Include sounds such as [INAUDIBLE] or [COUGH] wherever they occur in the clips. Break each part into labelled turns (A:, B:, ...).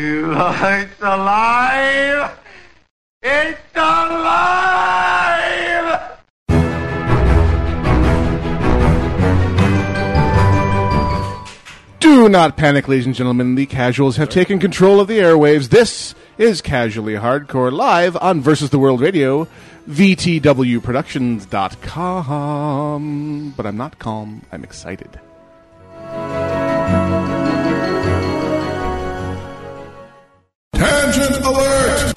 A: It's alive! It's alive!
B: Do not panic, ladies and gentlemen. The casuals have taken control of the airwaves. This is Casually Hardcore live on Versus the World Radio, VTWProductions.com. But I'm not calm, I'm excited.
C: Tangent alert!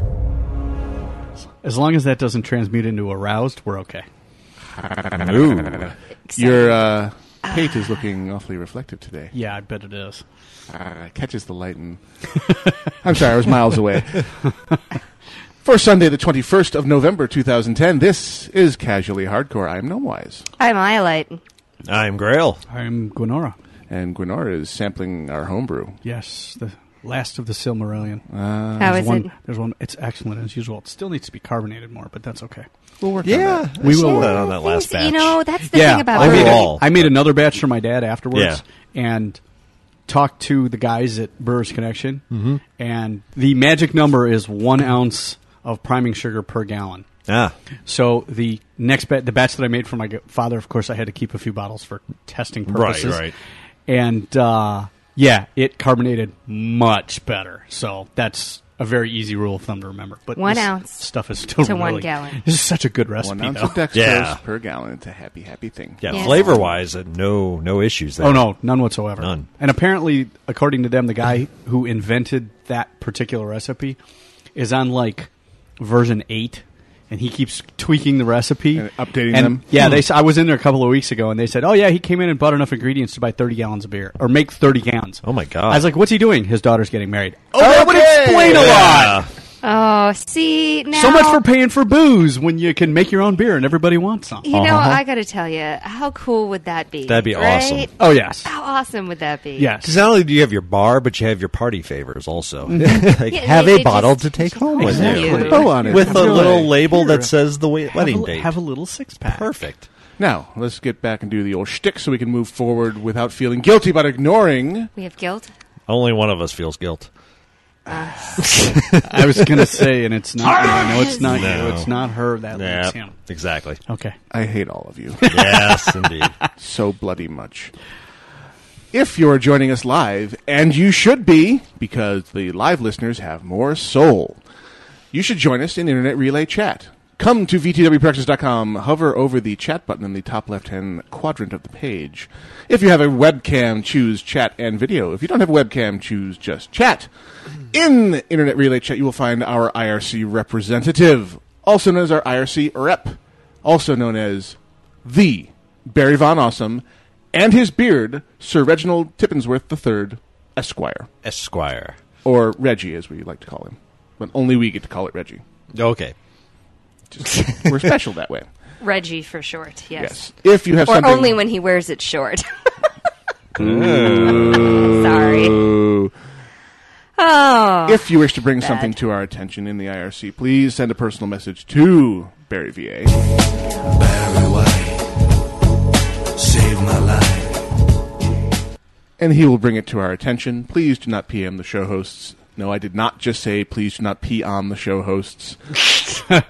D: As long as that doesn't transmute into aroused, we're okay.
B: Your uh, pate is looking awfully reflective today.
D: Yeah, I bet it is.
B: Uh, catches the light and. I'm sorry, I was miles away. For Sunday, the 21st of November, 2010, this is Casually Hardcore. I'm Gnomewise.
E: I'm Iolite.
F: I'm Grail.
D: I'm Gwenora.
B: And Gwenora is sampling our homebrew.
D: [LAUGHS] Yes, the last of the Silmarillion.
B: Uh,
E: How
D: there's
E: is
D: one,
E: it?
D: There's one. It's excellent as usual. It still needs to be carbonated more, but that's okay.
B: We'll work on
F: Yeah,
B: that.
F: we will
E: Yeah,
F: that on that last
E: things-
F: batch.
E: You know, that's the thing about
D: I
F: Overall.
D: made,
E: brewery.
D: I made another batch for my dad afterwards, and talked to the guys at Brewers Connection,
B: Mm-hmm.
D: and the magic number is one ounce of priming sugar per gallon.
F: ah,
D: So the next batch, the batch that I made for my g- father, of course, I had to keep a few bottles for testing purposes.
F: right.
D: And uh, yeah, it carbonated much better. So that's a very easy rule of thumb to remember. But
E: One
D: this
E: ounce
D: stuff is still
E: to one
D: really-
E: gallon.
D: This is such a good recipe,
B: One ounce
D: though.
B: of dextrose
F: Yeah.
B: per gallon. It's a happy, happy thing.
F: yeah.
E: Yeah.
F: Flavor wise, no, no issues there.
D: Oh no, none whatsoever.
F: None.
D: And apparently, according to them, the guy who invented that particular recipe is on like version eight, and he keeps tweaking the recipe,
B: And updating
D: And,
B: them? Hmm.
D: Yeah, they. s- I was in there a couple of weeks ago, and they said, "Oh yeah, he came in and bought enough ingredients to buy thirty gallons of beer or make thirty gallons."
F: Oh my god!
D: I was like, "What's he doing?" His daughter's getting married. Oh,
B: that
D: that
B: would
D: would
B: Okay.
D: explain a lot.
E: Oh, see now.
D: So much for paying for booze when you can make your own beer and everybody wants some.
E: You know,
F: Uh-huh.
E: I got to tell you, how cool would that be?
F: That'd be
E: right?
F: awesome.
D: Oh yes,
E: How awesome would that be?
D: yes.
F: because not only do you have your bar, but you have your party favors also. [LAUGHS] like,
E: Yeah,
F: have
E: they-
F: a
E: they
F: bottle
E: just-
F: to take
E: just
F: home with
E: call
F: you,
E: you.
B: Mm-hmm. Put a bow on it.
F: with a
D: Really?
F: little label
D: Here.
F: that says the we-
D: Have
F: wedding
D: a,
F: date.
D: have a little six pack.
F: Perfect.
B: Now, let's get back and do the old shtick so we can move forward without feeling guilty about ignoring.
E: We have guilt.
F: Only one of us feels guilt.
D: [LAUGHS] I was gonna say, and
B: [LAUGHS]
D: it's not. you. No, it's not
F: No.
D: you. It's not her. That
F: Yeah,
D: leaves him.
F: exactly.
D: Okay.
B: I hate all of you.
F: [LAUGHS] Yes, indeed.
B: [LAUGHS] so bloody much. If you're joining us live, and you should be, because the live listeners have more soul, you should join us in Internet Relay Chat. Come to VTWPractice.com, hover over the chat button in the top left hand quadrant of the page. If you have a webcam, choose chat and video. If you don't have a webcam, choose just chat. In Internet Relay Chat, you will find our IRC representative, also known as our IRC rep, also known as the Barry Von Awesome and his beard, Sir Reginald Tippinsworth III, Esquire,
F: Esquire.
B: or Reggie, as we like to call him. But only we get to call it Reggie.
F: Okay.
B: Just, we're special that way.
E: Reggie for short. Yes.
B: Yes. If you have
E: Or
B: something,
E: only when he wears it short. [LAUGHS] Sorry.
F: [LAUGHS]
B: Ooh.
E: Oh.
B: if you wish to bring something to our attention in the IRC, please send a personal message to Barry VA.
C: Barry White, save my life.
B: and he will bring it to our attention. Please do not PM the show hosts. No, I did not just say please do not pee on the
F: [LAUGHS]
B: show hosts. please do not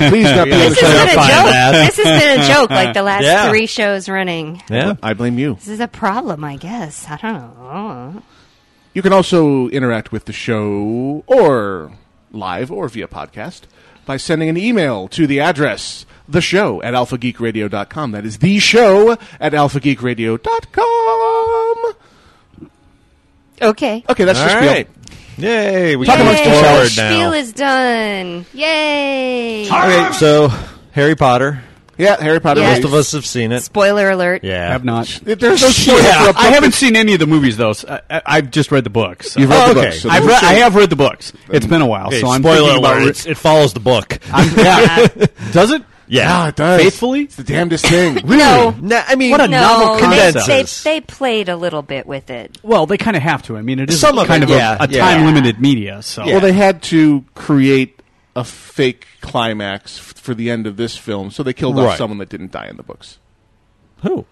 B: pee on the
E: This has
B: show
E: been a joke.
F: Clarify that.
E: This has been a joke like the last
F: Yeah.
E: three shows running.
F: Yeah.
B: I blame you.
E: This is a problem, I guess. I don't know.
B: You can also interact with the show or live or via podcast by sending an email to the address the show at alphageekradio.com. That is the show at alphageekradio.com.
E: Okay.
B: Okay, that's
F: All
B: just
F: right. Yay! We
B: Talk
F: can
B: amongst
F: move
B: yourselves.
F: forward
E: spiel
F: now.
E: is done. Yay!
F: okay, so Harry Potter.
B: Yeah, Harry Potter.
E: Yes.
F: Most of us have seen it.
E: Spoiler alert.
F: Yeah.
D: Have not.
B: There's no spoiler for a
D: I haven't seen any of the movies though. So I, I, I've just read the books. so-
B: You've read
F: Oh,
B: the
F: okay.
B: books. so
D: I've
B: there's-
D: re- I have read the books. It's been a while,
F: Okay,
D: so I'm
F: spoiler
D: thinking about
F: alert.
D: re-
F: it's- it follows the book.
D: I'm- yeah. Does it?
B: Ah,
F: Yeah.
B: it does.
D: Faithfully?
B: It's the damnedest
D: [LAUGHS]
B: thing.
E: No.
F: No, I mean,
D: What a
E: No,
D: novel
E: they-
D: concept.
E: They,
F: Consensus.
E: they played a little bit with it.
D: Well, they kind of have to. I mean, it is
F: Some of
D: kind
F: it,
D: of a-
F: yeah,
D: a,
F: yeah.
D: time limited media. So
B: Well, they had to create a fake climax f- for the end of this film, so they killed off
F: Right.
B: someone that didn't die in the books.
F: who?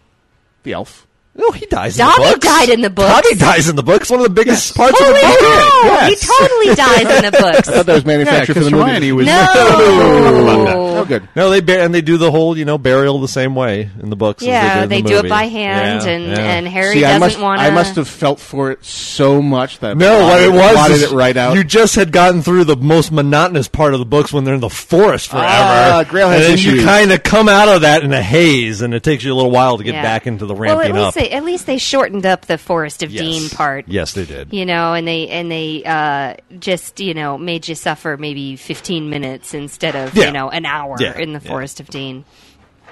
B: The elf.
F: No, he dies. in the
E: Dobby
F: books.
E: died in the books.
F: Dobby dies in the books. One of the biggest parts
E: Holy
F: of the book.
E: cow!
B: Yes.
E: He totally dies
F: [LAUGHS]
E: in the books.
B: I thought that was
D: Yeah,
B: manufactured for
D: because
B: the movie.
D: Hermione was
B: [LAUGHS] Oh,
E: No.
B: good.
F: No, they bur- and they do the whole you know burial the same way in the books. as
E: Yeah,
F: they do,
E: they
F: in the
E: do
F: movie.
E: it by hand,
F: Yeah,
E: and,
F: yeah.
E: and Harry
B: See,
E: doesn't
B: I must,
E: want to.
B: I must have felt for it so much that I
F: No, what it
B: blotted-
F: was
B: blotted
F: is
B: it right out.
F: You just had gotten through the most monotonous part of the books when they're in the forest forever.
B: Ah, Grail has
F: and then you
B: issues.
F: kind of come out of that in a haze, and it takes you a little while to get
E: Yeah.
F: back into the
E: Well,
F: ramping
E: at least
F: up.
E: They, at least they shortened up the Forest of
F: Yes.
E: Dean part.
F: Yes, they did.
E: You know, and they and they uh, just you know made you suffer maybe fifteen minutes instead of
F: Yeah.
E: you know an hour
F: Yeah,
E: in the
F: yeah.
E: Forest of Dean.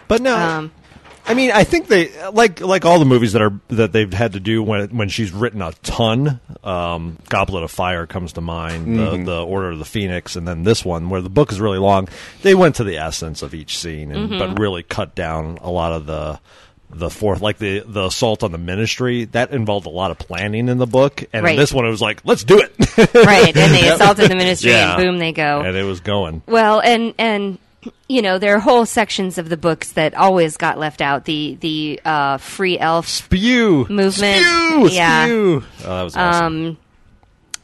F: But no, [LAUGHS]
E: Um,
F: I mean, I think they like like all the movies that are that they've had to do when when she's written a ton. Um, Goblet of Fire comes to mind,
E: Mm-hmm.
F: the, the Order of the Phoenix, and then this one where the book is really long. They went to the essence of each scene, and,
E: Mm-hmm.
F: but really cut down a lot of the the fourth, like the the assault on the ministry. That involved a lot of planning in the book, and in
E: Right.
F: this one it was like, let's do it.
E: right, and they assaulted
F: [LAUGHS]
E: the ministry, and boom, they go.
F: and it was going.
E: Well, and and you know there are whole sections of the books that always got left out. The the uh, free elf
F: Spew
E: Movement.
F: Spew!
E: Yeah. Um,
F: Spew! Oh, that was awesome.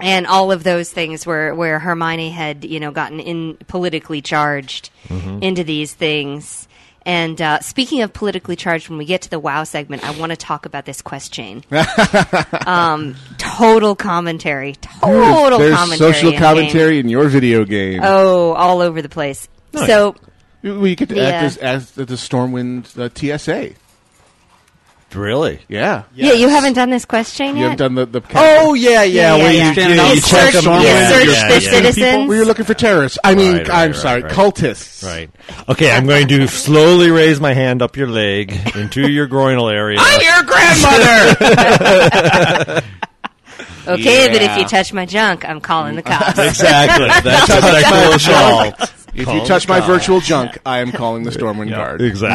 E: and all of those things where where Hermione had you know gotten in politically charged
B: Mm-hmm.
E: into these things. And uh, speaking of politically charged, when we get to the wow segment, I want to talk about this
B: [LAUGHS]
E: quest chain. um, total commentary, total
B: There's
E: commentary,
B: social
E: in game.
B: commentary in your video game.
E: Oh, all over the place. So
B: Well, you get to act
E: Yeah.
B: as, as the Stormwind uh, TSA.
F: really?
B: Yeah.
E: yeah, you haven't done this quest chain
B: You
E: yet.
B: haven't done the, the
F: Oh yeah, yeah.
E: Yeah, yeah,
F: where
E: yeah.
F: you,
D: Standing
F: yeah, you
D: outside
F: check
D: storm
F: them.
E: you
F: yeah,
E: search
F: yeah,
E: the
F: yeah.
E: citizens.
B: We were looking for terrorists. I mean,
F: Right, right,
B: I'm
F: right,
B: sorry,
F: right.
B: cultists.
F: Right. Okay, I'm going to slowly raise my hand up your leg into your groinal area.
B: Your grandmother. [LAUGHS]
E: okay, but if
B: Yeah.
E: you touch my junk, I'm calling the
F: [LAUGHS]
E: cops. [LAUGHS]
F: exactly. That's how sexual assault.
B: if you touch my virtual junk, I
E: [LAUGHS]
B: am calling the Stormwind Guard.
F: Exactly.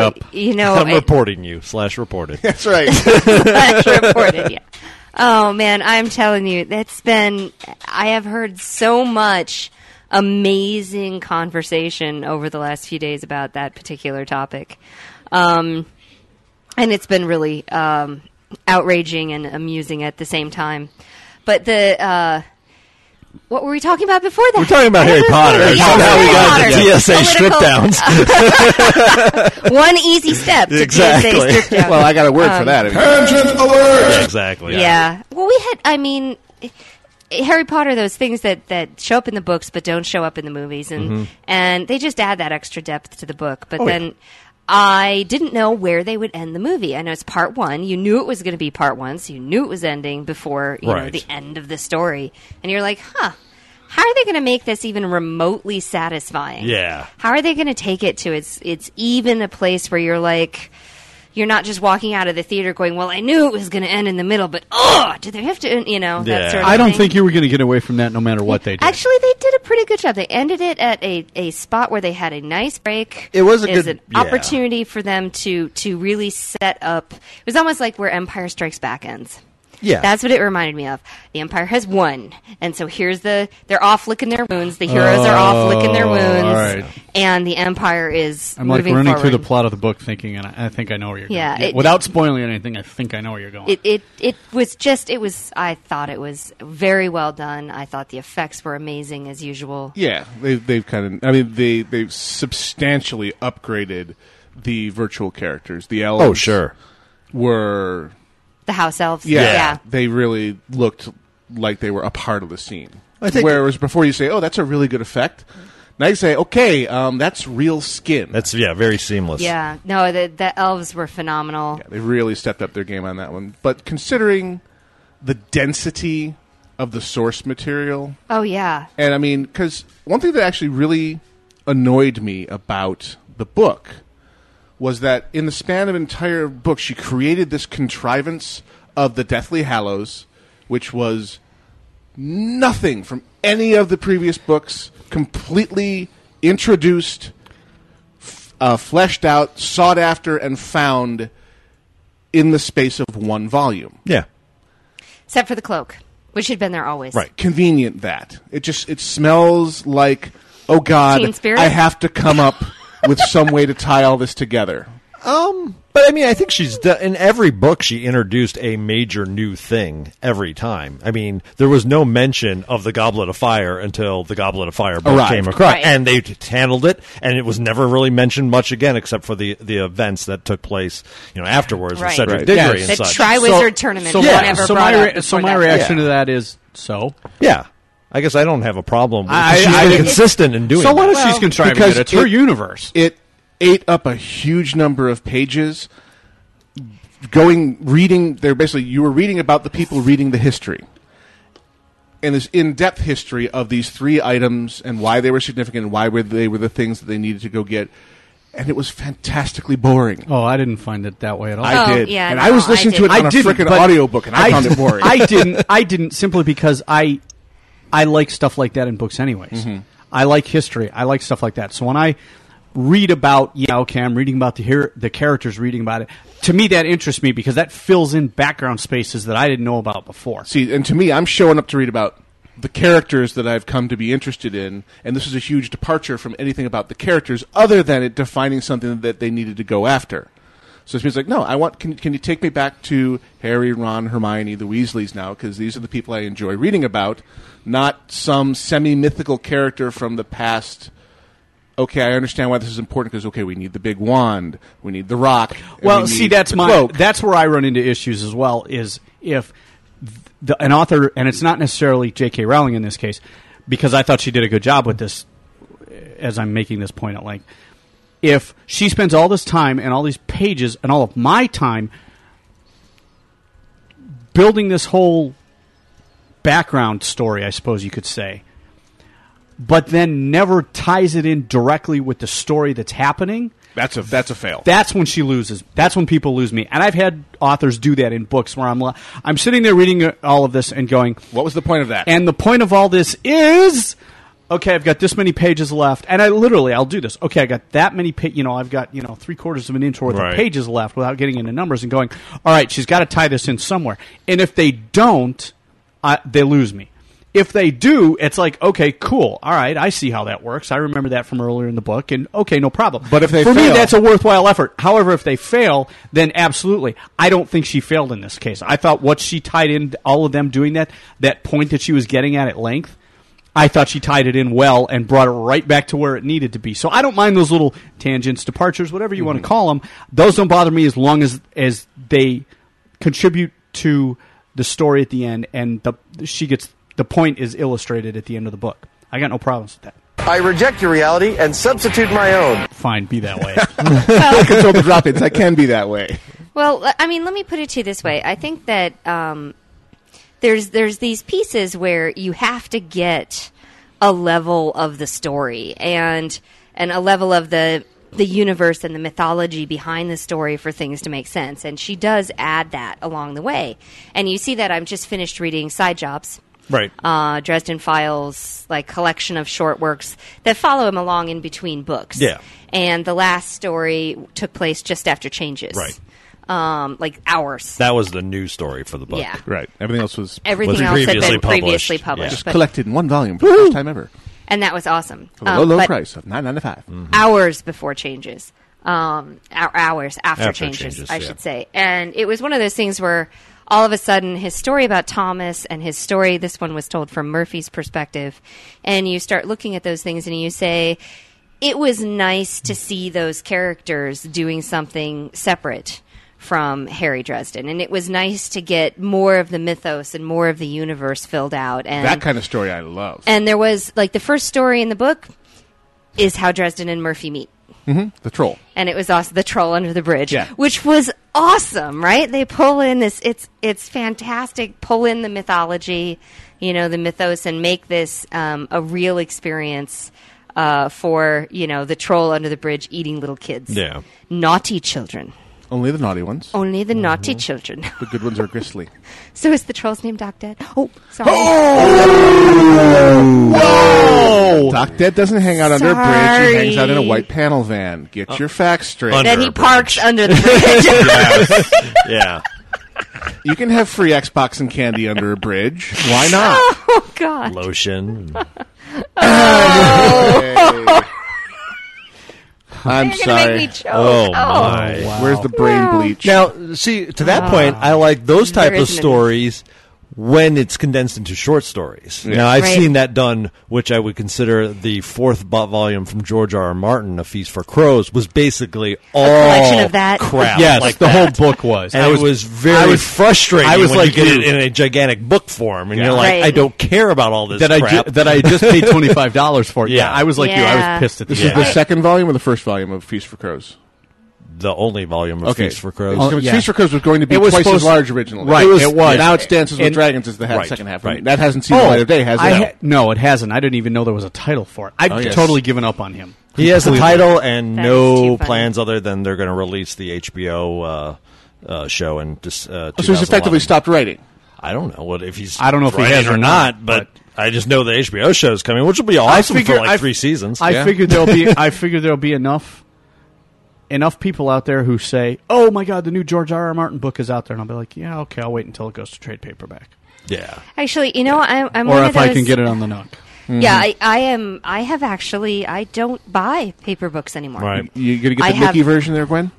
F: yep. Yep.
E: Oh, you know,
F: I'm
E: it-
F: reporting you slash reported.
B: [LAUGHS] That's
E: [LAUGHS]
B: right.
E: Flash reported, yeah. Oh man, I'm telling you, that's been. I have heard so much amazing conversation over the last few days about that particular topic, um, and it's been really um, outraging and amusing at the same time. But the uh, what were we talking about before that?
F: We're talking about Harry Potter.
E: Yeah,
F: Somehow we
E: Harry
F: got
E: Potter.
F: the TSA strip
E: Political- [LAUGHS]
F: downs.
E: One easy step to
F: Exactly.
E: TSA strip down.
B: well, I got a word for that. I mean,
C: [LAUGHS] Tangent alert!
F: exactly.
E: Um, Yeah. Well, we had. I mean, eh, Harry Potter. Those things that that show up in the books but don't show up in the movies, and
B: Mm-hmm.
E: and they just add that extra depth to the book.
C: Oh,
E: But then. I didn't know where they would end the movie. I know it's part one. You knew it was going to be part one, so you knew it was ending before you know
F: Right.
E: the end of the story. And you're like, huh? How are they going to make this even remotely satisfying?
F: Yeah.
E: How are they going to take it to its it's even a place where you're like you're not just walking out of the theater going, "Well, I knew it was going to end in the middle, but oh, did they have to?" end-" You know,
F: Yeah.
E: that sort of
D: I don't
E: thing.
D: think you were going to get away from that no matter what they did.
E: Actually, they did a pretty good job. They ended it at a, a spot where they had a nice break.
F: It was a
E: It
F: good-
E: an
F: yeah.
E: opportunity for them to to really set up. It was almost like where Empire Strikes Back ends.
F: Yeah.
E: That's what it reminded me of. The Empire has won, and so here's the they're off licking their wounds. The heroes are off licking their
D: Oh, all
E: wounds,
D: right.
E: and the Empire is
D: I'm like
E: moving
D: running through the
E: forward.
D: plot of the book, thinking, and I, I think I know where you're
E: Yeah,
D: going.
E: it-
D: Without spoiling anything, I think I know where you're going.
E: it, it it was just it was I thought it was very well done. I thought the effects were amazing as usual.
B: yeah, they, they've kind of. I mean, they they've substantially upgraded the virtual characters. The elves.
F: Oh sure.
B: Were
E: The house elves,
B: yeah,
E: yeah.
B: They really looked like they were a part of the scene.
F: I think-
B: Whereas before you say, "Oh, that's a really good effect," now you say, "Okay, um, that's real skin."
F: That's yeah, very seamless.
E: Yeah, no, the the elves were phenomenal.
B: Yeah, they really stepped up their game on that one. But considering the density of the source material,
E: Oh yeah,
B: and I mean, because one thing that actually really annoyed me about the book was that in the span of an entire book, she created this contrivance of the Deathly Hallows, which was nothing from any of the previous books, completely introduced, f- uh, fleshed out, sought after, and found in the space of one volume.
F: Yeah.
E: except for the cloak, which had been there always.
F: Right.
B: convenient that it just it smells like oh god
E: Teen spirit?
B: i have to come up with some way to tie all this together
F: Um, But I mean, I think she's do- in every book. She introduced a major new thing every time. I mean, there was no mention of the Goblet of Fire until the Goblet of Fire book
B: Arrived.
F: came across,
E: Right.
F: and they t- handled it, and it was never really mentioned much again, except for the the events that took place, you know, afterwards
E: Right.
F: with Cedric
B: Right.
F: Diggory
D: Yes.
F: and
E: The
F: such.
E: Triwizard Tournament.
D: So,
E: was
F: yeah,
E: never
D: so
E: brought
D: my
E: up
D: re- so
E: before
D: my
E: that.
D: reaction to that is so.
F: yeah, I guess I don't have a problem. With
D: I-
F: she's
D: I-
F: been
D: it's-
F: consistent in doing.
D: So what
F: that.
D: if she's contriving
B: because
D: it? It's her
B: it-
D: universe.
B: it ate up a huge number of pages going reading they're basically you were reading about the people reading the history and this in-depth history of these three items and why they were significant and why were they were the things that they needed to go get and it was fantastically boring
D: oh, I didn't find it that way at all.
B: i
E: Oh,
B: did
E: yeah,
B: and
E: no,
B: i was listening
E: I
B: to it
E: didn't.
B: on a freaking
D: but
B: audiobook and i, found it boring [LAUGHS]
D: I didn't. I didn't simply because I I like stuff like that in books, anyways.
B: Mm-hmm.
D: I like history. I like stuff like that. So when I read about yeah, okay, I'm reading about the hero, the characters, reading about it. To me, that interests me because that fills in background spaces that I didn't know about before.
B: see and to me i'm showing up to read about the characters that i've come to be interested in and this is a huge departure from anything about the characters other than it defining something that they needed to go after so it means like no i want can, can you take me back to harry ron hermione the weasleys now because these are the people i enjoy reading about not some semi-mythical character from the past okay i understand why this is important because okay we need the big wand we need the rock and
D: well
B: we
D: see
B: need
D: that's
B: the
D: my
B: cloak.
D: that's where i run into issues as well is if the, an author and it's not necessarily jk rowling in this case because i thought she did a good job with this as i'm making this point at length if she spends all this time and all these pages and all of my time building this whole background story i suppose you could say but then never ties it in directly with the story that's happening
B: that's a that's a fail
D: that's when she loses. That's when people lose me. And I've had authors do that in books where I'm li- I'm sitting there reading uh, all of this and going,
B: what was the point of that
D: and the point of all this is, okay, I've got this many pages left, and I literally I'll do this. Okay, I got that many. Pa- you know, I've got you know three quarters of an inch worth
F: Right.
D: of pages left without getting into numbers and going, all right, she's got to tie this in somewhere. And if they don't, I, they lose me. If they do, it's like okay, cool, all right, I see how that works. I remember that from earlier in the book, and okay, no problem.
B: But if they
D: for me,
B: fail-
D: that's a worthwhile effort. However, if they fail, then absolutely, I don't think she failed in this case. I thought what she tied in all of them doing that that point that she was getting at at length. I thought she tied it in well and brought it right back to where it needed to be. So I don't mind those little tangents, departures, whatever you want to call them. Those don't bother me as long as as they contribute to the story at the end and the she gets the point is illustrated at the end of the book. I got no problems with that.
G: I reject your reality and substitute my own.
D: Fine, be that way.
B: [LAUGHS] control the drop ins. I can be that way.
E: Well, l- I mean, let me put it to you this way. I think that um, there's there's these pieces where you have to get a level of the story and and a level of the the universe and the mythology behind the story for things to make sense. And she does add that along the way. And you see that I'm just finished reading Side Jobs
F: right?
E: uh, Dresden Files, like collection of short works that follow him along in between books.
F: Yeah.
E: And the last story took place just after changes.
F: Right.
E: Um, like hours.
F: that was the new story for the book.
E: yeah.
B: Right. Everything else was
E: Everything
F: Was
E: else had
F: previously
E: been previously
F: published.
E: published,
F: Yeah.
E: but-
B: collected in one volume for the first time ever.
E: and that was awesome.
B: For a
E: Um,
B: low, low
E: but
B: price of nine ninety five.
F: Mm-hmm.
E: Hours before changes, um, hou- hours after,
F: After
E: changes,
F: changes,
E: I
F: yeah.
E: should say. And it was one of those things where all of a sudden his story about Thomas and his story, this one was told from Murphy's perspective, and you start looking at those things and you say, it was nice to see those characters doing something separate from Harry Dresden, and it was nice to get more of the mythos and more of the universe filled out. And
B: That kind of story I love.
E: and there was like the first story in the book is how Dresden and Murphy meet.
B: Mm-hmm. the troll.
E: And it was also the troll under the bridge,
B: Yeah.
E: which was awesome, right? They pull in this it's it's fantastic. Pull in the mythology, you know, the mythos, and make this um, a real experience uh, for you know the troll under the bridge eating little kids,
F: Yeah.
E: naughty children,
B: Only the naughty ones.
E: only the
F: Mm-hmm.
E: naughty children. [LAUGHS]
B: The good ones are gristly.
E: so is the troll's name Doc Dead? Oh, sorry.
F: Oh!
B: Doc Dead doesn't hang out under a bridge. He
E: Sorry.
B: hangs out in a white panel van. Get your facts straight.
F: Oh. Under-
E: Then he
F: a
E: parks under the bridge. [LAUGHS]
F: yeah.
B: you can have free Xbox and candy under a bridge. Why not?
E: [LAUGHS] oh God.
F: [LAUGHS]
B: Oh.
E: [LAUGHS]
F: Lotion.
B: I'm
E: You're gonna
B: sorry.
E: make me choke.
F: Oh, my.
B: Where's the brain
E: Wow.
B: bleach?
F: Now, see, to that point, I like those type
E: Ah. There
F: of
E: isn't any.
F: stories when it's condensed into short stories. Now, I've
E: Right.
F: seen that done, which I would consider the fourth bo- volume from George R. R. Martin, A Feast for Crows, was basically all
E: collection of that.
F: crap.
D: Yes,
F: like
D: the
F: that.
D: whole book was.
F: And
D: I
F: it
D: was-
F: was very
D: I was-
F: frustrating.
D: I was
F: when
D: like
F: you get
D: you.
F: it in a gigantic book form, and
D: Yeah.
F: you're like,
E: Right.
F: I don't care about all this
D: that I
F: crap.
D: ju- that I just paid twenty five dollars for.
F: [LAUGHS]
D: it.
F: Yeah.
D: Yeah, I was like you. I
E: Yeah.
D: was pissed at
B: this
D: the
B: is the
E: I-
B: second volume or the first volume of Feast for Crows.
F: the only volume of
B: Oh. Okay,
F: Feast for Crows.
B: It's gonna-
D: yeah.
B: Feast for Crows was going to be
D: It was
B: twice as
D: supposed-
B: large originally.
D: Right,
B: it was.
D: it was.
B: Now it's Dances with
D: And-
B: Dragons is the ha-
F: Right,
B: second half.
F: right.
B: That hasn't seen the light of day, has it?
D: Oh, I ha- no, it hasn't. I didn't even know there was a title for it. I've
B: Oh, yes.
D: totally given up on him.
F: He has the
D: Completely.
F: title and
E: That is
F: no
E: too funny.
F: plans other than they're going to release the HBO uh, uh, show and just. Uh,
B: Oh, so he's
F: 2011.
B: effectively stopped writing.
F: I don't know what if he's.
D: I don't know if he
F: writing
D: has
F: or
D: or
F: not,
D: not,
F: but, I just know the HBO show's coming, which will be awesome for like three seasons.
D: I
B: Yeah.
D: figured there'll [LAUGHS] be. I figured there'll be enough enough people out there who say, "Oh my God, the new George R. R. Martin book is out there," and I'll be like, "Yeah, okay, I'll wait until it goes to trade paperback,
F: yeah,
E: Actually, you know, I'm, I'm
D: or
E: one
D: if
E: of those,
D: I can get it on
C: [LAUGHS]
D: the Nook."
B: Mm-hmm.
E: Yeah, I, I am. I have actually. I don't buy paper books anymore.
F: right.
B: You gonna get
E: I
B: the Mickey
E: have-
B: version there, Gwen?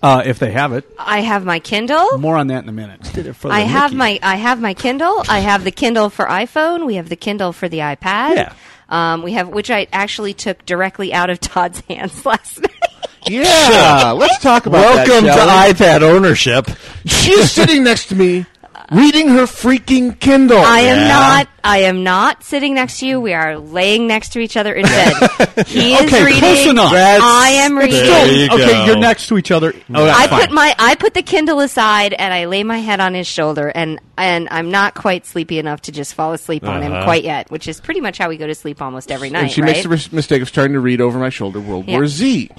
D: Uh, if they have it,
E: I have my Kindle.
D: more on that in a minute.
E: Oh. I have my I have my Kindle. I have the Kindle for iPhone. We have the Kindle for the iPad.
F: Yeah.
E: Um, we have which I actually took directly out of [LAUGHS] Todd's hands last night.
B: [LAUGHS] [LAUGHS] Yeah, let's talk about
F: Welcome
B: that, shall we?
F: to iPad ownership.
B: She's sitting next to me, reading her freaking Kindle.
E: I am not I am not sitting next to you. We are laying next to each other in bed. he is
D: [LAUGHS] Okay,
E: reading.
D: close enough.
E: I am
F: That's-
E: reading.
F: There you
D: okay,
F: go.
D: you're next to each other. Oh, that's
E: I
D: fine.
E: put my I put the Kindle aside and I lay my head on his shoulder and and I'm not quite sleepy enough to just fall asleep on him quite yet, which is pretty much how we go to sleep almost every night.
B: And she
E: right?
B: makes the mis- mistake of starting to read over my shoulder World
E: Yeah.
B: War Z.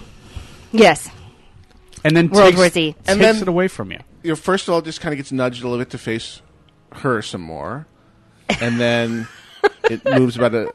E: yes.
D: and then
E: World
D: takes,
E: War Z.
B: And
D: takes
B: then-
D: it away from you.
B: You know, first of all, just kind of gets nudged a little bit to face her some more, and
E: [LAUGHS]
B: then it moves about an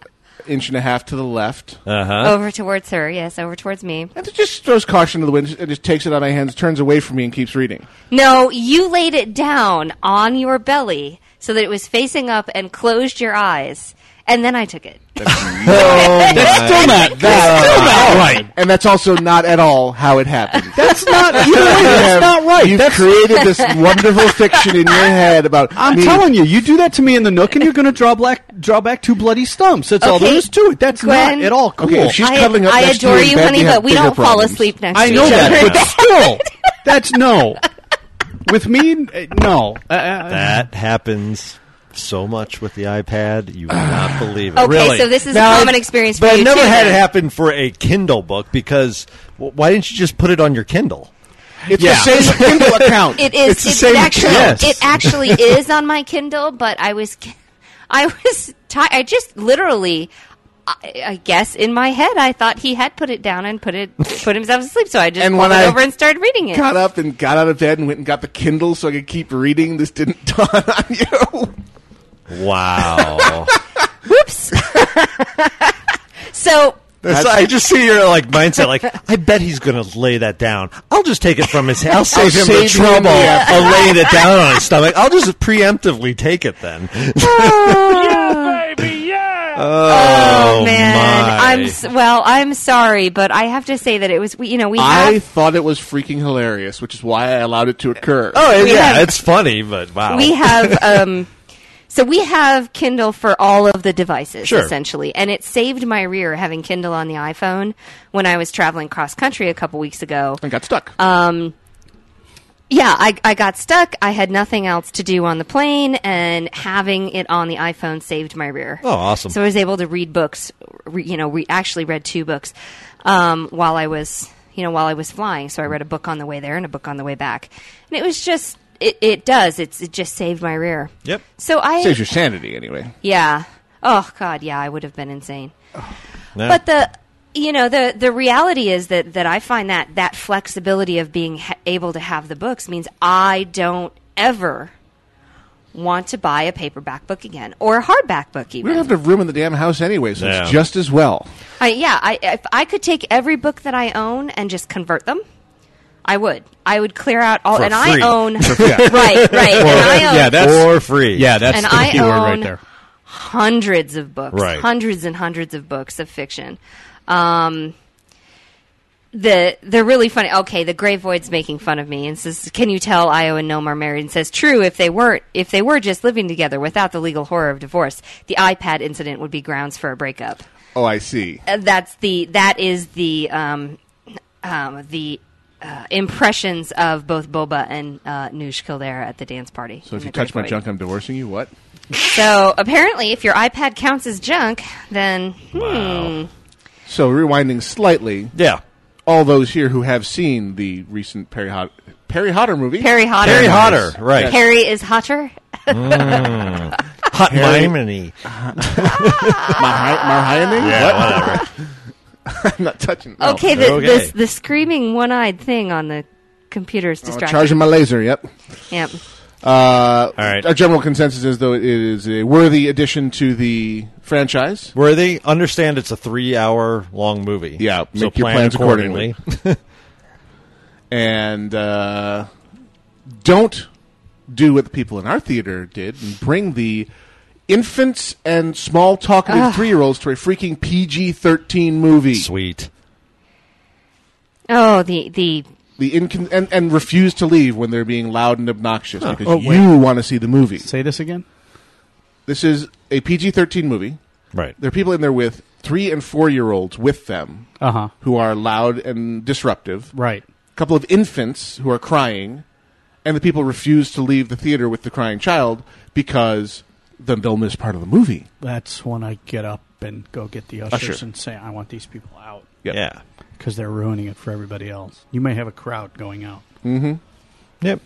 B: inch and a half to the left,
E: Over towards her, yes, over towards me.
B: and it just throws caution to the wind and just takes it out of my hands, turns away from me, and keeps
E: [LAUGHS]
B: reading.
E: No, you laid it down on your belly so that it was facing up and closed your eyes. And then I took it.
C: Oh,
D: That's still not that. Still not right.
B: And that's also not at all how it happened.
D: That's not. Either way,
B: have-
D: that's not right.
B: You've
D: That's
B: created this wonderful fiction in your head about
D: [LAUGHS] I'm
B: me
D: telling you, you do that to me in the nook, and you're going to draw black, draw back two bloody stumps. That's all
E: Okay,
D: there is to it. That's
E: Gwen.
D: not at all cool.
B: Okay, if she's
E: I,
B: cuddling up
E: I
B: next to you
E: adore
B: in
E: you,
B: bed,
E: honey,
B: you have
E: but we
B: bigger
E: don't fall
B: problems.
E: asleep next
D: I
E: to
D: know
E: each other.
B: [LAUGHS]
D: that,
E: [LAUGHS]
D: but still, that's no. With me, uh, no. Uh, uh,
F: That happens so much with the iPad. You will not believe it.
E: Okay,
F: really.
E: so this is a common experience for
F: But
E: you,
F: I've never
E: too,
F: had
E: then.
F: it happen for a Kindle book because w- why didn't you just put it on your Kindle?
B: It's
F: Yeah.
B: the same Kindle account.
E: It is.
F: It's the
E: it,
F: same
E: actually,
F: yes.
E: it actually is on my Kindle, but I was, I was, ti- I just literally, I, I guess in my head, I thought he had put it down and put it, put himself to sleep. So I just
B: And when
E: pulled it
B: I
E: over and started reading it.
B: got up and got out of bed and went and got the Kindle so I could keep reading. This didn't [LAUGHS] dawn on you.
F: Wow.
E: Whoops. so
F: That's- I just see your like mindset. Like, I bet he's going to lay that down. I'll just take it from his.
B: [LAUGHS]
F: I'll save him the
B: save him the uh,
F: trouble
B: effort.
F: of laying it down on his stomach. I'll just preemptively take it
B: [LAUGHS]
F: then.
A: Baby, yeah!
E: Oh,
F: Oh,
E: man,
F: my.
E: I'm s- well. I'm sorry, but I have to say that it was. We, you know, [LAUGHS] we
B: I
E: have
B: thought it was freaking hilarious, which is why I allowed it to occur.
F: oh
E: We
F: yeah,
E: have-
F: it's funny, but wow. [LAUGHS]
E: we have um, so we have Kindle for all of the devices
F: Sure.
E: essentially, and it saved my rear having Kindle on the iPhone when I was traveling cross country a couple weeks ago. Um,
B: And got stuck.
E: Yeah, I, I got stuck. I had nothing else to do on the plane, and having it on the iPhone saved my rear.
F: Oh, awesome.
E: So I was able to read books. Re, you know, re, actually read two books um, while I was, you know, while I was flying. So I read a book on the way there and a book on the way back, and it was just. It, it does. It's it just saved my rear.
F: Yep.
E: So I
B: Saves your sanity anyway.
E: yeah. Oh God, yeah, I would have been insane.
F: Yeah.
E: But the you know the the reality is that that I find that that flexibility of being ha- able to have the books means I don't ever want to buy a paperback book again or a hardback book
B: We
E: even.
B: don't have to have room in the damn house anyway, so
F: Yeah.
B: it's just as well.
E: I, yeah, I if I could take every book that I own and just convert them, I would. I would clear out all,
F: For
E: and
F: free.
E: I
D: [LAUGHS]
E: own [LAUGHS] right, right, and I own
D: yeah, that's
F: for free.
D: yeah, that's
E: And
D: the
E: I
D: key word right
E: own-
D: there.
E: hundreds of books,
F: Right.
E: hundreds and hundreds of books of fiction. Um, the they're really funny. Okay, the Grey Void's making fun of me and says, "Can you tell Io and Nome are married?" And says, "True. If they weren't, if they were just living together without the legal horror of divorce, the iPad incident would be grounds for a breakup."
B: Oh, I see.
E: Uh, That's the that is the um, um, the uh, impressions of both Boba and uh, Noosh Kildare at the dance party.
B: So if
E: in
B: you
E: the Grey
B: touch my
E: Void.
B: junk, I'm divorcing you. What?
E: so apparently, if your iPad counts as junk, then hmm,
B: [LAUGHS] So rewinding slightly,
F: Yeah.
B: all those here who have seen the recent Perry Hot Perry Hotter movie,
E: Perry Hotter.
F: Harry Hotter, right.
B: [LAUGHS]
E: Perry is hotter.
B: Mm.
F: Hot
B: [LAUGHS]
F: Miami.
B: Marhayani?
F: Yeah, whatever.
B: [LAUGHS] I'm not touching. no.
E: [LAUGHS] Okay, the,
F: Okay.
E: This, the screaming one eyed thing on the computer
B: Oh,
E: is distracting.
B: Charging my laser. Yep.
E: Yep.
B: Uh,
F: All right.
B: Our general consensus is though it is a worthy addition to the franchise.
F: Where they understand it's a three-hour-long movie.
B: Yeah,
F: so
B: make your
F: plan
B: plans
F: accordingly. [LAUGHS]
B: and uh, don't do what the people in our theater did and bring the infants and small talkative
E: Ah.
B: three year olds to a freaking PG 13 movie.
F: Sweet.
E: Oh, the, the
B: The incon- and, and refuse to leave when they're being loud and obnoxious because you want to see the movie.
D: Oh, Say this again.
B: This is a PG 13 movie.
F: Right.
B: There are people in there with three and four year olds with them
D: Uh-huh.
B: who are loud and disruptive.
D: Right.
B: couple of infants who are crying, and the people refuse to leave the theater with the crying child because then they'll miss part of the movie.
D: That's when I get up and go get the ushers
B: Usher.
D: and say, I want these people out
B: Yep.
F: Yeah.
D: because they're ruining it for everybody else. You may have a crowd going out.
B: Mm-hmm.
F: Yep.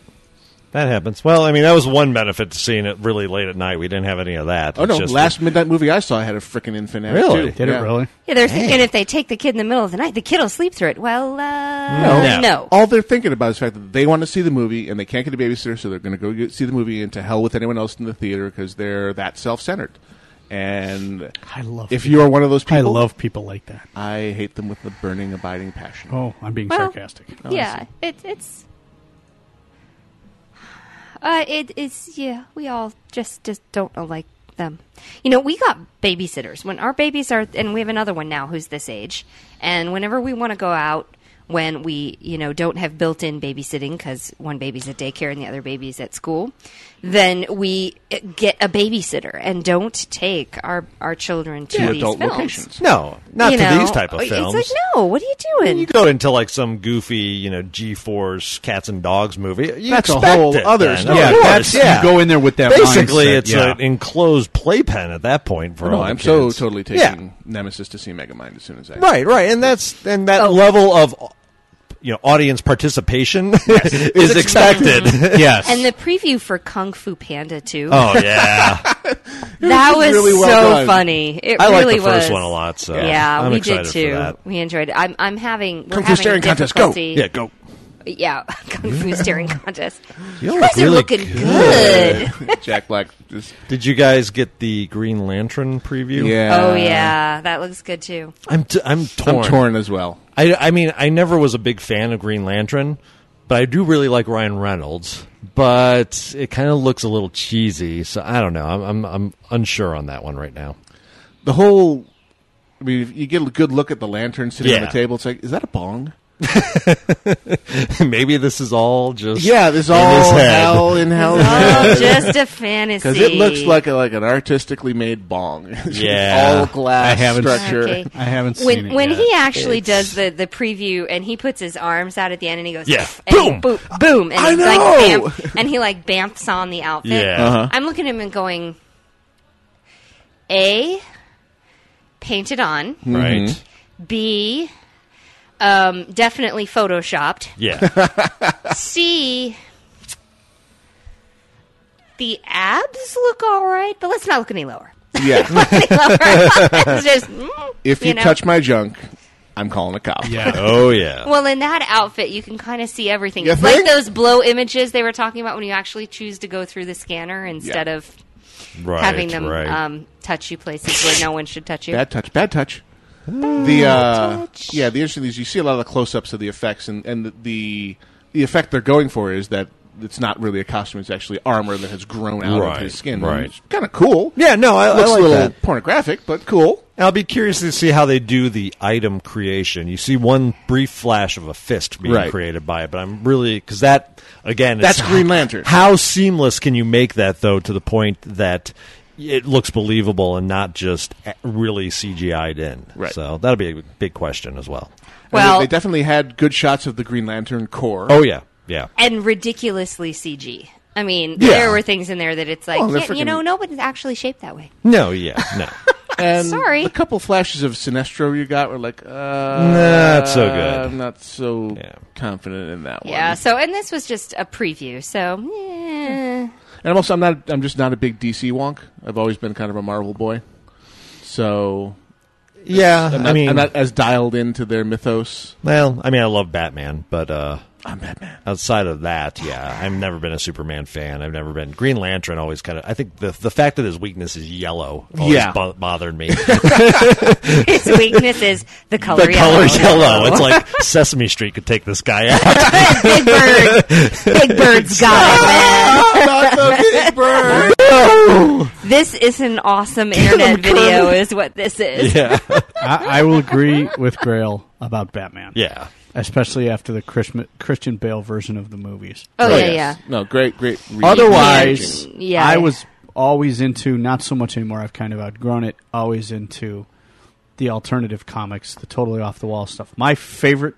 F: That happens. Well, I mean, that was one benefit to seeing it really late at night. We didn't have any of that.
B: Oh
F: It's
B: no!
F: just-
B: Last midnight movie I saw had a freaking infant. in
F: Really?
B: It too.
D: Did
B: Yeah.
D: it really?
E: yeah, they're thinking if they take the kid in the middle of the night, the kid will sleep through it. Well, uh,
F: No.
E: no.
B: All they're thinking about is the fact that they want to see the movie and they can't get a babysitter, so they're going to go get, see the movie and to hell with anyone else in the theater because they're that self-centered. And
D: I love
B: if
D: people.
B: you are one of those people,
D: I love people like that.
B: I hate them with the burning, abiding passion.
D: Oh, I'm being
E: Well,
D: sarcastic.
E: yeah, it, it's. Uh, it is yeah. We all just just don't like them. You know, we got babysitters when our babies are, and we have another one now who's this age. And whenever we want to go out, when we you know don't have built-in babysitting because one baby's at daycare and the other baby's at school, then we uh, get a babysitter and don't take our our children to
B: Yeah,
E: these
B: adult
E: films.
B: locations.
F: No, not
E: You
F: to
E: know,
F: these type of films.
E: It's like no, what are you doing?
F: you go into like some goofy, you know, G Force cats and dogs movie. You
B: That's a
F: expect
B: whole
F: it
B: other
F: then.
B: story.
F: Of
B: Yeah,
F: course,
D: Oh, that's- you
F: yeah.
D: go in there with that
F: Basically,
D: mindset,
F: it's
D: yeah.
F: an enclosed playpen at that point for
B: No,
F: all the
B: I'm so
F: kids.
B: totally taking
F: Yeah.
B: Nemesis to see Megamind as soon as I
F: Right, right, and that's and
E: Oh.
F: that level of you know audience participation [LAUGHS] is expected.
B: [LAUGHS] Mm-hmm.
F: yes.
E: And the preview for Kung Fu Panda 2.
F: oh
E: [LAUGHS]
F: yeah,
E: that was
B: really well
E: so
B: done.
E: funny. It
F: I like
E: really
F: the first
E: was.
F: one a lot. So
E: Yeah,
F: I'm
E: we
F: excited
E: did too.
F: For that.
E: We enjoyed it. I'm, I'm having
B: Kung
E: we're
B: Fu
E: having
B: staring contest, go.
E: difficulty-
F: Yeah, go.
E: yeah, [LAUGHS] Kung Fu staring contest.
F: You
E: You
F: look
E: guys are
F: really
E: looking
B: [LAUGHS]
E: good.
B: Jack Black just
F: Did you guys get the Green Lantern preview?
B: yeah.
E: Oh yeah, that looks good too.
F: I'm t- I'm torn.
B: I'm torn as well.
F: I, I mean, I never was a big fan of Green Lantern, but I do really like Ryan Reynolds. But it kind of looks a little cheesy, so I don't know. I'm, I'm I'm unsure on that one right now.
B: The whole, I mean, if you get a good look at the lantern sitting on
F: Yeah.
B: the table. It's like, is that a
D: [LAUGHS]
B: bong?
F: Maybe this is all just
B: Yeah, this
F: his
B: all
F: head.
B: hell in hell [LAUGHS]
E: Oh, just a fantasy.
B: because it looks like a, like an artistically made bong. [LAUGHS] It's just
F: Yeah.
B: all glass
D: I haven't-
B: structure.
E: Okay.
D: I haven't seen
E: when
D: it
E: when
D: yet.
E: he actually does the, the preview and he puts his arms out at the end and he goes
F: Yeah.
E: and he
F: Boom.
E: boom boom and
B: I
E: he's
B: know.
E: like bamf, and he like bamfs on the outfit.
F: Yeah. Uh-huh.
E: I'm looking at him and going, a painted on,
F: right.
E: b um, definitely photoshopped,
F: Yeah,
E: [LAUGHS] c the abs look all right, but let's not look any lower.
B: [LAUGHS]
E: [LAUGHS]
B: Yeah, [LAUGHS]
E: It's just, mm,
B: if you,
E: know?
B: touch my junk, I'm calling a cop. [LAUGHS]
D: Yeah.
F: oh yeah.
E: Well, in that outfit, you can kind of see everything.
B: You
E: It's
B: think?
E: like those blow images they were talking about when you actually choose to go through the scanner instead
B: Yeah.
E: of
F: right,
E: having them
F: right.
E: um, touch you places where no one should touch you.
B: Bad touch, bad touch. The uh,
E: touch.
B: yeah, the interesting thing is you see a lot of the close-ups of the effects, and and the, the the effect they're going for is that it's not really a costume; it's actually armor that has grown out of
F: Right,
B: his skin.
F: right.
B: kind of cool.
F: Yeah, no, I, I
B: looks
F: like
B: a little
F: that.
B: pornographic, but cool.
F: And I'll be curious to see how they do the item creation. You see one brief flash of a fist being
B: Right.
F: created by it, but I'm really because that again is-
B: That's Green Lantern.
F: How seamless can you make that though to the point that it looks believable and not just a- really CGI'd in?
B: Right.
F: So that'll be a big question as well.
B: I mean,
E: Well-
B: they definitely had good shots of the Green Lantern core.
F: Oh yeah, yeah.
E: and ridiculously CG. I mean,
B: Yeah.
E: there were things in there that it's like,
B: Well, they're
E: yeah, you know,
B: freaking-
E: nobody's actually shaped that way.
F: No, yeah, no.
B: [LAUGHS] and
E: sorry.
B: A couple flashes of Sinestro you got were like, uh,
F: Not so good.
B: I'm not so
F: Yeah.
B: confident in that one.
E: Yeah. So, and this was just a preview. So, yeah.
B: And I'm also I'm not I'm just not a big DC wonk. I've always been kind of a Marvel boy. So
F: yeah,
B: I'm not,
F: I mean,
B: I'm not as dialed into their mythos.
F: well, I mean, I love Batman, but uh,
B: I'm Batman.
F: outside of that, yeah, I've never been a Superman fan. I've never been Green Lantern. Always kind of. I think the the fact that his weakness is yellow always
B: Yeah.
F: bo- bothered
D: [LAUGHS]
F: me.
E: His
F: [LAUGHS]
E: weakness is the color.
F: the color's
E: yellow.
F: yellow. It's like Sesame Street could take this guy out.
E: [LAUGHS] Big Bird. Big
D: [LAUGHS]
E: Bird's got it, man.
B: not the big bird.
E: This is an awesome internet video, is what this is. [LAUGHS]
F: yeah,
D: I, I will agree with Grail about Batman.
F: yeah.
D: Especially after the Christma- Christian Bale version of the movies.
E: Oh, yeah,
B: yes.
E: yeah.
B: No, great, great. reading.
D: Otherwise,
E: Yeah, yeah.
D: I was always into, not so much anymore, I've kind of outgrown it, always into the alternative comics, the totally off the wall stuff. My favorite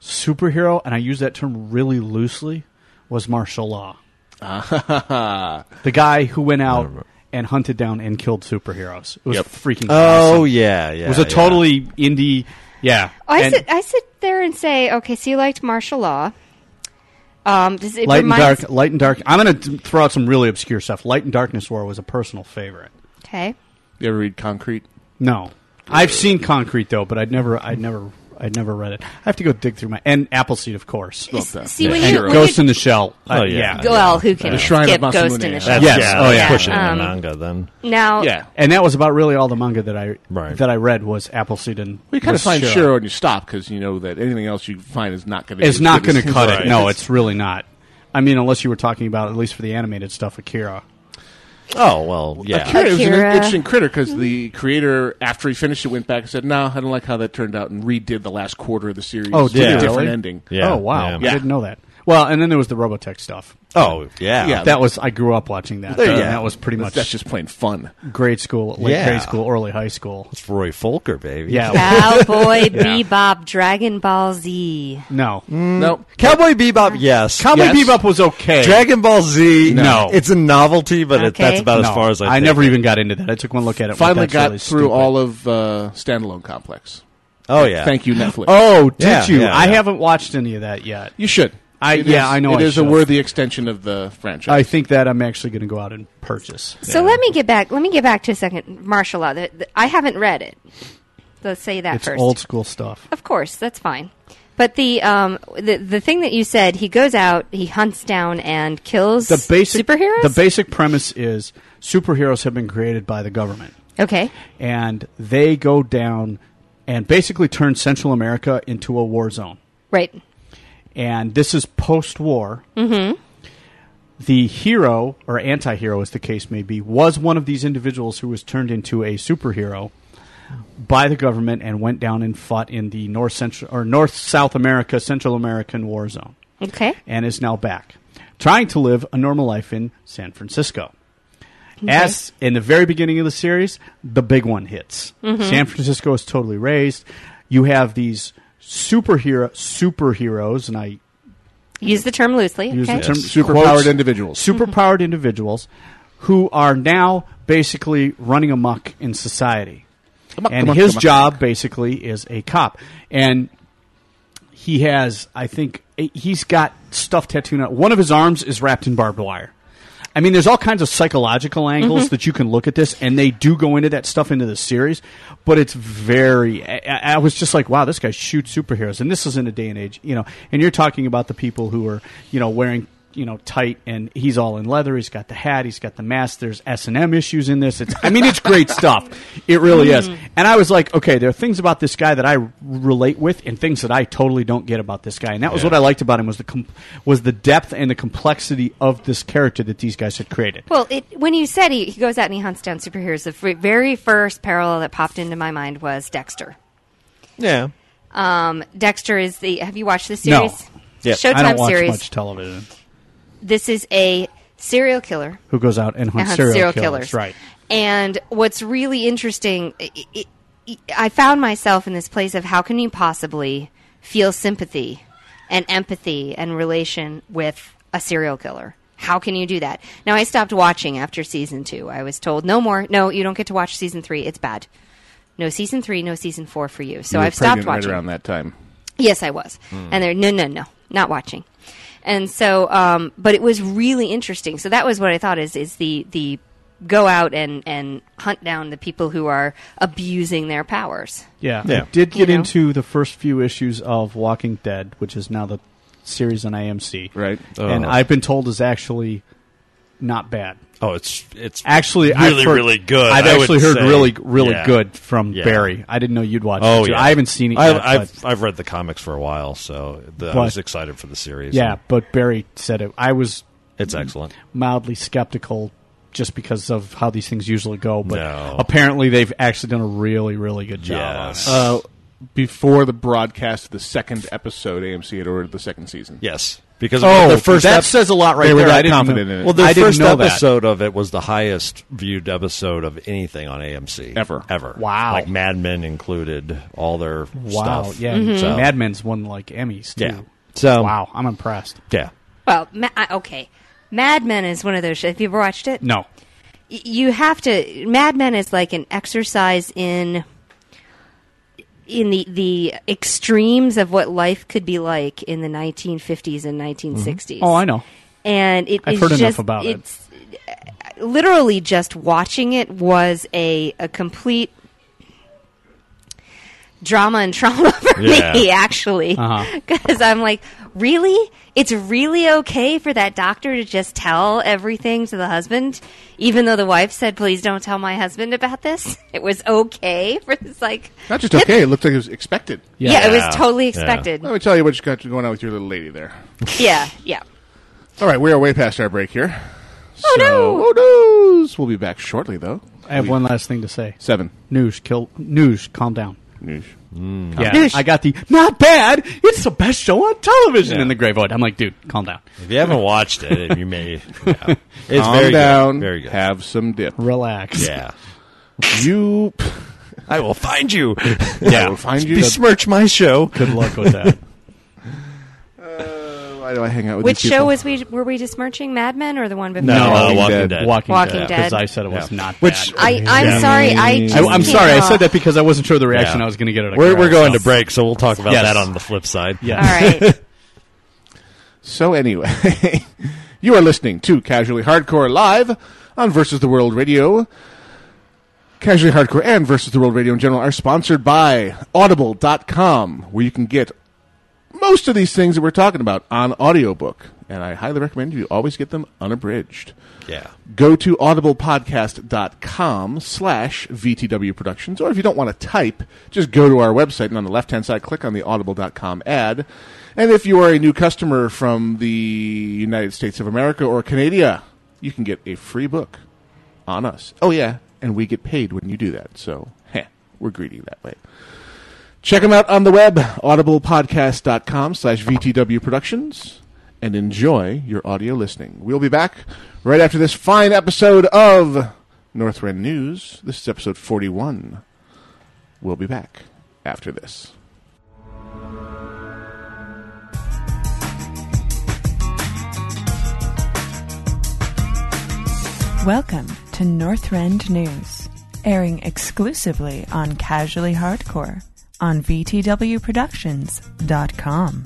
D: superhero, and I use that term really loosely, was martial law.
H: [LAUGHS]
D: the guy who went out and hunted down and killed superheroes. It was
B: Yep.
D: freaking
F: Oh
D: awesome.
F: yeah, yeah.
D: It was a
F: yeah.
D: totally indie. Yeah.
E: I
D: And
E: sit, I sit there and say, okay, so you liked martial law. Um, does it
D: Light and
E: reminds,
D: dark. Light and dark. I'm going to throw out some really obscure stuff. Light and Darkness War was a personal favorite.
E: Okay.
B: You ever read Concrete?
D: No, I've seen Concrete though, but I'd never, I'd never, I'd never read it. I have to go dig through my and Appleseed, of course.
B: Love that.
E: See, when
D: And
E: you, when
D: Ghost
E: you,
D: in the Shell.
F: Oh,
D: Uh,
F: yeah.
D: yeah.
F: the-
E: well, who can
B: The Shrine of
E: skip Ghost
B: Masamune.
E: in the Shell?
F: That's,
D: Yes,
F: yeah,
D: oh,
F: that's
D: yeah.
F: pushing
E: Um,
F: the manga then.
E: Now,
B: Yeah.
D: And that was about really all the manga that I
F: Right.
D: that I read was Appleseed and
B: We kind of
D: was
B: find
D: Shiro.
B: Shiro and you stop because you know that anything else you find is not going to.
D: It's not going to cut
F: Right.
D: it. No, it's really not. I mean, unless you were talking about at least for the animated stuff, Akira.
F: Oh well, yeah.
B: Akira was an
E: Akira. Mm-hmm.
B: interesting critter because the creator, after he finished it, went back and said, "No, I don't like how that turned out," and redid the last quarter of the series.
D: Oh,
B: with
D: did
B: a
F: he
B: different
D: really?
B: ending.
F: Yeah,
D: Oh wow,
B: yeah.
D: I didn't know that. Well, and then there was the Robotech stuff.
F: Oh yeah,
B: Yeah.
D: That was I grew up watching that.
F: There you
D: and
F: go.
D: That was pretty much
B: That's just plain fun.
D: grade school, late
F: Yeah.
D: grade school, early high school.
F: It's Roy Folker, baby.
D: Yeah.
E: [LAUGHS]
D: [LAUGHS]
E: Cowboy Bebop Dragon Ball Z.
D: No.
F: Mm.
B: No,
F: Cowboy Bebop. Yes,
D: Cowboy
B: Yes.
D: Bebop was okay.
F: Dragon Ball Z.
D: No.
F: it's a novelty, but it,
E: Okay.
F: that's about as
D: No,
F: far as I.
D: I
F: take
D: never
F: it.
D: even got into that. I took one look at it. and
B: finally
D: went, "That's
B: got
D: really
B: through
D: stupid."
B: all of uh, standalone complex.
F: Oh yeah,
B: Thank you, Netflix.
D: [GASPS] Oh, did
F: Yeah,
D: you?
F: yeah,
D: I
F: yeah.
D: haven't watched any of that yet.
B: you should.
D: I- yeah, I know
B: It
D: I
B: is a
D: should.
B: worthy extension of the franchise.
D: I think that I'm actually going to go out and purchase.
E: So let me get back. Let me get back to a second martial law. The- the- I haven't read it. Let's say that
D: It's
E: first.
D: old school stuff.
E: Of course, that's fine. But the um the the thing that you said, he goes out, he hunts down and kills
D: The basic
E: superheroes.
D: The basic premise is superheroes have been created by the government,
E: okay,
D: and they go down and basically turn Central America into a war zone.
E: right.
D: and this is post war. Mm-hmm. The hero or anti hero, as the case may be, was one of these individuals who was turned into a superhero by the government and went down and fought in the North Central or North South America Central American war zone
E: Okay,
D: and is now back, trying to live a normal life in San Francisco. As in the very beginning of the series, the big one hits. San Francisco is totally raised. You have these superhero superheroes, and I
E: use the term loosely.
D: use
E: okay,
D: the term
B: Superpowered
D: quotes,
B: individuals.
D: [LAUGHS] Superpowered individuals who are now basically running amok in society.
B: Amok,
D: and
B: amok,
D: his
B: amok.
D: job basically is a cop. And he has, I think, he's got stuff tattooed on. One of his arms is wrapped in barbed wire. I mean, there's all kinds of psychological angles that you can look at this, and they do go into that stuff into the series, but it's very. I- I, I was just like, wow, this guy shoots superheroes, and this is in a day and age, you know. And you're talking about the people who are, you know, wearing you know tight and he's all in leather he's got the hat he's got the mask there's s&m issues in this it's i mean it's great stuff it really is and i was like okay there are things about this guy that i r- relate with and things that i totally don't get about this guy and that was what i liked about him was the com- was the depth and the complexity of this character that these guys had created
E: Well, it, when you said he, he goes out and he hunts down superheroes, the fr- very first parallel that popped into my mind was Dexter.
F: Yeah.
E: Um, Dexter is the. Have you watched the
D: No.
E: series?
F: Yeah,
E: Showtime
D: i don't watch
E: series.
D: much television
E: This is a serial killer
D: who goes out and hunts,
E: and hunts
D: serial,
E: serial
D: killers. right
E: And what's really interesting, i i i I found myself in this place of how can you possibly feel sympathy and empathy and relation with a serial killer? How can you do that? Now, I stopped watching after season two. I was told, no more. No, you don't get to watch season three. It's bad. No season three, no season four for you. So
B: You were
E: I've stopped
B: pregnant right
E: watching.
B: around that time.
E: Yes, I was. And they're no, no, no, not watching. And so, um, but it was really interesting. So that was what I thought is is the the go out and and hunt down the people who are abusing their powers.
D: Yeah,
F: Yeah.
D: I did get
E: You know?
D: into the first few issues of Walking Dead, which is now the series on AMC.
B: Right.
D: And
F: Oh.
D: I've been told is actually not bad.
F: Oh, it's it's
D: Actually,
F: really
D: I've heard,
F: really good.
D: I've
F: I would
D: actually heard
F: say.
D: really really
F: Yeah.
D: good from
F: Yeah.
D: Barry. I didn't know you'd watch
F: Oh
D: it. Too.
F: yeah,
D: I haven't seen it
F: I,
D: yet.
F: I've
D: but,
F: I've read the comics for a while, so the, I
D: But-
F: was excited for the series.
D: yeah, but Barry said it. I was
F: it's excellent.
D: mildly skeptical just because of how these things usually go, but
F: No.
D: apparently they've actually done a really really good job. on
F: Yes.
D: it.
B: Uh, before the broadcast of the second episode, AMC had ordered the second season.
F: Yes, because
D: Oh,
F: the first
D: that
F: ep-
D: says a lot right
B: they were
D: there.
B: that
D: I didn't
B: confident
D: know-
B: in it.
F: Well, the
D: I didn't
F: first
D: know that.
F: episode of it was the highest viewed episode of anything on AMC
B: Ever.
F: Ever.
D: Wow.
F: Like Mad Men included all their
D: Wow.
F: stuff. Mm-hmm.
D: Yeah.
E: Mm-hmm.
F: So,
D: Mad Men's won like Emmys too.
F: Yeah. So-
D: wow, I'm impressed.
F: yeah.
E: Well, ma- I, okay, Mad Men is one of those. Have you ever watched it?
D: No.
E: Y- you have to. Mad Men is like an exercise in in the the extremes of what life could be like in the 1950s and
F: Mm-hmm.
E: 1960s.
D: Oh, I know.
E: and it
D: I've
E: is
D: heard enough
E: just-
D: about it.
E: it's, Literally, just watching it was a a complete drama and trauma [LAUGHS] for
F: Yeah.
E: me, actually, [LAUGHS] because I'm like, really, it's really okay for that doctor to just tell everything to the husband, even though the wife said, "Please don't tell my husband about this." [LAUGHS] It was okay [LAUGHS] for this, like,
B: Not [LAUGHS] just okay, it looked like it was expected.
E: yeah, it
F: Yeah.
E: was totally
F: Yeah.
E: expected.
B: Let me tell you what's got going on with your little lady there.
E: Yeah, yeah.
B: All right, we are way past our break here.
E: Oh,
B: So-
E: no.
B: Oh noes! We'll be back shortly, though.
D: I have one last thing to say.
B: Seven.
D: News, kill news. Calm down.
B: News.
F: Mm.
D: Yeah, I got the not bad. It's the best show on television
F: Yeah.
D: in the gray void. I'm like, dude, calm down,
F: If you haven't watched it, you
D: [LAUGHS]
F: may. Yeah. It's
B: Calm
F: very
B: down.
F: good. Very good.
B: Have some dip.
D: relax.
F: yeah.
B: You.
F: I will find you.
B: Yeah. will find you.
F: Besmirch my show.
D: Good luck with that.
B: Why do I hang out with
E: Which
B: these
E: show
B: people?
E: was we? Were we dismirching Mad Men or the one before?
F: No,
B: Walking
F: uh, Walking
B: Dead.
F: Dead.
D: Walking,
E: Walking
D: Dead,
E: Dead.
D: because I said it was
F: Yeah.
D: not.
F: Which-
D: bad.
E: I, I'm sorry. I just
D: I, am sorry. I
E: cannot.
D: said that because I wasn't sure of the reaction
F: Yeah.
D: I was going to get. At a
F: We're,
D: crowd,
F: we're going
D: so.
F: to break, so we'll talk about
D: Yes.
F: that on the flip side.
D: Yeah. [LAUGHS]
E: All right.
F: [LAUGHS]
B: So anyway, [LAUGHS] you are listening to Casually Hardcore live on Versus the World Radio. Casually Hardcore and Versus the World Radio in general are sponsored by audible.com where you can get most of these things that we're talking about on audiobook and I highly recommend you always get them unabridged.
F: [LAUGHS] Yeah.
B: Go to audiblepodcast.com slash VTW Productions, or if you don't want to type, just go to our website and on the left hand side, click on the audible.com ad. And if you are a new customer from the United States of America or Canada, you can get a free book on us. Oh, yeah, and we get paid when you do that. So, heh, we're greedy that way. Check them out on the web, audiblepodcast.com slash VTW Productions, and enjoy your audio listening. We'll be back right after this fine episode of Northrend News. This is episode 41. We'll be back after this.
I: Welcome to Northrend News, airing exclusively on Casually Hardcore on VTWProductions.com.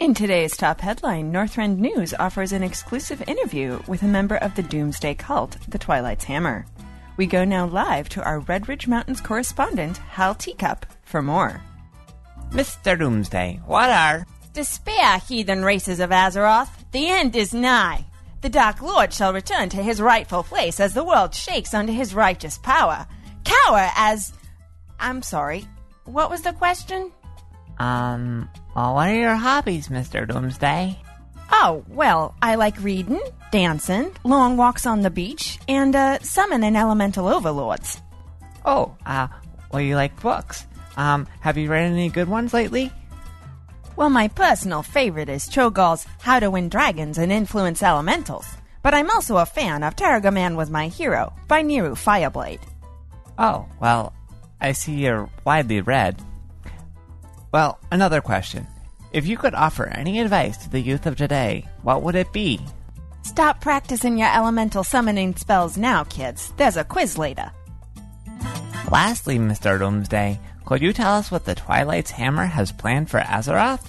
I: In today's top headline, Northrend News offers an exclusive interview with a member of the doomsday cult, the Twilight's Hammer. We go now live to our Red Ridge Mountains correspondent, Hal Teacup, for more.
J: Mr. Doomsday, what are
I: Despair, heathen races of Azeroth. The end is nigh. The Dark Lord shall return to his rightful place as the world shakes under his righteous power. Cower as. I'm sorry. What was the question?
J: Um, well, what are your hobbies, Mr. Doomsday?
I: Oh, well, I like reading, dancing, long walks on the beach, and uh, summoning elemental overlords.
J: Oh, uh, well, you like books. Um, have you read any good ones lately?
I: Well, my personal favorite is Cho'Gall's How to Win Dragons and Influence Elementals, but I'm also a fan of Targaman Was My Hero by Niru Fireblade.
J: Oh, well, I see you're widely read. Well, another question. If you could offer any advice to the youth of today, what would it be?
I: Stop practicing your elemental summoning spells now, kids. There's a quiz later.
J: Lastly, Mr. Doomsday, could you tell us what the Twilight's Hammer has planned for Azeroth?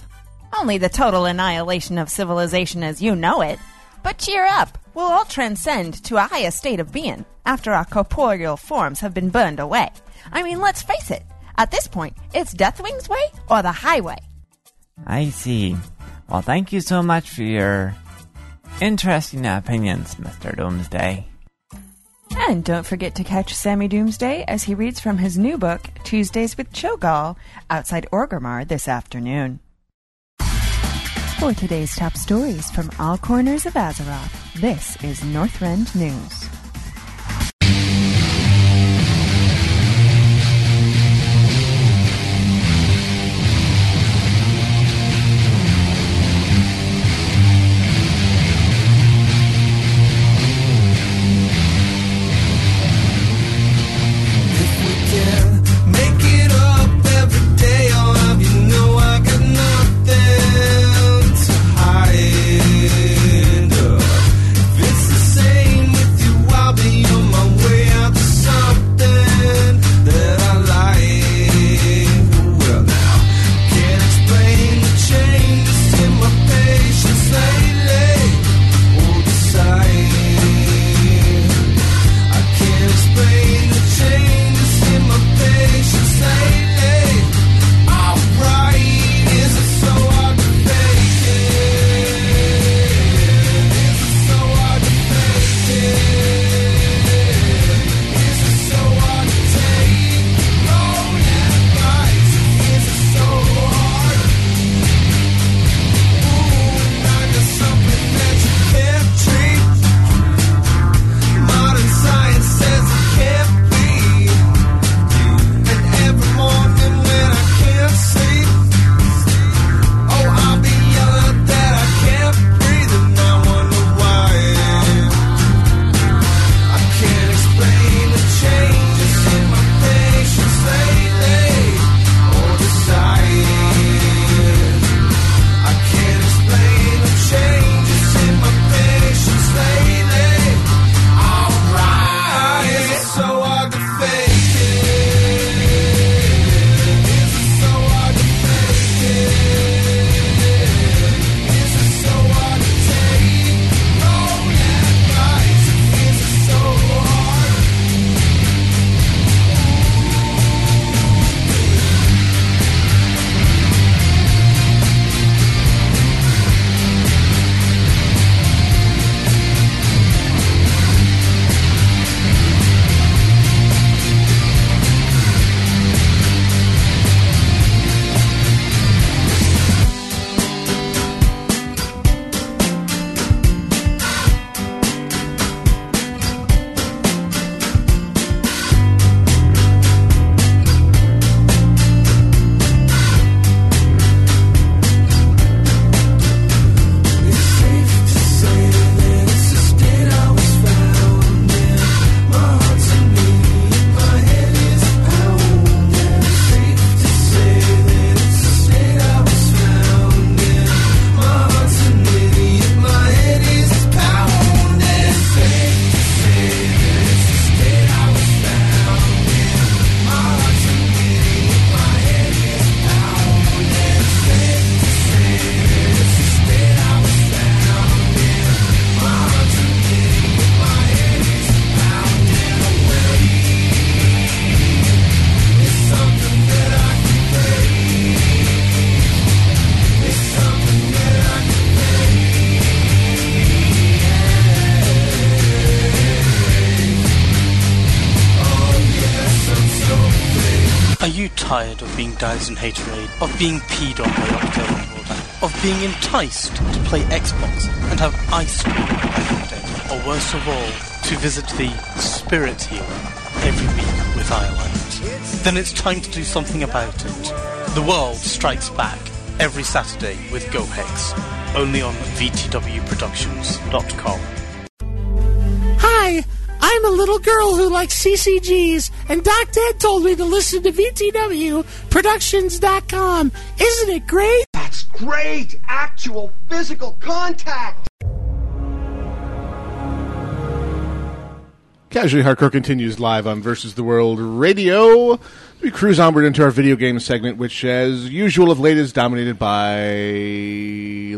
I: Only the total annihilation of civilization as you know it. But cheer up! We'll all transcend to a higher state of being after our corporeal forms have been burned away. I mean, let's face it. At this point, it's Deathwing's way or the highway.
J: I see. Well, thank you so much for your interesting opinions, Mr. Doomsday.
I: And don't forget to catch Sammy Doomsday as he reads from his new book, Tuesdays with Cho'Gall, outside Orgrimmar this afternoon. For today's top stories from all corners of Azeroth, this is Northrend News.
C: Make it up every day, I'll have you know I got nothing to hide. If it's the same with you, oh, Oh,
K: tired of being doused in haterade, of being peed on by Octane Broadband, of being enticed to play Xbox and have ice cream every day, or worse of all, to visit the Spirit Healer every week with Ireland. Then it's time to do something about it. The World Strikes Back every Saturday with GoHex, only on VTWProductions.com.
L: Hi, I'm a little girl who likes CCGs, and Doc Dad told me to listen to VTWProductions.com. Isn't it great? That's great! Actual physical contact!
B: Casually Hardcore continues live on Versus the World Radio. We cruise onward into our video game segment, which, as usual of late, is dominated by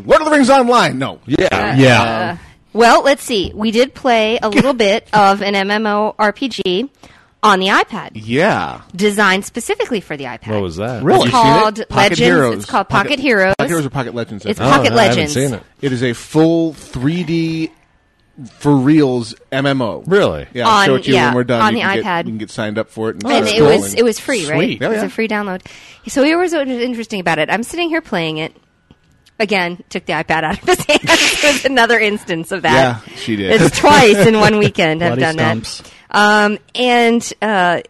B: Lord of the Rings Online. No, yeah,
E: Uh, well, let's see. We did play a
F: [LAUGHS]
E: little bit of an MMORPG on the iPad,
B: yeah.
E: designed specifically for the iPad.
F: What was that?
B: Really?
E: It's called Legends. It's called Pocket Heroes.
B: Pocket Heroes or Pocket Legends? I
E: It's
B: think.
E: Pocket
F: no, Oh, I haven't
E: Legends.
F: seen it.
B: It is a full 3D for reals MMO.
F: Really?
B: Yeah. I'll
E: On-
B: show it to you
E: yeah,
B: when we're done.
E: on
B: you
E: the
B: can Get,
E: iPad.
B: you can get signed up for it. And,
E: and
B: start
E: it was
B: rolling.
E: it was free, right?
D: Sweet.
E: It
B: Yeah,
E: was
B: yeah.
E: a free download. So here was what was interesting about it. I'm sitting here playing it. Again, took the iPad out of his [LAUGHS] hand. it was another instance of that.
B: Yeah, she did.
E: It's twice in one weekend I've
D: Bloody
E: done
D: stumps.
E: that. Um, and uh,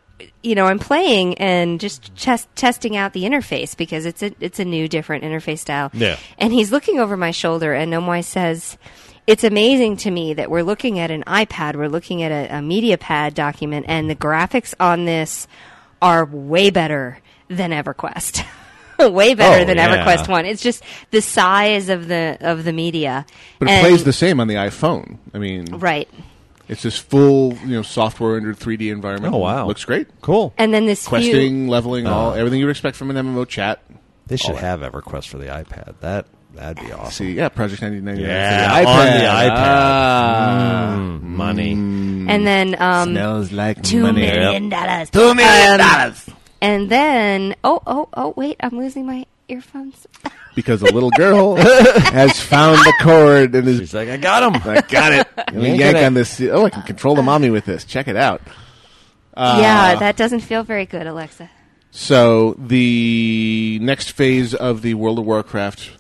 E: you know, I'm playing and just test testing out the interface because it's a it's a new, different interface style.
F: Yeah.
E: And he's looking over my shoulder, and Nomai says, It's amazing to me that we're looking at an iPad, we're looking at a, a MediaPad document, and the graphics on this are way better than EverQuest. [LAUGHS] way better
F: Oh,
E: than
F: yeah.
E: EverQuest 1. It's just the size of the of the media.
B: But it
E: And-
B: plays the same on the iPhone. I mean,
E: Right.
B: it's this full, you know, software under 3D environment.
F: Oh, wow.
B: Looks great.
F: Cool. Uh.
E: And then this few-
B: Questing, leveling, all everything you would expect from an MMO chat.
F: They should have EverQuest for the iPad. That that'd be awesome.
B: See, yeah, Project 1999.
F: Yeah, on the iPad. Mm, money.
E: and then um,
B: Ah. Mm. Smells like
E: Two
B: money.
E: million dollars. Two million dollars. Um, And then, oh, oh, oh, wait, I'm losing my earphones.
B: Because a little
E: [LAUGHS]
B: girl has found the cord and is
F: She's like, I got him.
B: [LAUGHS] I
F: [LAUGHS]
B: got it. Let me
F: Yank
B: yank
F: it.
B: on this. Oh, I can control the mommy with this. Check it out. Uh,
E: yeah, that doesn't feel very good, Alexa.
B: So the next phase of the World of Warcraft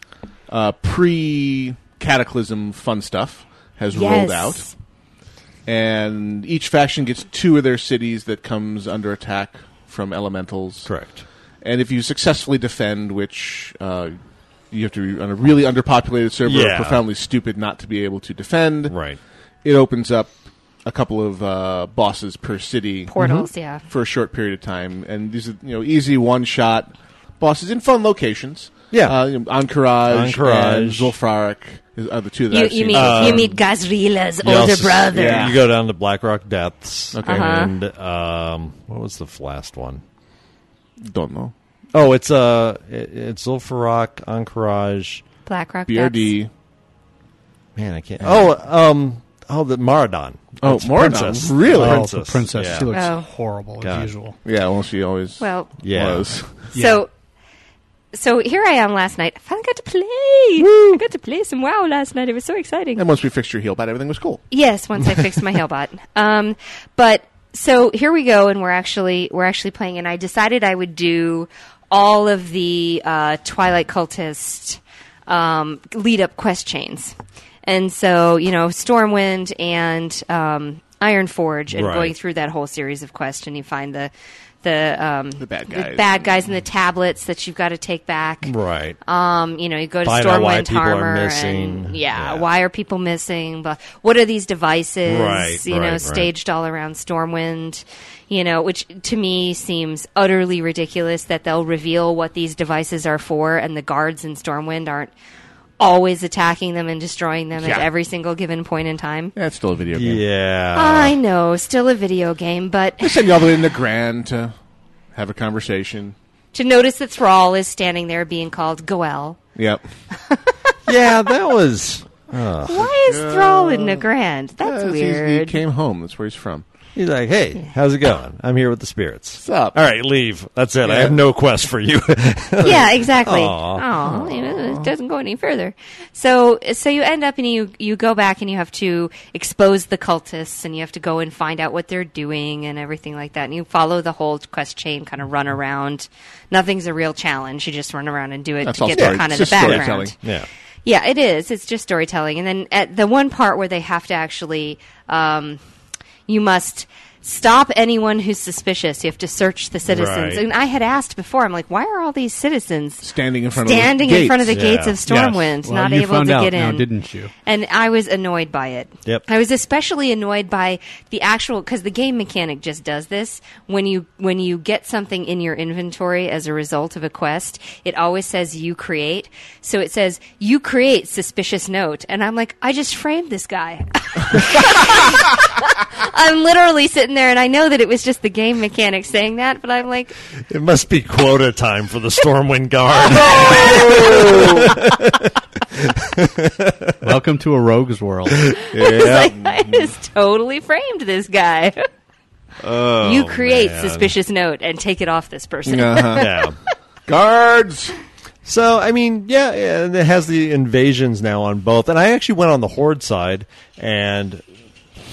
B: uh, pre-cataclysm fun stuff has rolled out, and each faction gets two of their cities that comes under attack from elementals.
F: Correct.
B: And if you successfully defend, which uh, you have to be on a really underpopulated server, or
F: Yeah.
B: profoundly stupid not to be able to defend.
F: Right.
B: It opens up a couple of uh, bosses per city
E: Portals, yeah.
B: Mm-hmm. for a short period of time, and these are you know easy one shot bosses in fun locations.
F: Yeah.
B: uh, you know, Encourage,
F: Encourage.
B: and Zulfaric is- are the two that
E: You,
B: I've
E: you
B: seen.
E: meet you meet Gazrila's
F: You
E: older
F: also-
E: brother.
B: yeah.
F: You go down to Blackrock Depths.
B: Okay. Uh-huh.
F: And um, what was the f- last one?
B: don't know
F: Oh, it's uh, it, it's Zulfarak, Ankaraj.
E: Blackrock
B: BRD.
F: Man, I can't. Oh, um, oh, the Maradon.
B: Oh,
F: It's
B: Maradon.
F: Princess.
B: Really?
F: Oh,
B: Prin-
F: princess.
D: The princess.
F: Yeah.
D: She looks
E: Oh.
D: horrible
F: God.
D: as usual.
B: Yeah, well, she always
E: Well,
F: Yeah.
B: was.
E: so so here I am last night. I finally got to play. I got to play some WoW last night. It was so exciting.
B: And once we fixed your heel, but everything was cool.
E: Yes, once I fixed my Hailbot. Um, but so here we go, and we're actually we're actually playing. And I decided I would do all of the uh, Twilight Cultist um, lead up quest chains, and so you know Stormwind and um, Ironforge, and
F: Right.
E: going through that whole series of quests, and you find the the um, the
B: bad guys.
E: the bad guys, and the tablets that you've got to take back.
F: Right.
E: Um, you know, you go to
F: Find out why
E: Stormwind
F: people are
E: Armor,
F: missing.
E: and
F: Yeah.
E: yeah, why are people missing? But what are these devices?
F: Right,
E: you
F: right,
E: know,
F: right.
E: staged all around Stormwind. You know, which to me seems utterly ridiculous that they'll reveal what these devices are for, and the guards in Stormwind aren't always attacking them and destroying them at
B: Yeah.
E: every single given point in time.
B: That's still a video game.
F: yeah.
E: I know, still a video game, but
B: They send you all the way into Grand to have a conversation.
E: [LAUGHS] to notice that Thrall is standing there being called Goel.
B: Yep.
F: yeah, that was.
E: [LAUGHS] Why is Thrall in Nagrand? That's
B: Uh, he's-
E: weird.
B: He came home. That's where he's from.
F: He's like, hey, how's it going? I'm here with the spirits. What's
B: up?
F: All right, leave. That's it. I have no quest for you.
E: [LAUGHS]
B: [LAUGHS]
E: yeah, exactly.
F: Aw.
E: Oh, it doesn't go any further. So, so you end up and you you go back and you have to expose the cultists and you have to go and find out what they're doing and everything like that. And you follow the whole quest chain, kind of run around. Nothing's a real challenge. You just run around and do it
B: That's
E: to
B: all
E: get
B: story.
E: kind of
B: It's
E: the
B: just
E: background.
B: storytelling. Yeah.
E: Yeah, it is. It's just storytelling. And then at the one part where they have to actually, um, you must stop anyone who's suspicious. You have to search the citizens.
B: Right.
E: And I had asked before, I'm like, why are all these citizens
B: Standing in front
E: standing
B: of the
E: in front of the
B: gates.
E: gates of Stormwind,
D: Well,
E: not
D: you
E: able
D: found
E: to
D: out
E: get in?
D: now, didn't you?
E: And I was annoyed by it.
D: Yep.
E: I was especially annoyed by the actual because the game mechanic just does this. When you when you get something in your inventory as a result of a quest, it always says you create. So it says you create suspicious note, and I'm like, I just framed this guy. [LAUGHS] I'm literally sitting there, and I know that it was just the game mechanic saying that, but I'm
D: [LAUGHS]
E: like,
F: it must be quota time for the Stormwind
E: [LAUGHS]
F: Guard.
D: Welcome to a
F: [LAUGHS]
D: rogue's world.
E: [LAUGHS] I was like, I just totally framed this guy. [LAUGHS]
F: Oh.
B: Oh,
E: you create suspicious note and take it off this
B: Uh-huh.
E: person. [LAUGHS]
F: yeah. Guards. So I mean, yeah, yeah, and it has the invasions now on both. And I actually went on the horde side and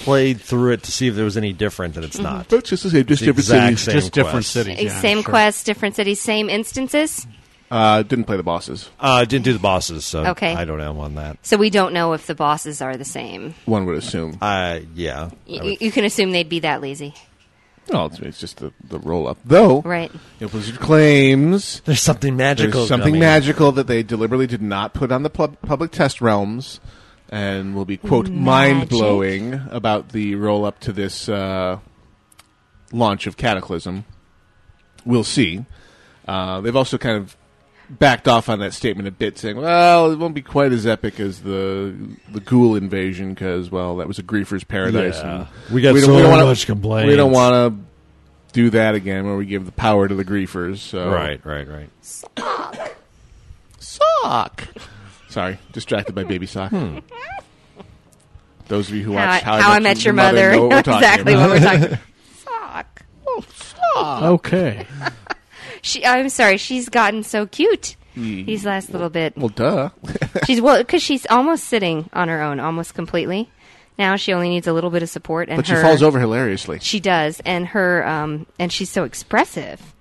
F: played through it to see if there was any different, and it's not.
B: But just the same, just
F: It's the
B: different
F: exact
B: cities.
F: same Mm-hmm. Just different quest. cities,
E: Ex- same quests, different cities, same instances.
B: Uh, didn't play the bosses.
F: Uh, didn't do the bosses, so
E: Okay.
F: I don't know on that.
E: So we don't know if the bosses are the same.
B: One would assume.
F: Uh, yeah.
E: Y- y- you can assume they'd be that lazy.
B: No, it's, it's just the, the roll up. Though,
E: Right.
B: [LAUGHS] if Blizzard claims
F: there's something magical
B: there's something
F: coming.
B: magical that they deliberately did not put on the pub- public test realms, and will be quote mind blowing about the roll up to this uh, launch of Cataclysm. We'll see. Uh, they've also kind of backed off on that statement a bit, saying, "Well, it won't be quite as epic as the the ghoul invasion because, well, that was a griefer's paradise.
F: Yeah.
B: and
F: We got so
B: wanna,
F: much complaints.
B: We don't want to do that again, where we give the power to the griefers. So.
F: Right, right, right.
B: sock. Sorry, distracted by baby sock.
F: Hmm.
B: Those of you who
E: How
B: watch
E: I- How I Met Your Mother.
B: know what we're talking
E: exactly
B: about.
E: what
B: [LAUGHS]
E: we're talking. Sock. Oh, sock.
D: Okay.
E: She, I'm sorry. She's gotten so cute.
B: Mm.
E: These last little bit.
B: Well, duh. [LAUGHS]
E: She's well because she's almost sitting on her own, almost completely. Now she only needs a little bit of support, and
B: but she
E: her-
B: falls over hilariously.
E: She does, and her um, and she's so expressive,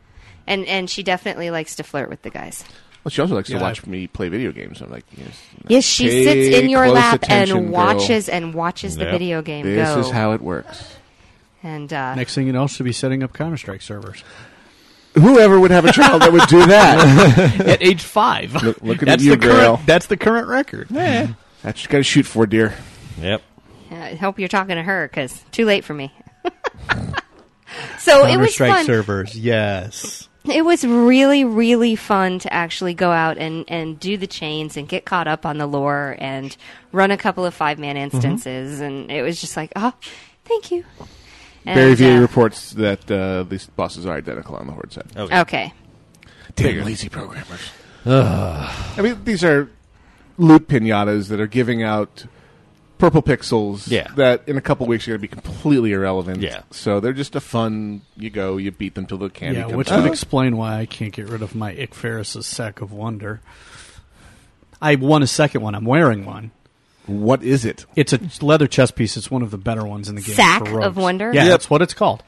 E: and and she definitely likes to flirt with the guys.
B: Well, she also likes
E: Yeah,
B: to watch me play video games. I'm like, yes,
E: Yes, she
B: Pay
E: sits in your
B: close
E: lap
B: attention,
E: and
B: girl.
E: watches and watches the video game
B: This
E: go.
B: is how it works.
E: and uh,
D: Next thing you know, she'll be setting up Counter Strike servers
B: Whoever would have a child that would do that
E: [LAUGHS]
D: [LAUGHS] at age five.
B: Look, looking at
D: that's
B: you,
D: the
B: girl.
D: Current, that's the current record.
B: That's got to shoot for deer.
F: Yep.
E: I hope you're talking to her because too late for me. [LAUGHS] so it was
D: Counter-Strike
E: fun.
D: servers. Yes.
E: It was really, really fun to actually go out and, and do the chains and get caught up on the lore and run a couple of five man
B: Mm-hmm.
E: instances. And it was just like, oh, thank you. And,
B: Barry V
E: uh,
B: reports that uh, these bosses are identical on the horde side.
E: Okay.
B: Damn lazy programmers. I mean, these are loot pinatas that are giving out purple pixels
F: Yeah.
B: that in a couple weeks are going to be completely irrelevant.
F: Yeah.
B: So they're just a fun, you go, you beat them till the candy
D: yeah,
B: comes
D: which
B: out.
D: would explain why I can't get rid of my Ick Ferris's sack of wonder. I won a second one. I'm wearing one.
B: What is it?
D: It's a leather chess piece. It's one of the better ones in the game.
E: Sack
D: for rogues.
E: of wonder?
D: Yeah,
E: Yep.
D: that's what it's called.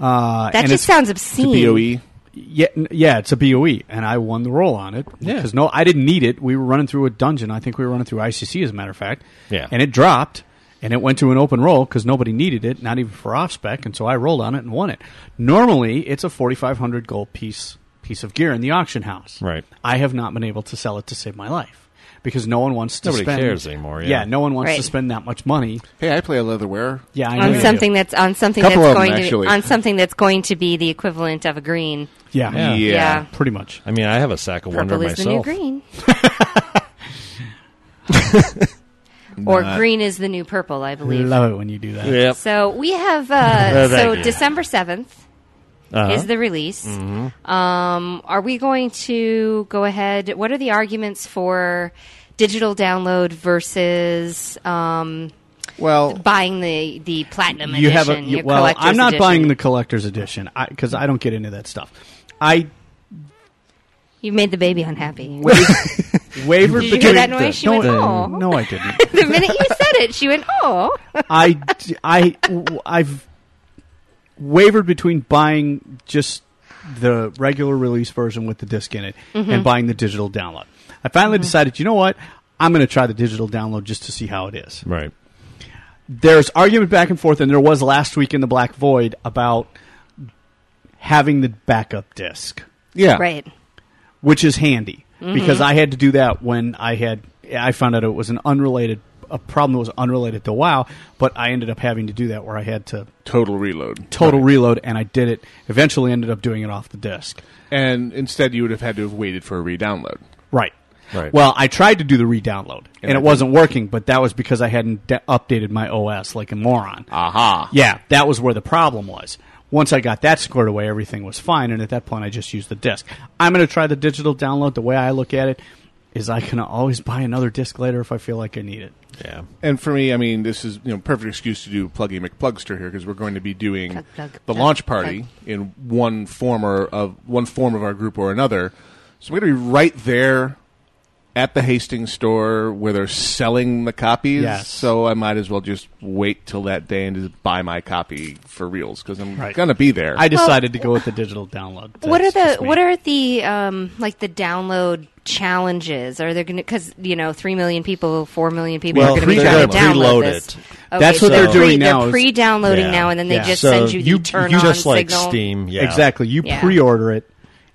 D: Uh,
E: That
D: and
E: just
D: it's-
E: sounds obscene.
D: Yeah, n- yeah, it's a BOE, and I won the roll on it because no, I didn't need it. We were running through a dungeon. I think we were running through ICC, as a matter of fact.
F: Yeah.
D: and it dropped, and it went to an open roll because nobody needed it, not even for off spec, and so I rolled on it and won it. Normally, it's a forty five hundred gold piece piece of gear in the auction house.
F: Right.
D: I have not been able to sell it to save my life because no one wants to
F: Nobody
D: spend
F: cares anymore, yeah.
D: no one wants
E: Right.
D: to spend that much money.
B: Hey, I play a leatherware.
D: Yeah, I know.
E: On
D: you do.
E: something that's on something that's
B: Couple of 'em,
E: going to
B: actually.
E: on something that's going to be the equivalent of a green.
D: Yeah.
F: Yeah.
E: Yeah,
D: pretty much.
F: I mean, I have a sack of
E: purple
F: wonder
E: is the new
F: myself. [LAUGHS]
E: green, or
F: Not-
E: green is the new purple, I believe.
D: Love it when you do that.
F: Yep.
E: So we
F: [LAUGHS]
E: have
F: Thank
E: uh, so
F: you.
E: December seventh
F: Uh-huh.
E: is the release.
F: Mhm.
E: Um, are we going to go ahead? What are the arguments for digital download versus um,
B: Well,
E: buying the the platinum
D: you have a
E: edition.
D: you-
E: your
D: well.
E: collector's
D: I'm not
E: edition.
D: buying the collector's edition because I, don't get into that stuff. I
E: You made the baby unhappy. [LAUGHS]
D: wavered
E: Did you hear
D: between.
E: that noise? She
D: no,
E: went, "Oh."
D: no, I didn't.
E: the minute you said it, she went, "Oh."
D: I, I, I've wavered between buying just the regular release version with the disc in it
M: Mhm.
D: and buying the digital download. I finally decided, you know what? I'm going to try the digital download just to see how it is.
F: Right.
D: There's argument back and forth, and there was last week in the Black Void about having the backup disc.
B: Yeah.
E: Right.
D: Which is handy
E: Mhm.
D: because I had to do that when I had I found out it was an unrelated a problem that was unrelated to WoW, but I ended up having to do that where I had to
B: total reload,
D: total reload, and I did it. Eventually, ended up doing it off the disc.
B: and instead you would have had to have waited for a re-download.
D: Right.
B: Right.
D: Well, I tried to do the re-download, and,
B: And
D: it
B: it
D: wasn't working. But that was because I hadn't de- updated my OS like a moron.
B: Aha.
D: Yeah, that was where the problem was. Once I got that squared away, everything was fine, and at that point, I just used the disc. I'm going to try the digital download. The way I look at it is, I can always buy another disc later if I feel like I need it.
F: Yeah.
B: And for me, I mean, this is you know perfect excuse to do Pluggy McPlugster here because we're going to be doing
D: Plug, plug,
B: the
D: plug,
B: launch party in one form or of one form of our group or another. So we're going to be right there at the Hastings store where they're selling the copies.
D: Yes.
B: So I might as well just wait till that day and just buy my copy for reals because I'm
D: Right.
B: going to be there.
D: I decided to go with the digital download.
E: what are
D: That's
E: the
D: just me.
E: what are the um like the download challenges? Are there going to because you know three million people, four million people
F: Well,
E: are going to be
F: they're
E: trying to
F: gonna preload
E: download this?
F: it.
E: Okay,
D: That's
E: so
D: what they're
E: pre-
D: doing now
E: They're
D: is-
E: pre-downloading
D: Yeah.
E: now, and then they
D: Yeah.
E: just
D: So
E: send you the
D: you-
E: turn
F: you
E: on
F: just, like,
E: signal.
F: Steam, yeah.
D: Exactly. You
E: Yeah.
D: pre-order it,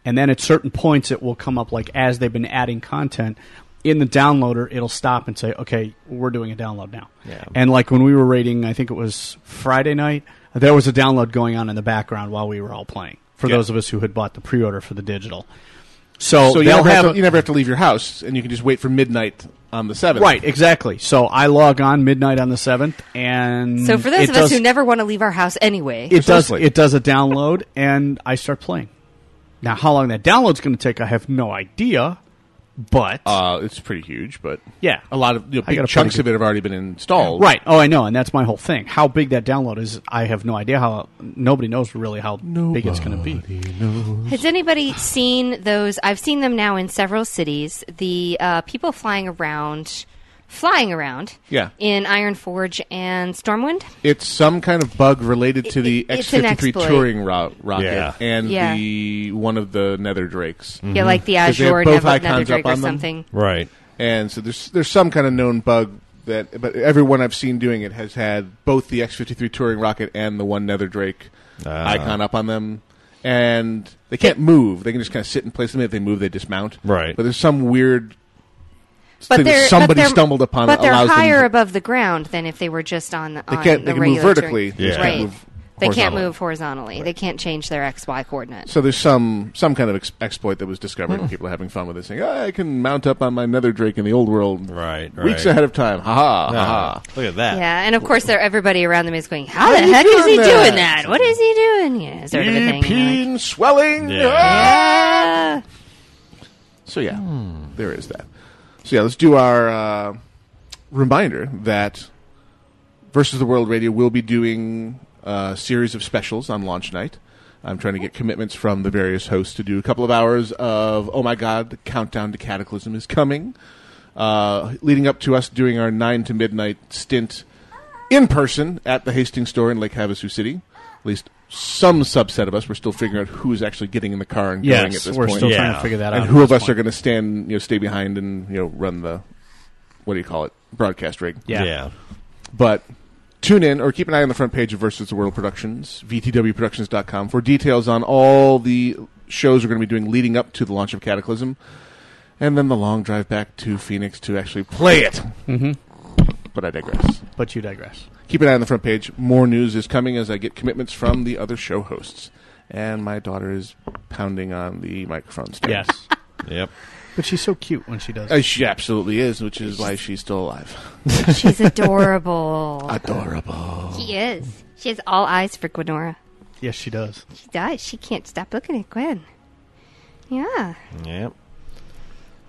D: and then at certain points, it will come up like as they've been adding content in the downloader. It'll stop and say, "Okay, we're doing a download now."
F: Yeah.
D: And like when we were rating, I think it was Friday night. There was a download going on in the background while we were all playing. For
B: Yeah.
D: those of us who had bought the pre-order for the digital, so,
B: so you
D: they'll
B: never,
D: have
B: have
D: a-
B: to, you never have to leave your house and you can just wait for midnight on the seventh.
D: right exactly. So I log on midnight on the seventh, and
E: So for those
D: it
E: of us
D: does-
E: who never want to leave our house anyway,
D: it does it does a download and I start playing. Now how long that download's going to take I have no idea, but
B: Uh, it's pretty huge, but
D: Yeah.
B: a lot of you know,
D: I got a
B: big chunks of
D: pretty
B: it have already been installed.
D: right. Oh, I know and that's my whole thing. How big that download is, I have no idea how nobody knows really how big it's going to be.
E: Has anybody seen those? I've seen them now in several cities. The uh, people flying around, flying around,
B: Yeah.
E: in Iron Forge and Stormwind.
B: It's some kind of bug related to the
E: It-
B: X
E: it's an
B: fifty three
E: exploit.
B: touring ro- rocket
F: Yeah.
B: and
E: Yeah.
B: the one of the Nether Drakes. Mm-hmm.
E: Yeah, like the
B: 'Cause they have
E: Azure
B: both
E: Nev-
B: icons
E: Netherdrake
B: up
E: or
B: on them.
E: something.
F: Right.
B: And so there's there's some kind of known bug that, but everyone I've seen doing it has had both the X fifty three touring rocket and the one Nether Drake
F: Ah.
B: icon up on them. And they can't move. They can just kind of sit in place. The minute they move, they dismount.
F: Right.
B: But there's some weird
E: But
B: thing
E: they're
B: that
E: but
B: somebody
E: they're-
B: stumbled upon
E: But
B: that
E: they're
B: allows them
E: higher
B: to-
E: above the ground than if they were just on. the
B: They
E: on
B: can't-
E: The
B: they can move
E: regular
B: vertically,
E: terrain.
B: they just
E: right?
B: can't move
E: they can't
B: horizontally.
E: move horizontally. They can't change their x y coordinate.
B: So there's some some kind of ex- exploit that was discovered,
F: Hmm.
B: and people are having fun with it, saying, oh, "I can mount up on my nether drake in the old world, right, weeks
F: right.
B: ahead of time." Ha ha ha ha!
F: Look at that.
E: Yeah, and of course, they're, everybody around them is going, "How
C: How
E: the
C: are you
E: heck is he
C: doing
E: doing
C: that?"
E: that? What is he doing?" Yeah, sort of a thing. you know, like-
B: European swelling.
C: Yeah.
E: [LAUGHS]
B: Ah! So yeah,
D: Hmm.
B: there is that. So yeah, let's do our uh, reminder that versus the world radio will be doing a series of specials on launch night. I'm trying to get commitments from the various hosts to do a couple of hours of oh my god, the countdown to cataclysm is coming, uh, leading up to us doing our nine to midnight stint in person at the Hastings store in Lake Havasu City. At least some subset of us. We're still figuring out who's actually getting in the car and
D: Yes,
B: going at this
D: we're
B: point.
D: still trying to Yeah. figure that out
B: And
D: at
B: who
D: this
B: of us
D: point.
B: are going to stand, you know, stay behind and you know run the what do you call it broadcast rig?
D: Yeah. Yeah.
B: But tune in or keep an eye on the front page of Versus the World Productions, VTWProductions.com, for details on all the shows we're going to be doing leading up to the launch of Cataclysm, and then the long drive back to Phoenix to actually play it.
D: Mm-hmm.
B: But I digress.
D: But you digress.
B: Keep an eye on the front page. More news is coming as I get commitments from the other show hosts. And my daughter is pounding on the microphone stand.
D: Yes.
F: [LAUGHS] yep.
D: But she's so cute when she does.
B: Uh, she absolutely is, which is why she's still alive. [LAUGHS]
E: She's
D: [LAUGHS]
E: adorable.
B: Adorable.
E: She is. She has all eyes for Gwenora.
D: yes, she does.
E: She does. She can't stop looking at Gwen. Yeah.
F: Yep.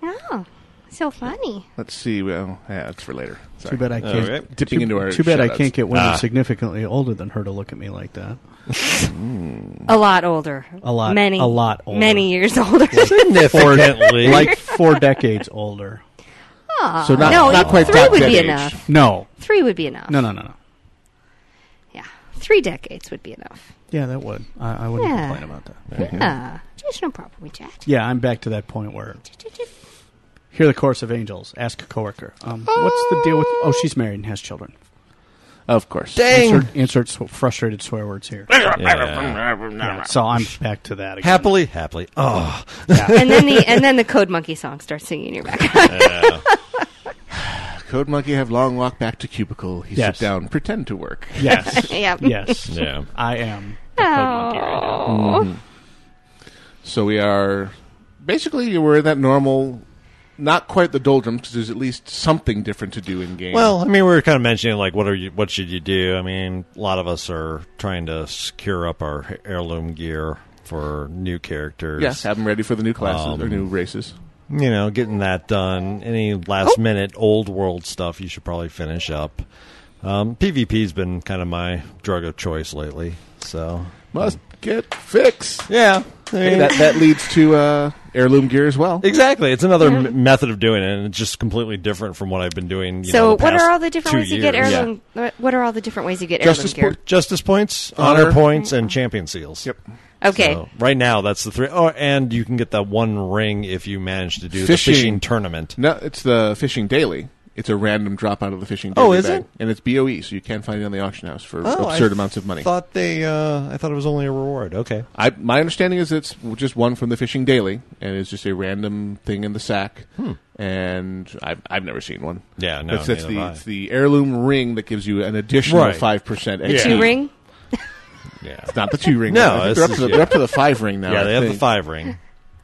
E: Oh. So funny.
B: Let's see. Well, yeah, it's for later. Sorry. Oh,
D: Too bad I can't.
B: Dipping
D: too,
B: into our.
D: Too bad I
B: shout-outs.
D: can't get women
B: Ah.
D: significantly older than her to look at me like that.
B: Hmm.
E: A lot older.
D: A lot-
E: Many.
D: a lot older.
E: Many years [LAUGHS] older.
D: Four- like four decades older.
E: Aw,
D: So not-
E: no,
D: not
E: it-
D: quite
E: three
D: that
E: would
D: good
E: be
D: age.
E: enough.
D: No.
E: three would be enough.
D: No, no, no, no.
E: Three decades would be enough.
D: Yeah, that would. I, I wouldn't
E: Yeah.
D: complain about that.
E: Yeah, there's no problem with that.
D: Yeah, I'm back to that point where. Hear the chorus of angels. Ask a coworker. Um, what's the deal with? Oh, she's married and has children.
B: Of course.
D: Dang. Insert, insert sw- frustrated swear words here. Yeah, so I'm back to that again.
F: Happily, happily. Oh.
E: [LAUGHS] and then the and then the Code Monkey song starts singing in your [LAUGHS] back.
B: Code Monkey have long walk back to cubicle. He
D: Yes.
B: sit down, pretend to work.
E: [LAUGHS]
D: Yes.
E: Yep.
D: Yes.
F: Yeah.
D: I am.
L: Oh.
B: Mhm. So we are basically we're in that normal, not quite the doldrums because there's at least something different to do in game.
F: Well, I mean, we were kind of mentioning like, what are you? What should you do? I mean, a lot of us are trying to secure up our heirloom gear for new characters.
B: yes, have them ready for the new classes or
F: Um,
B: new races.
F: you know, getting that done. Any last minute old world stuff you should probably finish up. Um, PvP's been kind of my drug of choice lately. So
B: Must get fixed.
F: Yeah,
B: Hey, that that [SIGHS] leads to uh, heirloom gear as well.
F: exactly, it's another
E: Yeah.
F: m- method of doing it, and it's just completely different from what I've been doing. You
E: so
F: know,
E: what
F: past
E: are all the different
F: two
E: ways you get
F: years.
E: heirloom? uh, What are all the different ways you get heirloom
F: Justice,
E: gear?
F: po- justice points, honor,
B: Honor.
F: points, and champion seals. Yep.
E: Okay.
F: right now, that's the three. Oh, and you can get that one ring if you manage to do the fishing tournament.
B: No, it's the fishing daily. It's a random drop out of the fishing. Daily
F: Oh, is
B: bag.
F: it? Oh,
B: And it's BOE, so you can find it on the auction house for absurd amounts of money.
F: Thought they. Uh, I thought it was only a reward. Okay.
B: I, my understanding is it's just one from the fishing daily, and it's just a random thing in the sack. And I've, I've never seen one.
F: Hmm. Yeah, no,
B: It's, it's
F: neither
B: the
F: have I.
B: it's the heirloom ring that gives you an additional
F: Right.
B: five percent.
F: The two
E: ring?
F: Yeah.
B: It's not the two ring.
F: No,
B: I think
F: this
B: they're up,
F: is-
B: to the, they're up to the five ring now.
F: yeah,
B: I
F: they have the
B: think,
F: five ring.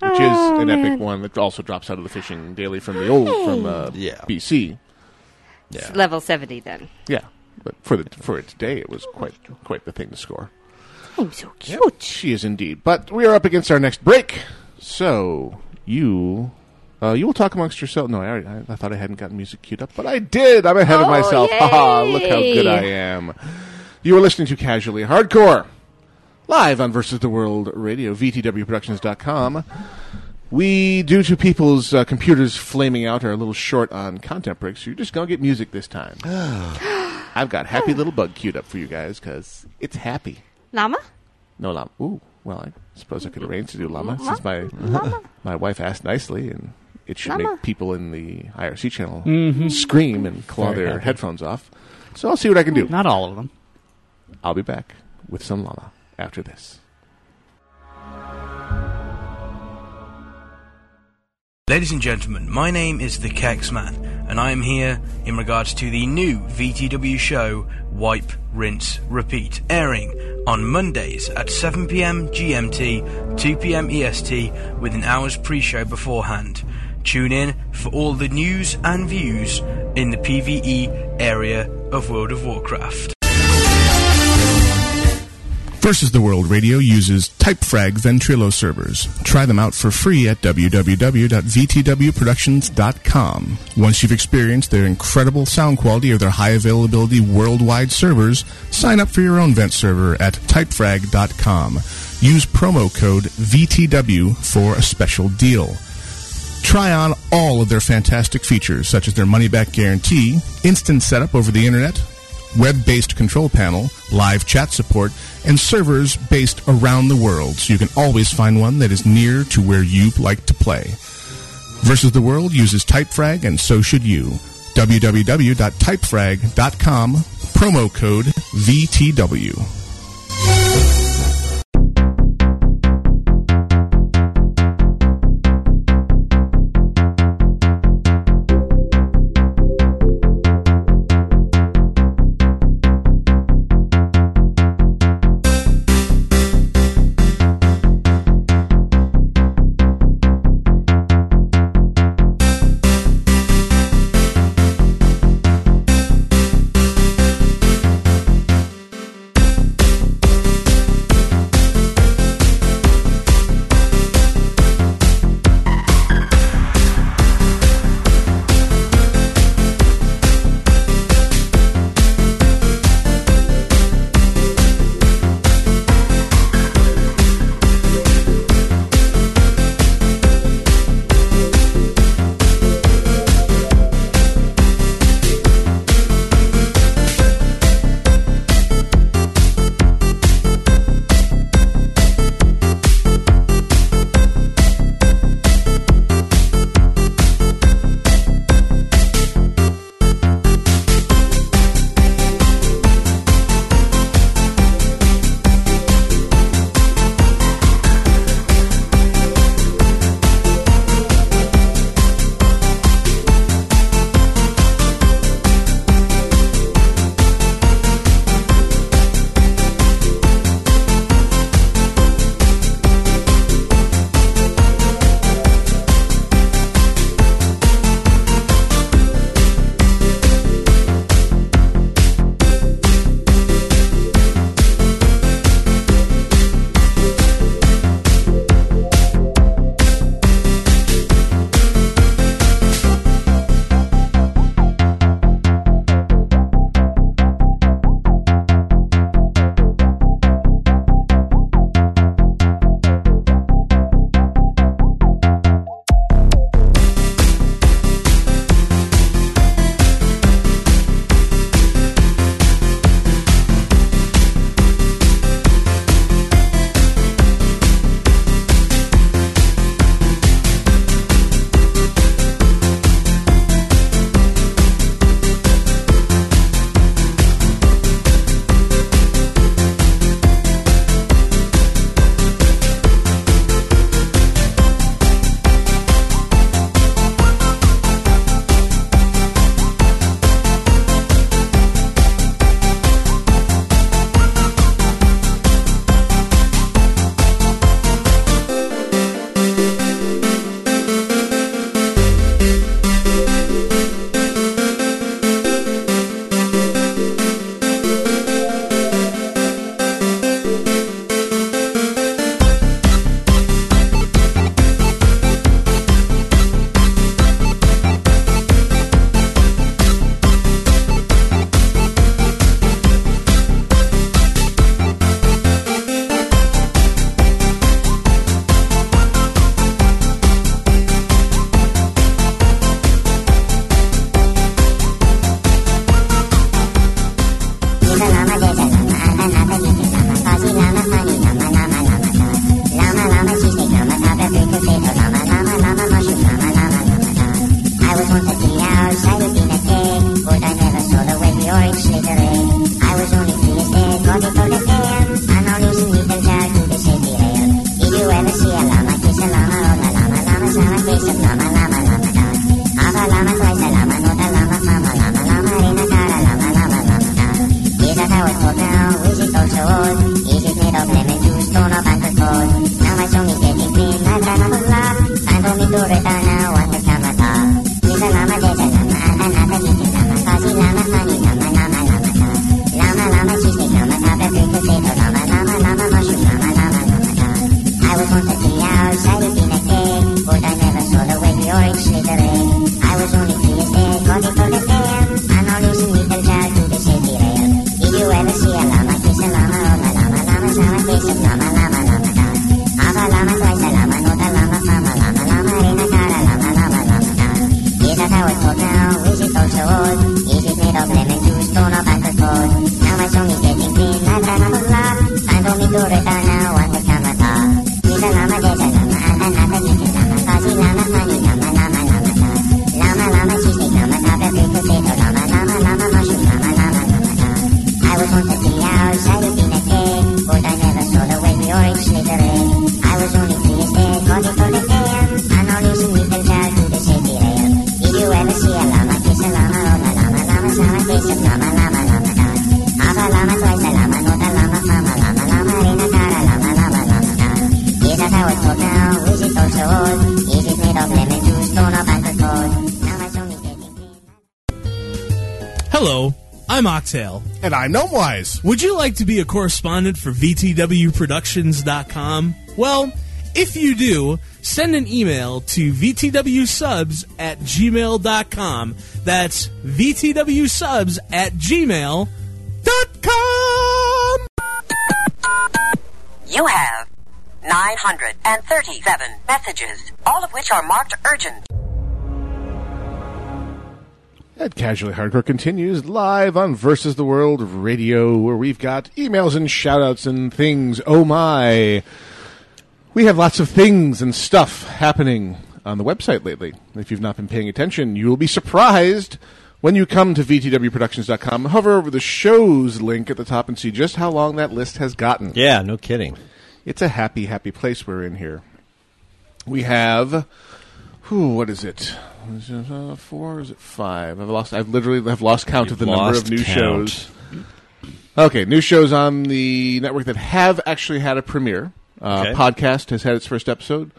B: which is
E: Oh,
B: an
E: man.
B: epic one that also drops out of the fishing daily from the old from uh,
F: Yeah.
B: BC.
E: It's Level seventy then.
B: Yeah, but for the for it today, it was quite quite the thing to score.
E: I'm Oh, so cute.
B: She is indeed. But we are up against our next break, so you. Uh, you will talk amongst yourself. No, I, already, I, I thought I hadn't gotten music queued up, but I did. I'm ahead of
E: Oh,
B: myself. [LAUGHS] Haha, look how good I
E: yay.
B: am. You are listening to Casually Hardcore, live on Versus the World Radio, VTWProductions.com. We, due to people's uh, computers flaming out, are a little short on content breaks, so you're just going to get music this time.
C: Ah.
B: [GASPS] I've got Happy Little Bug queued up for you guys because it's happy.
E: Llama?
B: No llama. Ooh, well, I suppose I could arrange to do llama
E: Llama?
B: since my
E: Llama?
B: [LAUGHS] my wife asked nicely, and it should
E: Llama?
B: make people in the IRC channel
D: Mhm.
B: scream and claw
D: Very
B: their
D: happy.
B: headphones off. So I'll see what I can do.
D: Not all of them.
B: I'll be back with some llama after this.
M: Ladies and gentlemen, my name is The Kex Man, and I am here in regards to the new VTW show, Wipe, Rinse, Repeat, airing on Mondays at 7pm GMT, 2pm EST, E with an hour's pre show beforehand. Tune in for all the news and views in the PvE area of World of Warcraft.
N: Versus the World Radio uses Typefrag Ventrilo servers. Try them out for free at www.vtwproductions.com. Once you've experienced their incredible sound quality or their high availability worldwide servers, sign up for your own vent server at typefrag.com. Use promo code VTW for a special deal. Try on all of their fantastic features, such as their money back guarantee, instant setup over the internet, web based control panel, live chat support, and servers based around the world, so you can always find one that is near to where you like to play. Versus the World uses Typefrag, and so should you. www.typefrag.com, promo code VTW.
O: on for three hours. I was in a pig, but I never saw the way the orange slid the leg. I was only three years dead, got it from the fair, and all these needles are to the safety rail. Did you ever see a llama kiss a llama? Oh, the llama, llama, llama, kiss a llama, llama, llama, dog. Half a llama, twice a llama, not a llama, mama, llama, llama, in a car, a llama, llama, llama, dog. Is that how it's called now? Is it also old? Is it made of lemon juice, torn up and cold? Now my song is getting green, I've done a lot. Time for me to return now, what the camera thought. He's a llama, there's a llama, and another little llama. Fuzzy llama, funny llama, llama, llama, llama. Llama, llama, cheesecake llama, top every potato llama, llama, llama, mushroom llama, llama, llama, llama. I was once a three hours, I lived in a cave, but I never saw the way the orange slid away. I was only three years dead, got it from the fair, and all these needles are to the safety rail. Did you ever see a llama kiss a llama? Oh, the llama, llama, llama, kiss a llama, llama, llama, llama. Half a llama, twice a llama, not a llama, mama, llama, llama, in a car, a llama, llama, llama, llama. Is that how it's called now? Is it also old? Is it made of lemon juice, torn up and cold? Now my song is getting green, I've done a lot. Time for me to return now, on the camera top. He's a llama, there's a llama, and another little llama. Fuzzy llama, funny llama, llama, llama, llama. Llama, llama, cheesecake llama, top every potato llama, llama, llama, mushroom llama, llama, llama, llama. I was once a three hours, I lived in a cave, but I never saw the way the orange slid away. I was only three years dead, got it from the fair, and all these needles are to the safety rail. Did you ever see a llama kiss a llama? Oh, the llama, llama, llama, kiss a llama, llama, llama, llama. Half a llama, twice a llama, not a llama, mama, llama, llama, in a car, a llama, llama, llama, llama. Is that how it's called now? Is it also old? Is it made of lemon juice, torn up and cold? Now my song is getting
H: Hello, I'm Oxtail.
N: And I'm Gnomewise.
H: Would you like to be a correspondent for VTWProductions.com? Well, if you do, send an email to VTWSubs at gmail.com. That's VTWSubs at gmail.com.
P: You have 937 messages, all of which are marked urgent.
B: At Casually Hardcore continues live on Versus the World Radio, where we've got emails and shoutouts and things. Oh my. We have lots of things and stuff happening on the website lately. If you've not been paying attention, you will be surprised when you come to VTWProductions.com. Hover over the shows link at the top and see just how long that list has gotten.
F: Yeah, no kidding.
B: It's a happy, happy place we're in here. We have. Whew, what is it? Is it, uh, four? Is it five? I've lost. I've literally have lost count of the
F: You've
B: number of
F: lost
B: new
F: count.
B: shows. Okay, new shows on the network that have actually had a premiere. Uh,
F: Okay.
B: Podcast has had its first episode.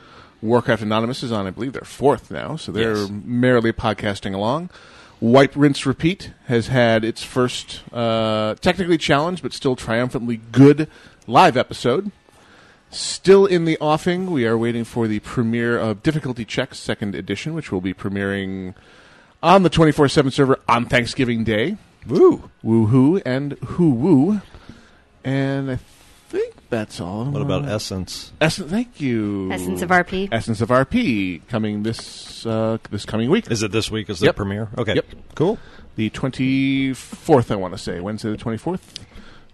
B: Warcraft Anonymous is on, I believe, their fourth now, so they're
F: Yes.
B: merrily podcasting along. Wipe, Rinse, Repeat has had its first uh, technically challenged but still triumphantly good live episode. Still in the offing, we are waiting for the premiere of Difficulty Check Second Edition, which will be premiering on the 24 7 server on Thanksgiving Day. Woo! Woohoo and hoo woo. And I think that's all.
F: What about Essence?
B: Essence, thank you.
E: Essence of RP.
B: Essence of RP coming this uh, this coming week.
F: Is it this week? Is the
B: Yep.
F: premiere? Okay.
B: Yep.
F: Cool.
B: The 24th, I want to say. Wednesday the 24th.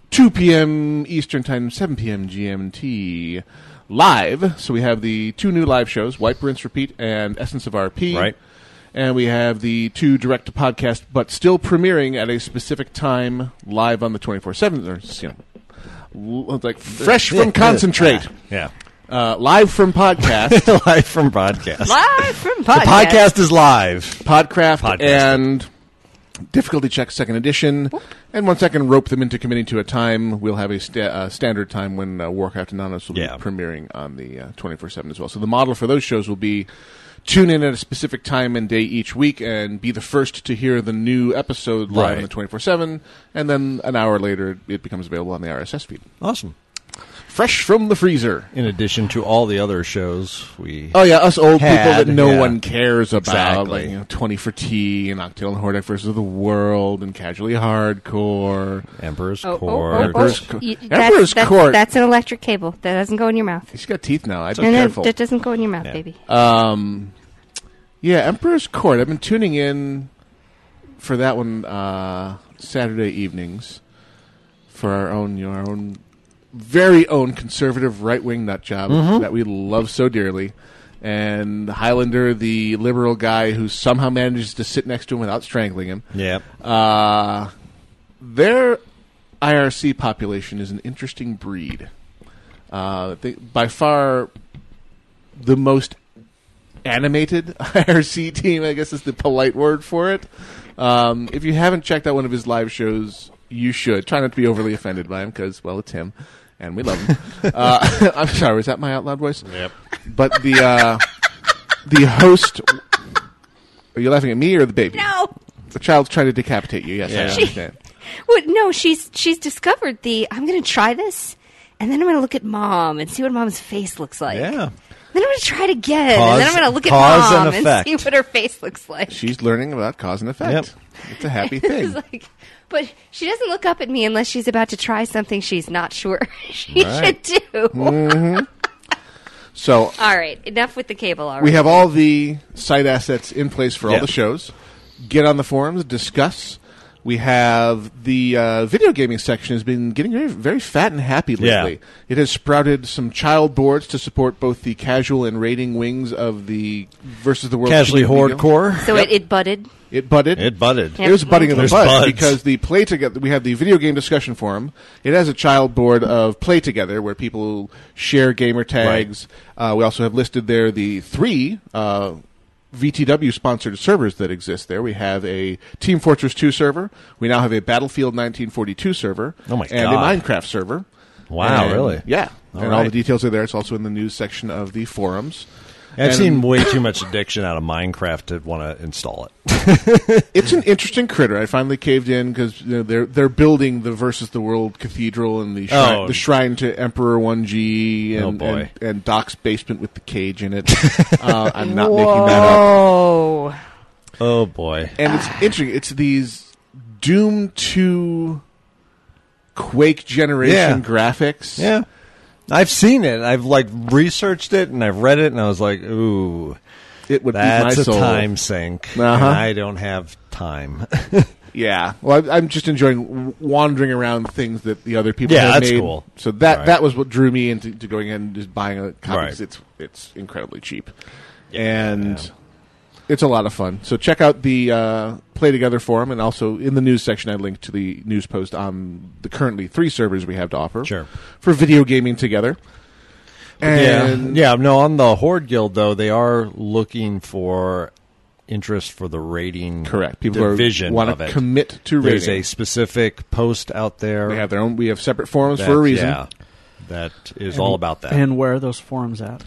B: 2 p.m. Eastern Time, 7 p.m. GMT. Live. So we have the two new live shows, Wipe, Rinse, Repeat, and Essence of RP.
F: Right.
B: And we have the two direct to podcast, but still premiering at a specific time live on the 24 7th. Or, you know, l- like fresh [LAUGHS] from concentrate.
F: Yeah.
B: Uh, live from
F: [LAUGHS]
B: podcast.
F: live from podcast.
E: Live from
F: The podcast is live.
B: Podcraft and difficulty check second edition. And once I can rope them into committing to a time, we'll have a sta- uh, standard time when uh, Warcraft Anonymous will be premiering on the twenty four seven as well. So the model for those shows will be tune in at a specific time and day each week and be the first to hear the new episode live on
F: Right.
B: the twenty four seven, and then an hour later it becomes available on the RSS feed.
F: Awesome.
B: Fresh from the freezer.
F: In addition to all the other shows we
B: Oh yeah, us old people
F: had,
B: that no
F: yeah.
B: one cares about,
F: Exactly.
B: like you know, Twenty for Tea and Octale and Hordak versus the World and Casually Hardcore,
F: Emperor's
E: Oh, oh, oh, oh.
B: Emperor's, Co-
E: You-
B: Emperor's
E: that's, that's,
B: Court.
E: that's an electric cable. That doesn't go in your mouth.
B: He's got teeth now. I'd be
E: No, no,
B: careful.
E: that doesn't go in your mouth, baby.
B: Um, yeah, Emperor's Court. I've been tuning in for that one uh, Saturday evenings for our own, you know, our own very own conservative right wing nut job
F: Mhm.
B: that we love so dearly. and Highlander, the liberal guy who somehow manages to sit next to him without strangling him.
F: Yep.
B: Uh, their IRC population is an interesting breed. Uh, they, by far, the most animated [LAUGHS] IRC team, I guess is the polite word for it. Um, if you haven't checked out one of his live shows, you should. Try not to be overly offended by him because, well, it's him, and we love him. uh, [LAUGHS] I'm sorry, was that my out loud voice? Yep. But the uh, the host. Are you laughing at me or the baby?
E: No.
B: The child's trying to decapitate you. Yes, I
E: Yeah. She-
B: understand.
E: Well, no, she's she's discovered the. I'm going to try this, and then I'm going to look at mom and see what mom's face looks like.
F: Yeah.
E: Then I'm going to try it again,
B: Cause-
E: and then I'm going to look at
B: cause and
E: mom and,
B: effect.
E: see what her face looks like.
B: She's learning about cause and effect. It's a
E: [LAUGHS]
B: happy
E: It's
B: thing.
E: like, but she doesn't look up at me unless she's about to try something she's not sure [LAUGHS] she
B: Right.
E: should do.
B: Mhm. So
E: All right, enough with the cable already.
B: we have all the site assets in place for all
E: Yeah.
B: the shows. Get on the forums, discuss. We have the uh, video gaming section has been getting very, very fat and happy
F: Yeah.
B: lately. It has sprouted some child boards to support both the casual and raiding wings of the versus the world
F: Casually hardcore.
E: So it, it budded.
B: It budded.
F: It budded.
B: It was budding in the
F: There's
B: bud
F: buds.
B: because the play together. We have the video game discussion forum. It has a child board of play together where people share gamer tags. Uh, we also have listed there the three uh, VTW sponsored servers that exist there. We have a Team Fortress 2 server. We now have a Battlefield 1942 server.
F: Oh my
B: and
F: God.
B: a Minecraft server.
F: Wow,
B: And-
F: really?
B: Yeah.
F: All
B: and all the
F: right.
B: details are there. It's also in the news section of the forums.
F: I've
B: And-
F: seen way too much addiction out of Minecraft to want to install it.
B: it's an interesting critter. I finally caved in because you know, they're they're building the versus the world cathedral and the shrine,
F: Oh.
B: the shrine to Emperor One G and,
F: Oh, boy.
B: and and Doc's basement with the cage
F: [LAUGHS]
B: in it. uh, I'm not making that up.
E: Oh.
F: Oh boy!
B: And it's interesting. It's these Doom Two Quake generation graphics.
F: Yeah. I've seen it. I've like researched it and I've read it and I was like, ooh,
B: it would
F: be that's
B: my soul.
F: a time sink. and
B: Uh-huh.
F: I don't have time. [LAUGHS]
B: Yeah. Well, I, I'm just enjoying w- wandering around things that the other people
F: Yeah,
B: have
F: that's
B: made.
F: cool.
B: So that
F: Right.
B: that was what drew me into to going in and just buying a copy.
F: Right.
B: 'cause It's it's incredibly cheap, and it's a lot of fun. So check out the uh, Play Together forum, and also in the news section, I link to the news post on the currently three servers we have to offer sure. for video gaming together. And
F: yeah, yeah. No, on the Horde Guild though, they are looking for interest for the rating.
B: Correct. People are-
F: division
B: wanna
F: of it.
B: commit to
F: There's
B: rating.
F: a specific post out there. They
B: have their own. We have separate forums for a reason.
F: Yeah, that is all about that.
D: And where are those forums at?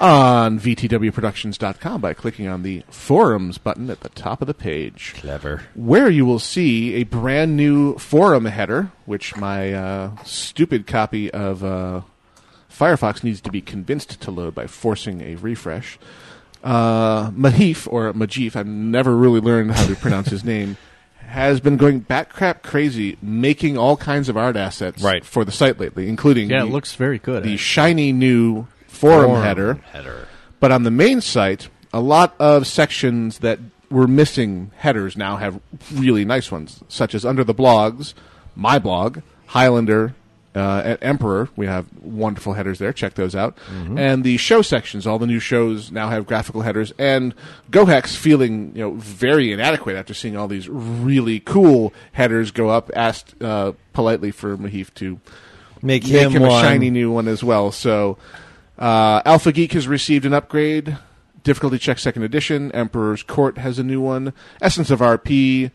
B: on vtwproductions.com by clicking on the forums button at the top of the page.
F: Clever.
B: Where you will see a brand new forum header, which my uh, stupid copy of uh, Firefox needs to be convinced to load by forcing a refresh. Uh, Mahif, or Majif, I've never really learned how to pronounce his name, has been going bat crap crazy making all kinds of art assets
D: Right.
B: for the site lately, including
D: Yeah, it
B: the-
D: looks very good,
B: the
D: actually.
B: shiny new forum,
D: Forum
B: header.
F: header.
B: But on the main site, a lot of sections that were missing headers now have really nice ones, such as under the blogs, my blog, Highlander, uh, at Emperor. We have wonderful headers there. Check those out.
F: Mhm.
B: And the show sections, all the new shows now have graphical headers. And GoHex feeling you know very inadequate after seeing all these really cool headers go up. Asked uh, politely for Mahif to
F: Make
B: make
F: him
B: him, a
F: one.
B: shiny new one as well. So, uh, Alpha Geek has received an upgrade. Difficulty check second edition. Emperor's Court has a new one. Essence of RP,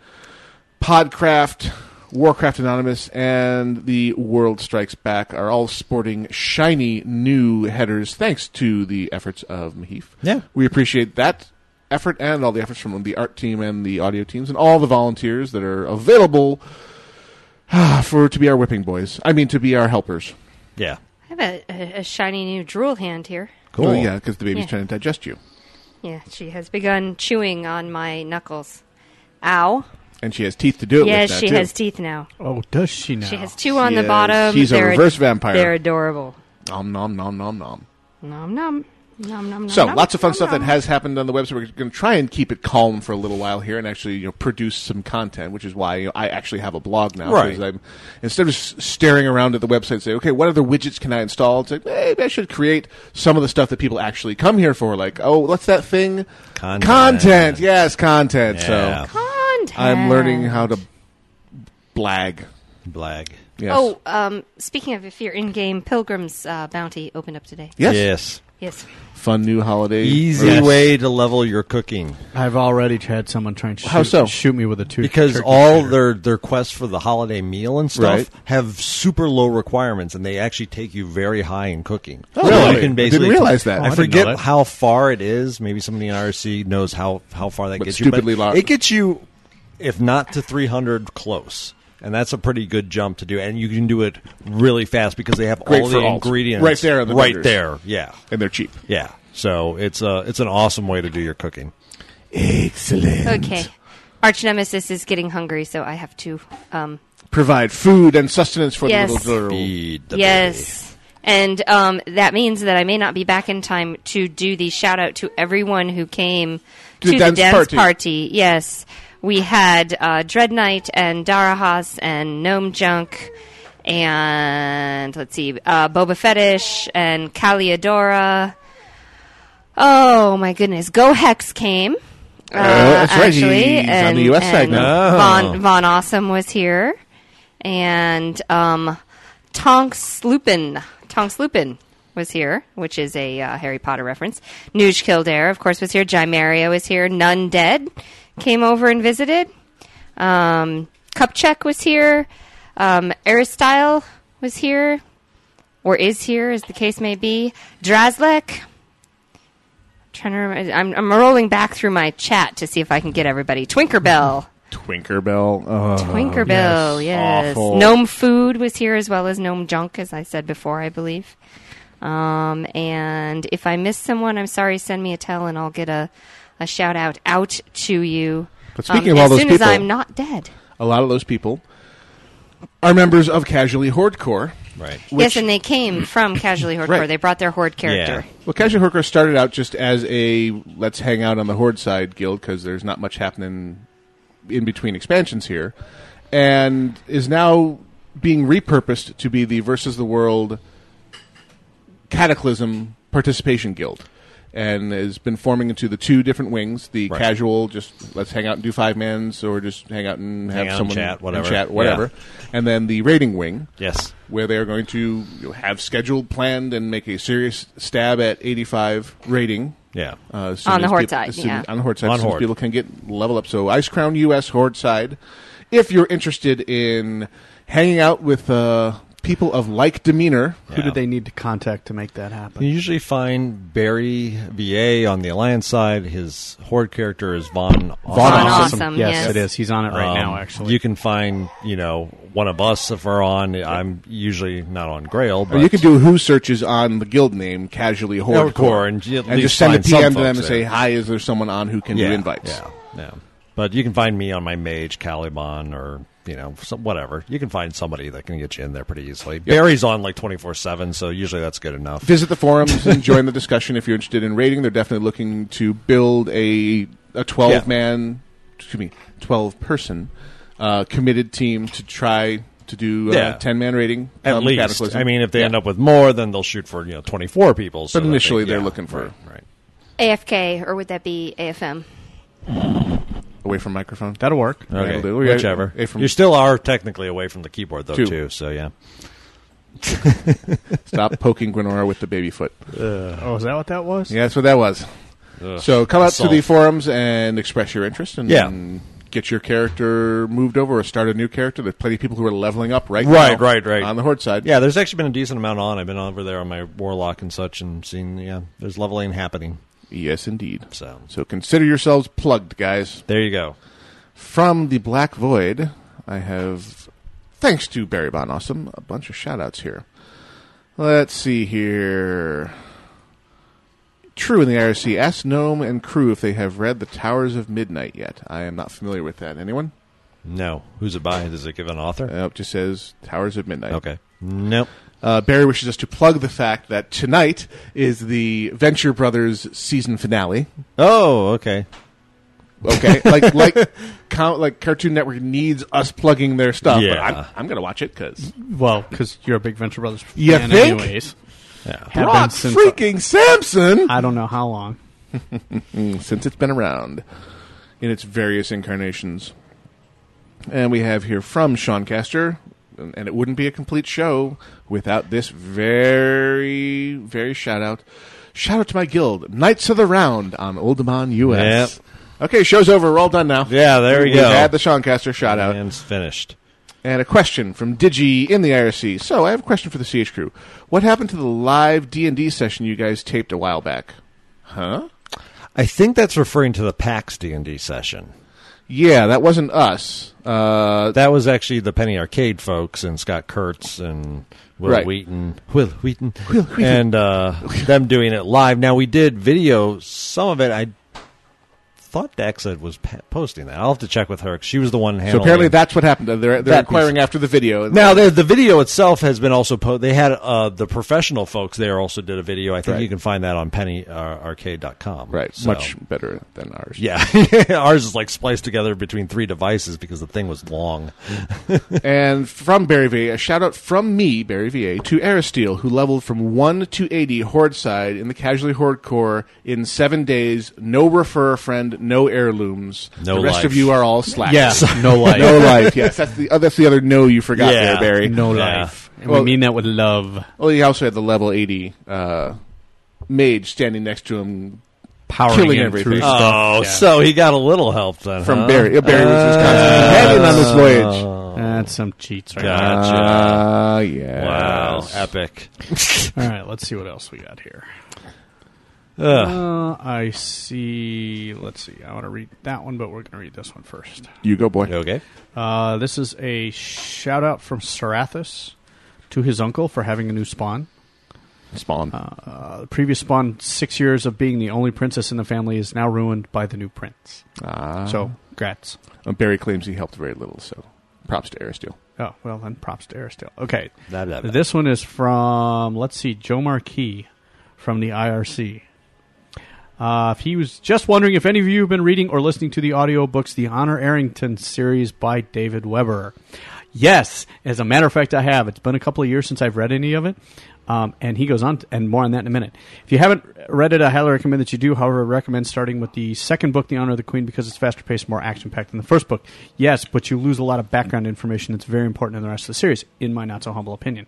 B: Podcraft, Warcraft Anonymous, and the World Strikes Back are all sporting shiny new headers thanks to the efforts of Mahif.
F: Yeah.
B: We appreciate that effort and all the efforts from the art team and the audio teams and all the volunteers that are available [SIGHS] for to be our whipping boys. I mean, to be our helpers.
F: Yeah.
E: I have a, a, a shiny new drool hand here.
B: Cool. Oh, yeah, because the baby's
E: Yeah.
B: trying to digest you,
E: Yeah, she has begun chewing on my knuckles. Ow.
B: and she has teeth to do it.
E: yeah,
B: with that,
E: she
B: too.
E: has teeth now.
D: Oh, does she now?
E: She has two on
B: She
E: the
B: is-
E: bottom.
B: she's a
E: They're-
B: reverse vampire.
E: They're adorable.
B: Nom nom nom nom nom.
E: Nom nom. Nom, nom, nom,
B: so
E: nom,
B: lots of fun
E: nom,
B: stuff
E: nom.
B: that has happened on the website. We're going to try and keep it calm for a little while here and actually you know produce some content, which is why you know, I actually have a blog now.
F: Right.
B: because I'm, instead of s- staring around at the website, and say, okay, what other widgets can I install? It's like maybe I should create some of the stuff that people actually come here for. Like, oh, what's that thing? Content. Yes, content.
F: Yeah.
B: So I'm learning how to blag.
F: Blag.
B: Yes.
E: Oh, um, speaking of, if you're in game, Pilgrim's uh, Bounty opened up today.
B: Yes.
F: Yes.
E: Yes.
B: Fun new holiday.
F: Easy
B: Yes.
F: way to level your cooking.
D: I've already had someone trying to shoot,
F: How so?
D: shoot me with a two
F: because
D: turkey
F: all
D: shooter.
F: their their quests for the holiday meal and stuff
D: Right.
F: have super low requirements, and they actually take you very high in cooking.
B: Oh, really?
F: You can
B: I didn't
F: basically
B: realize that. Oh, I
F: I
B: didn't
F: forget
B: know that.
F: how far it is. Maybe somebody in RC knows how how far that
B: But
F: gets
B: stupidly
F: you. But
B: large.
F: It gets you, if not to three hundred, close. And that's a pretty good jump to do, and you can do it really fast because they have
B: Great
F: all
B: for
F: the
B: alt.
F: ingredients
B: Right there on the
F: right
B: vendors.
F: there, yeah,
B: and they're cheap,
F: yeah. So it's a it's an awesome way to do your cooking.
B: Excellent.
E: Okay. Arch Nemesis is getting hungry, so I have to. Um,
B: Provide food and sustenance for
E: Yes.
B: the little girl.
E: yes. And um, that means that I may not be back in time to do the shout out to everyone who came
B: To the
E: to
B: dance
E: the dance
B: party.
E: Yes. We had uh, Dread Knight and Darahas and Gnome Junk and, let's see, uh, Boba Fetish and Caliadora. Oh my goodness! Go Hex came. Uh,
B: that's right.
E: Actually,
B: He's on
E: and,
B: the US side
E: and
B: now. Oh.
E: Von, Von Awesome was here, and um, Tonks Lupin. Tonks Lupin was here, which is a uh, Harry Potter reference. Nuge Kildare, of course, was here. Jimario was here. None Dead came over and visited. Um, Cupcheck was here. Um, Aristyle was here, or is here, as the case may be. Drazlek Trying to remember, I'm, I'm rolling back through my chat to see if I can get everybody.
B: Uh,
E: Twinkerbell.
B: Twinkerbell. Oh,
E: Twinkerbell, yes.
B: Awful.
E: Gnome Food was here as well as Gnome Junk, as I said before, I believe. Um, and if I miss someone, I'm sorry, send me a tell and I'll get a, a shout out out to you.
B: But
E: um,
B: speaking of all
E: as
B: those
E: soon
B: people-
E: as I'm not dead.
B: A lot of those people are members of Casually Hordcore. Right.
E: yes, and they
D: [CLEARS THROAT]
E: came from Casually Hardcore.
B: Right.
E: They brought their Horde character.
B: Well, Casual Hooker started out just as a let's hang out on the Horde side guild because there's not much happening in between expansions here, and is now being repurposed to be the Versus the World Cataclysm Participation Guild. And has been forming into the two different wings: the casual, just let's hang out and do five mans, or just hang out and have
F: Hang out and
B: someone
F: chat,
B: and
F: whatever.
B: chat, whatever. And then the rating wing,
F: Yes.
B: where they are going to you know, have scheduled, planned, and make a serious stab at 85 rating.
F: Yeah.
B: Uh, as soon
E: On the
B: as
E: Horde
B: peop-
E: side,
B: as soon-
E: yeah.
B: On the horde side,
F: On
B: as soon as
F: Horde.
B: people can get level up. So Ice Crown US Horde side. If you're interested in hanging out with uh, people of like demeanor,
D: Who do they need to contact to make that happen?
F: You usually find Barry VA on the Alliance side. His horde character is Von. Von
D: Awesome. Awesome, Yes, yes. it is. He's on it right now, actually.
F: Um, you can find you know one of us if we're on. I'm usually not on Grail,
B: or
F: but
B: you can do who searches on the guild name casually hordcore,
F: Hardcore, and you at least
B: just send a
F: find some
B: PM to them
F: folks
B: and say,
F: there.
B: "Hi, is there someone on who can
F: Yeah,
B: do invites?"
F: Yeah, yeah. But you can find me on my Mage Caliban or you know some, whatever. You can find somebody that can get you in there pretty easily. Barry's on like twenty four seven, so usually that's good enough.
B: visit the forums and join the discussion if you're interested in rating. They're definitely looking to build a a 12
F: Yeah.
B: man, excuse me, 12 person uh, committed team to try to do uh,
F: Yeah.
B: 10 man rating
F: At
B: um,
F: least,
B: Cataclysm.
F: I mean, if they
B: Yeah.
F: end up with more, then they'll shoot for you know twenty four people. So
B: But
F: that
B: initially
F: they,
B: they're
F: yeah,
B: looking for-
F: right, right.
E: AFK, or would that be AFM?
B: away from microphone.
D: That'll work.
F: Okay,
B: That'll do. We're-
F: whichever.
B: away from-
F: you still are technically away from the keyboard though,
B: Two.
F: too. So yeah,
B: [LAUGHS] Stop poking Gwenora with the baby foot.
D: oh, is that what that was?
B: Yeah, that's what that was.
D: Ugh.
B: so come out to
D: Assault.
B: the forums and express your interest and
F: Yeah.
B: get your character moved over or start a new character. There's plenty of people who are leveling up right
F: right,
B: now
F: right, right.
B: on the Horde side.
F: yeah. There's actually been a decent amount on. I've been over there on my warlock and such, and seen yeah. There's leveling happening.
B: Yes, indeed.
F: So
B: So consider yourselves plugged, guys.
F: There you go.
B: From the Black Void, I have, thanks to Barry Von Awesome, a bunch of shout outs here. Let's see here. True in the IRC, ask Gnome and crew if they have read The Towers of Midnight yet. I am not familiar with that. Anyone?
F: no, who's it by? Does it give an author?
B: Uh, it just says Towers of Midnight.
F: Okay. Nope.
B: Uh, Barry wishes us to plug the fact that tonight is the Venture Brothers season finale.
F: Oh, okay.
B: Okay, like like [LAUGHS] count like Cartoon Network needs us plugging their stuff. But
D: Yeah.
B: I'm, I'm gonna watch it because
D: Well, because you're a big Venture Brothers fan,
B: You think?
D: anyways. Yeah.
B: Brock freaking Samson.
D: I don't know how long.
B: [LAUGHS] since it's been around in its various incarnations. And we have here from Sean Caster, and and it wouldn't be a complete show without this very, very shout out. Shout out to my guild, Knights of the Round on Oldemon US. Okay, show's over. We're all done now.
F: Yeah, there we
B: We've
F: go.
B: had the Seancaster shout out.
F: And it's finished.
B: And a question from Digi in the IRC. So I have a question for the CH crew. What happened to the live D and D session you guys taped a while back? Huh?
F: I think that's referring to the PAX D and D session.
B: Yeah, that wasn't us. Uh,
F: that was actually the Penny Arcade folks and Scott Kurtz and Will
B: Right.
F: Wheaton. Will Wheaton.
B: Will Wheaton.
F: And uh, them doing it live. Now, we did video some of it. I thought Dax said was pa- posting that. I'll have to check with her 'cause she was the one handling
B: So apparently that's what happened. They're, they're
F: That
B: inquiring after the video.
F: Now the the video itself has been also po- they had uh, the professional folks there also did a video. I think
B: Right.
F: you can find that on pennyarcade.com.
B: Right, much better than ours.
F: Yeah, [LAUGHS] ours is like spliced together between three devices because the thing was
D: [LAUGHS]
F: long.
B: [LAUGHS] and from Barry VA, a shout out from me, Barry VA, to Aristeel, who leveled from 1 to 80 Horde side in the Casually Horde Core in seven days. No refer friend, no heirlooms.
F: No
B: The rest
F: life.
B: of you are all slack. [LAUGHS]
D: Yes, no life.
B: no life, yes. That's the, oh, that's the other no you forgot there,
D: Yeah,
B: Barry.
D: no Yeah. life. And we mean that with love.
B: Well, he also had the level 80 uh, mage standing next to him.
D: Powering
B: killing
D: him through
B: everything.
F: Oh, so he got a little help then
B: From
F: huh?
B: Barry.
D: uh,
B: Yeah, Barry was
F: Uh,
B: Wisconsin. Heading on this voyage.
D: That's some cheats right
F: Gotcha.
D: now.
B: Ah, yes.
F: Wow, epic.
D: [LAUGHS] All right, let's see what else we got here. Uh, I see. Let's see. I want to read that one, but we're going to read this one first.
B: You go, boy.
F: Okay.
D: Uh, this is a shout out from Sarathus to his uncle for having a new spawn.
B: Spawn.
D: Uh, uh, the previous spawn, six years of being the only princess in the family, is now ruined by the new prince.
B: Ah.
D: So, congrats.
B: Uh, Barry claims he helped very little, so props to Aristeel.
D: Oh, well, then props to Aristotle. Okay.
B: Blah, blah, blah.
D: This one is from, let's see, Joe Marquis from the IRC. Uh, if he was just wondering if any of you have been reading or listening to the audiobooks, the Honor Arrington series by David Weber. Yes, as a matter of fact, I have. It's been a couple of years since I've read any of it. Um, and he goes on, t- and more on that in a minute. If you haven't read it, I highly recommend that you do. However, I recommend starting with the second book, The Honor of the Queen, because it's faster paced, more action packed than the first book. Yes, but you lose a lot of background information that's very important in the rest of the series, in my not so humble opinion.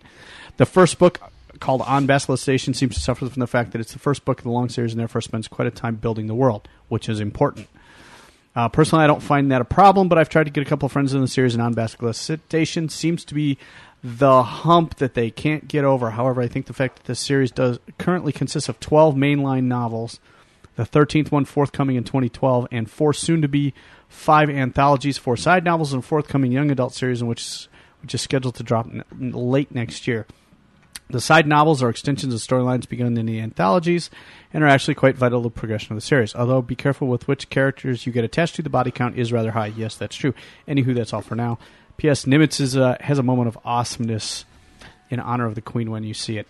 D: The first book, called On Basilisk Station, seems to suffer from the fact that it's the first book in the long series and therefore spends quite a time building the world, which is important. Uh, personally, I don't find that a problem, but I've tried to get a couple of friends in the series, and On Basilisk Station seems to be the hump that they can't get over. However, I think the fact that this series does currently consists of 12 mainline novels, the 13th one forthcoming in 2012, and four soon to be five anthologies, four side novels, and a forthcoming young adult series, in which, which is scheduled to drop n- late next year. The side novels are extensions of storylines begun in the anthologies and are actually quite vital to the progression of the series. Although, be careful with which characters you get attached to. The body count is rather high. Yes, that's true. Anywho, that's all for now. P.S. Nimitz is, uh, has a moment of awesomeness in honor of the Queen when you see it.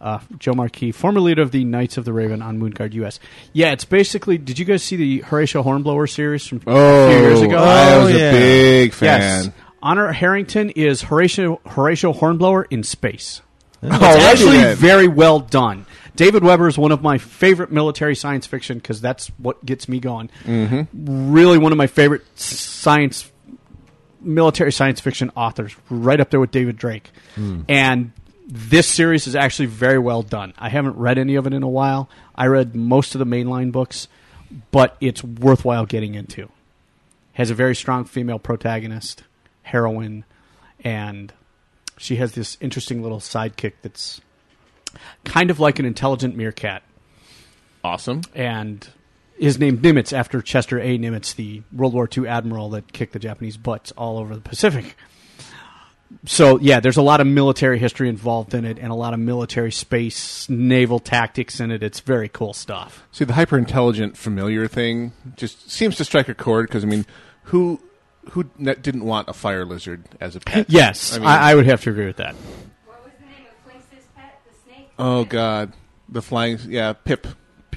D: Uh, Joe Marquis, former leader of the Knights of the Raven on Moonguard US. Yeah, it's basically. Did you guys see the Horatio Hornblower series from a few years
B: Oh,
D: ago?
B: I was a yeah. big fan.
D: Yes. Honor Harrington is Horatio, Horatio Hornblower in space. It's
B: Alrighty
D: actually
B: then.
D: very well done. David Weber is one of my favorite military science fiction because that's what gets me going. Really, one of my favorite s- science, military science fiction authors, right up there with David Drake.
Q: Hmm.
D: And this series is actually very well done. I haven't read any of it in a while. I read most of the mainline books, but it's worthwhile getting into. Has a very strong female protagonist, heroine, and she has this interesting little sidekick that's kind of like an intelligent meerkat.
B: Awesome.
D: And is named Nimitz after Chester A. Nimitz, the World War II admiral that kicked the Japanese butts all over the Pacific. So yeah, there's a lot of military history involved in it, and a lot of military space, naval tactics in it. It's very cool stuff.
B: See, the hyper intelligent familiar thing just seems to strike a chord because, I mean, who who ne- didn't want a fire lizard as a pet?
D: Yes, I,
B: mean,
D: I, would have to agree with that.
B: Oh God, the flying yeah Pip.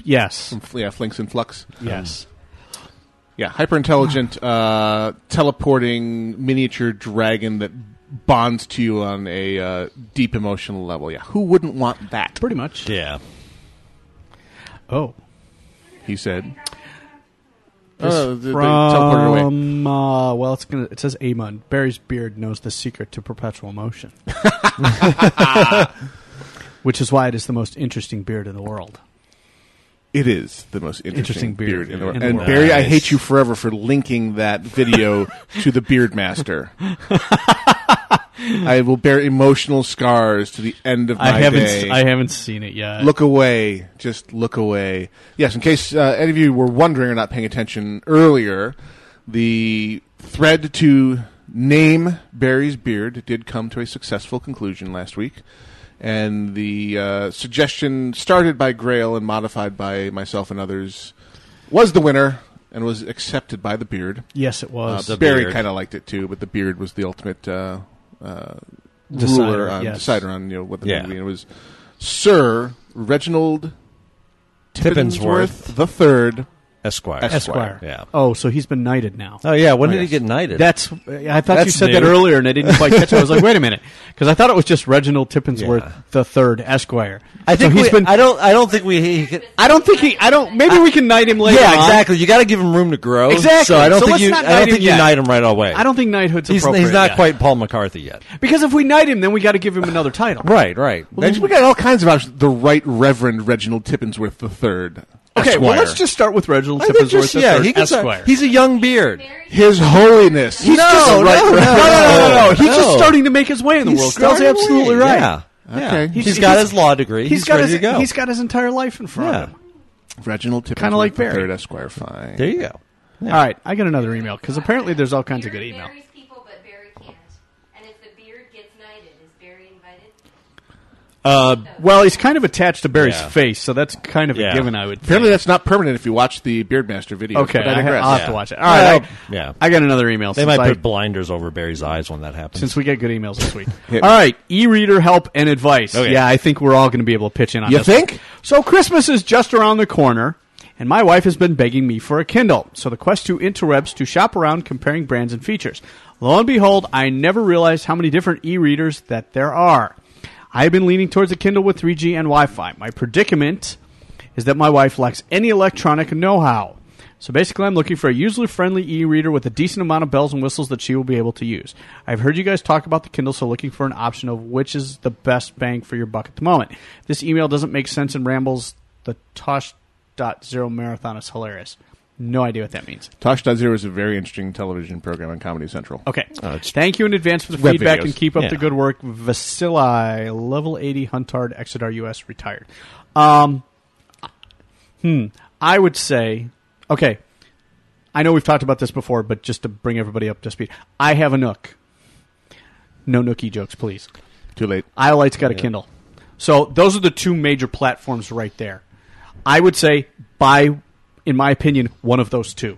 D: Yes.
B: yeah, Flinks and Flux.
D: Yes.
B: Yeah, hyper
D: [SIGHS]
B: intelligent uh, teleporting miniature dragon that bonds to you on a uh, deep emotional level. Yeah, who wouldn't want that?
D: Pretty much.
F: Yeah.
D: Oh,
B: he said.
D: This
B: Oh, they- they teleported away.
D: from, uh, well, it's gonna. It says Amon. Barry's beard knows the secret to perpetual
B: [LAUGHS]
D: motion, [LAUGHS] which is why it is the most interesting beard in the world.
B: It is the most interesting,
D: Interesting
B: beard,
D: beard
B: in the world.
D: in the
B: And
D: world.
B: Barry, I
D: Nice.
B: hate you forever for linking that
D: [LAUGHS]
B: video to the Beard Master. I will bear emotional scars to the end of my
D: I haven't
B: day.
D: s- I haven't seen it yet.
B: Look away, just look away. Yes, in case uh, any of you were wondering or not paying attention earlier, the thread to name Barry's beard did come to a successful conclusion last week. And the uh, suggestion started by Grail and modified by myself and others was the winner and was accepted by the beard.
D: Yes, it was.
B: Uh,
D: The
B: Barry
D: beard.
B: kind of liked it too, but the beard was the ultimate uh, uh,
D: Decider,
B: ruler on
D: yes.
B: decider on you know what the
F: Yeah.
B: name would be. And it was Sir Reginald Tippinsworth the Third
F: Esquire.
D: Esquire.
F: Yeah.
D: Oh, so he's been knighted now.
F: Oh, yeah. When did he get knighted?
D: That's. I thought you
F: That's
D: said that
F: new.
D: earlier, and I didn't quite catch it. I was like, wait a minute,
F: [LAUGHS]
D: because I thought it was just Reginald Tippinsworth the Third Esquire.
F: I think
D: so he's
F: we-
D: been.
F: I don't. I don't think we. He, could-
D: I don't think he. I don't. Maybe we can knight him later.
F: yeah,
D: on.
F: exactly. You got to give him room to grow.
D: Exactly.
F: So I don't
D: So
F: think
D: let's
F: you.
D: not
F: I
D: knight
F: don't
D: him
F: think you
D: yet.
F: knight him right away.
D: I don't think knighthood's
F: he's,
D: appropriate.
F: He's not
D: yet.
F: quite Paul McCarthy yet.
D: Because if we knight him, then we got to give him another title.
F: Right. Right.
B: Next, we got all kinds of options. The Right Reverend Reginald Tippinsworth the Third.
D: Okay, well, let's just start with Reginald
F: I think just-
D: Tippinsworth
F: yeah,
D: III
F: he can start-
D: Esquire.
F: he's a young beard.
B: His Holiness.
F: He's No, just a no, right- no,
D: no, no, no, no, no. He's just
F: No.
D: starting to make his way in the
F: He's
D: world. Girl's
F: starting
D: absolutely
F: away.
D: right.
F: Yeah. Okay. He's got his law degree. He's
D: got
F: ready
D: his,
F: to go.
D: He's got his entire life in front of him.
B: Reginald Tippinsworth
D: Kinda like
B: the
D: Barry.
B: Third Esquire. Fine.
F: There you go.
D: All right, I got another email because apparently there's all kinds of good email. Uh, well, he's kind of attached to Barry's
B: Yeah.
D: face, so that's kind of a given. I would.
B: Apparently, that's not permanent if you watch the Beardmaster video.
D: Okay,
B: but I
D: I ha-
B: digress.
D: I'll have to watch it. All right,
B: Well,
D: I- I got another email.
F: They
D: since
F: might
D: I-
F: put blinders over Barry's eyes when that happens.
D: Since we get good emails this week.
F: Yeah.
D: all right, e-reader help and advice.
F: Okay.
D: Yeah, I think we're all going to be able to pitch in on
F: You
D: this. think? So Christmas is just around the corner, and my wife has been begging me for a Kindle. So the quest to interwebs to shop around comparing brands and features. Lo and behold, I never realized how many different e-readers that there are. I have been leaning towards a Kindle with 3G and Wi-Fi. My predicament is that my wife lacks any electronic know-how. So basically, I'm looking for a user-friendly e-reader with a decent amount of bells and whistles that she will be able to use. I've heard you guys talk about the Kindle, so looking for an option of which is the best bang for your buck at the moment. This email doesn't make sense and rambles. The Tosh dot zero marathon is hilarious. No idea what that means.
B: Tosh Dot Zero is a very interesting television program on Comedy Central. Uh,
D: Okay. Thank you in advance for the
B: web
D: feedback
B: videos.
D: and keep up
B: Yeah.
D: the good work. Vasili, level 80 Huntard, Exeter US, retired. Um, hmm. I would say, okay. I know we've talked about this before, but just to bring everybody up to speed, I have a Nook. No Nookie jokes, please.
B: Too late.
D: Iolite's got a
B: Yeah.
D: Kindle. So those are the two major platforms right there. I would say buy, in my opinion, one of those two.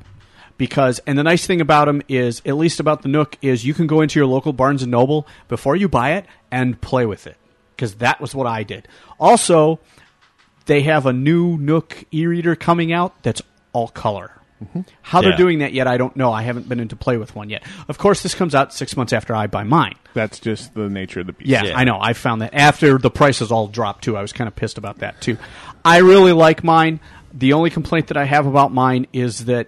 D: Because and the nice thing about them is, at least about the Nook, is you can go into your local Barnes and Noble before you buy it and play with it. Because that was what I did. Also, they have a new Nook e-reader coming out that's all color.
B: Mm-hmm.
D: How they're
Q: Yeah.
D: doing that yet, I don't know. I haven't been into play with one yet. Of course, this comes out six months after I buy mine.
B: That's just the nature of the beast.
D: Yeah, I know. I found that after the prices all dropped too. I was kind of pissed about that too. I really like mine. The only complaint that I have about mine is that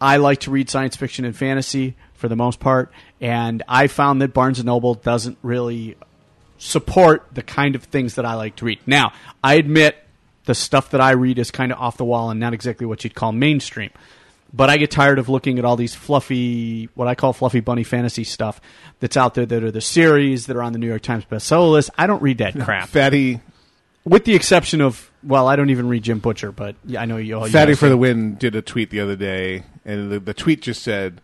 D: I like to read science fiction and fantasy for the most part, and I found that Barnes and Noble doesn't really support the kind of things that I like to read. Now, I admit the stuff that I read is kind of off the wall and not exactly what you'd call mainstream. But I get tired of looking at all these fluffy, what I call fluffy bunny fantasy stuff that's out there that are the series that are on the New York Times bestseller list. I don't
B: [LAUGHS]
D: read that crap.
B: Fatty.
D: With the exception of, well, I don't even read Jim Butcher, but yeah, I know you all. you
B: Fatty
D: guys
B: for the
D: do.
B: Win did a tweet the other day, and the, the tweet just said,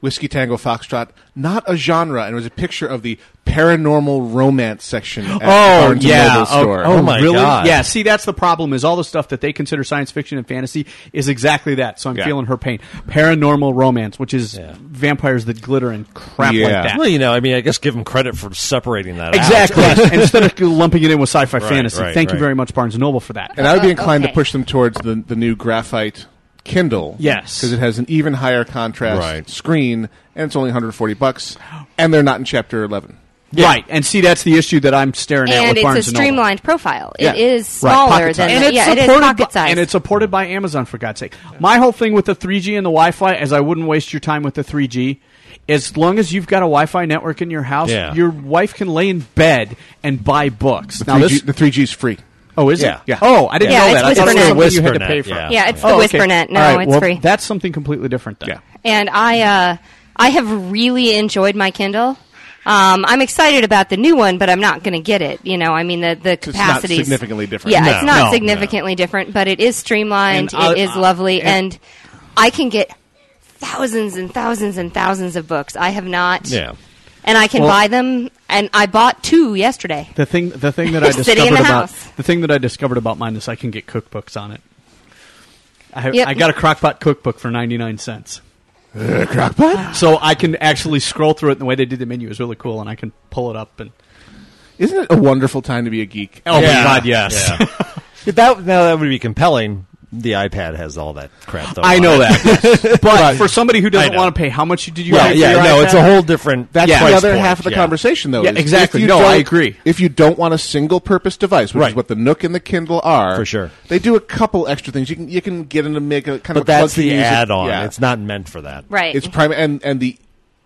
B: Whiskey Tango Foxtrot, not a genre, and it was a picture of the paranormal romance section at
D: oh
B: Barnes and
D: yeah,
B: Noble store.
D: oh, really? Yeah, see, that's the problem. Is all the stuff that they consider science fiction and fantasy is exactly that. So I'm
F: Yeah.
D: feeling her pain. Paranormal romance, which is vampires that glitter and crap like that.
F: Well, you know, I mean, I guess give them credit for separating that
D: Exactly.
F: out. [LAUGHS]
D: Yes, Instead of lumping it in with sci-fi
F: Right,
D: fantasy.
F: right,
D: Thank
F: right.
D: you very much, Barnes and Noble, for that.
B: And I would be inclined to push them towards the, the new graphite Kindle.
D: Yes.
B: Because it has an even higher contrast
D: Right.
B: screen, and it's only 140 bucks, and they're not in Chapter 11.
D: Right, and see, that's the issue that I'm staring at
E: and
D: with
E: it's
D: Barnes
E: a
D: and Noble.
E: streamlined profile. It
D: Yeah.
E: is
D: Right,
E: smaller
D: pocket
E: than
D: size. and it's
E: yeah, it is
D: supported
E: pocket
D: by,
E: size.
D: and it's supported by Amazon for God's sake. My whole thing with the 3G and the Wi-Fi is I wouldn't waste your time with the 3G. As long as you've got a Wi-Fi network in your house,
B: Yeah.
D: your wife can lay in bed and buy books.
B: The,
D: now
B: 3G,
D: this,
B: the 3G is free.
D: Oh, is
B: Yeah.
D: it?
B: Yeah.
D: Oh, I didn't
E: Yeah,
D: know
E: it's
D: that. I thought it was
E: Whispernet.
D: something you had to pay
F: Whispernet,
D: for. Oh,
F: yeah.
E: Yeah, it's the Whispernet. No,
D: All right,
E: it's
D: well,
E: free.
D: That's something completely different, though.
E: and I uh, I have really enjoyed my Kindle. Um, I'm excited about the new one, but I'm not going to get it. You know, I mean the the
B: not
E: capacity
B: significantly different.
E: Yeah,
B: No.
E: it's not
B: No,
E: significantly different, but it is streamlined.
D: And I-
E: it is
D: I-
E: lovely,
D: and-
E: and I can get thousands and thousands and thousands of books. I have not, and I can
D: Well-
E: buy them. And I bought two yesterday.
D: The thing, the thing that
E: [LAUGHS]
D: I
E: Sitting in
D: discovered
E: the
D: about
E: house.
D: the thing that I discovered about mine is I can get cookbooks on it. I,
E: Yep.
D: I got a crockpot cookbook for ninety nine cents.
B: Uh,
D: crockpot. So I can actually scroll through it. and The way they did the menu is really cool, and I can pull it up and.
B: Isn't it a wonderful time to be a geek?
D: Oh my God, yes. [LAUGHS]
F: Yeah. If that now that would be compelling. The iPad has all that crap. Though,
D: I
F: on
D: know
F: it.
D: that,
F: [LAUGHS]
D: but,
F: But-
D: for somebody who
F: I
D: doesn't
F: know.
D: want to pay, how much did you?
F: Well,
D: pay for
F: yeah,
D: your
F: no, it's a
D: iPad?
F: whole different
B: That's
F: Yeah.
B: the
F: price
B: other
F: point,
B: half of the
F: yeah.
B: conversation, though.
D: Yeah,
B: is
D: exactly.
B: if you
D: No,
B: don't-
D: I agree.
B: If you don't want a single purpose device, which is
F: Right.
B: what the Nook and the Kindle are,
F: For sure.
B: they do a couple extra things. You can you can get them to make a kind of.
F: But
B: a
F: that's
B: clunky
F: the
B: music-
F: add-on.
B: yeah.
F: It's not meant for that.
E: Right.
B: It's prime and and the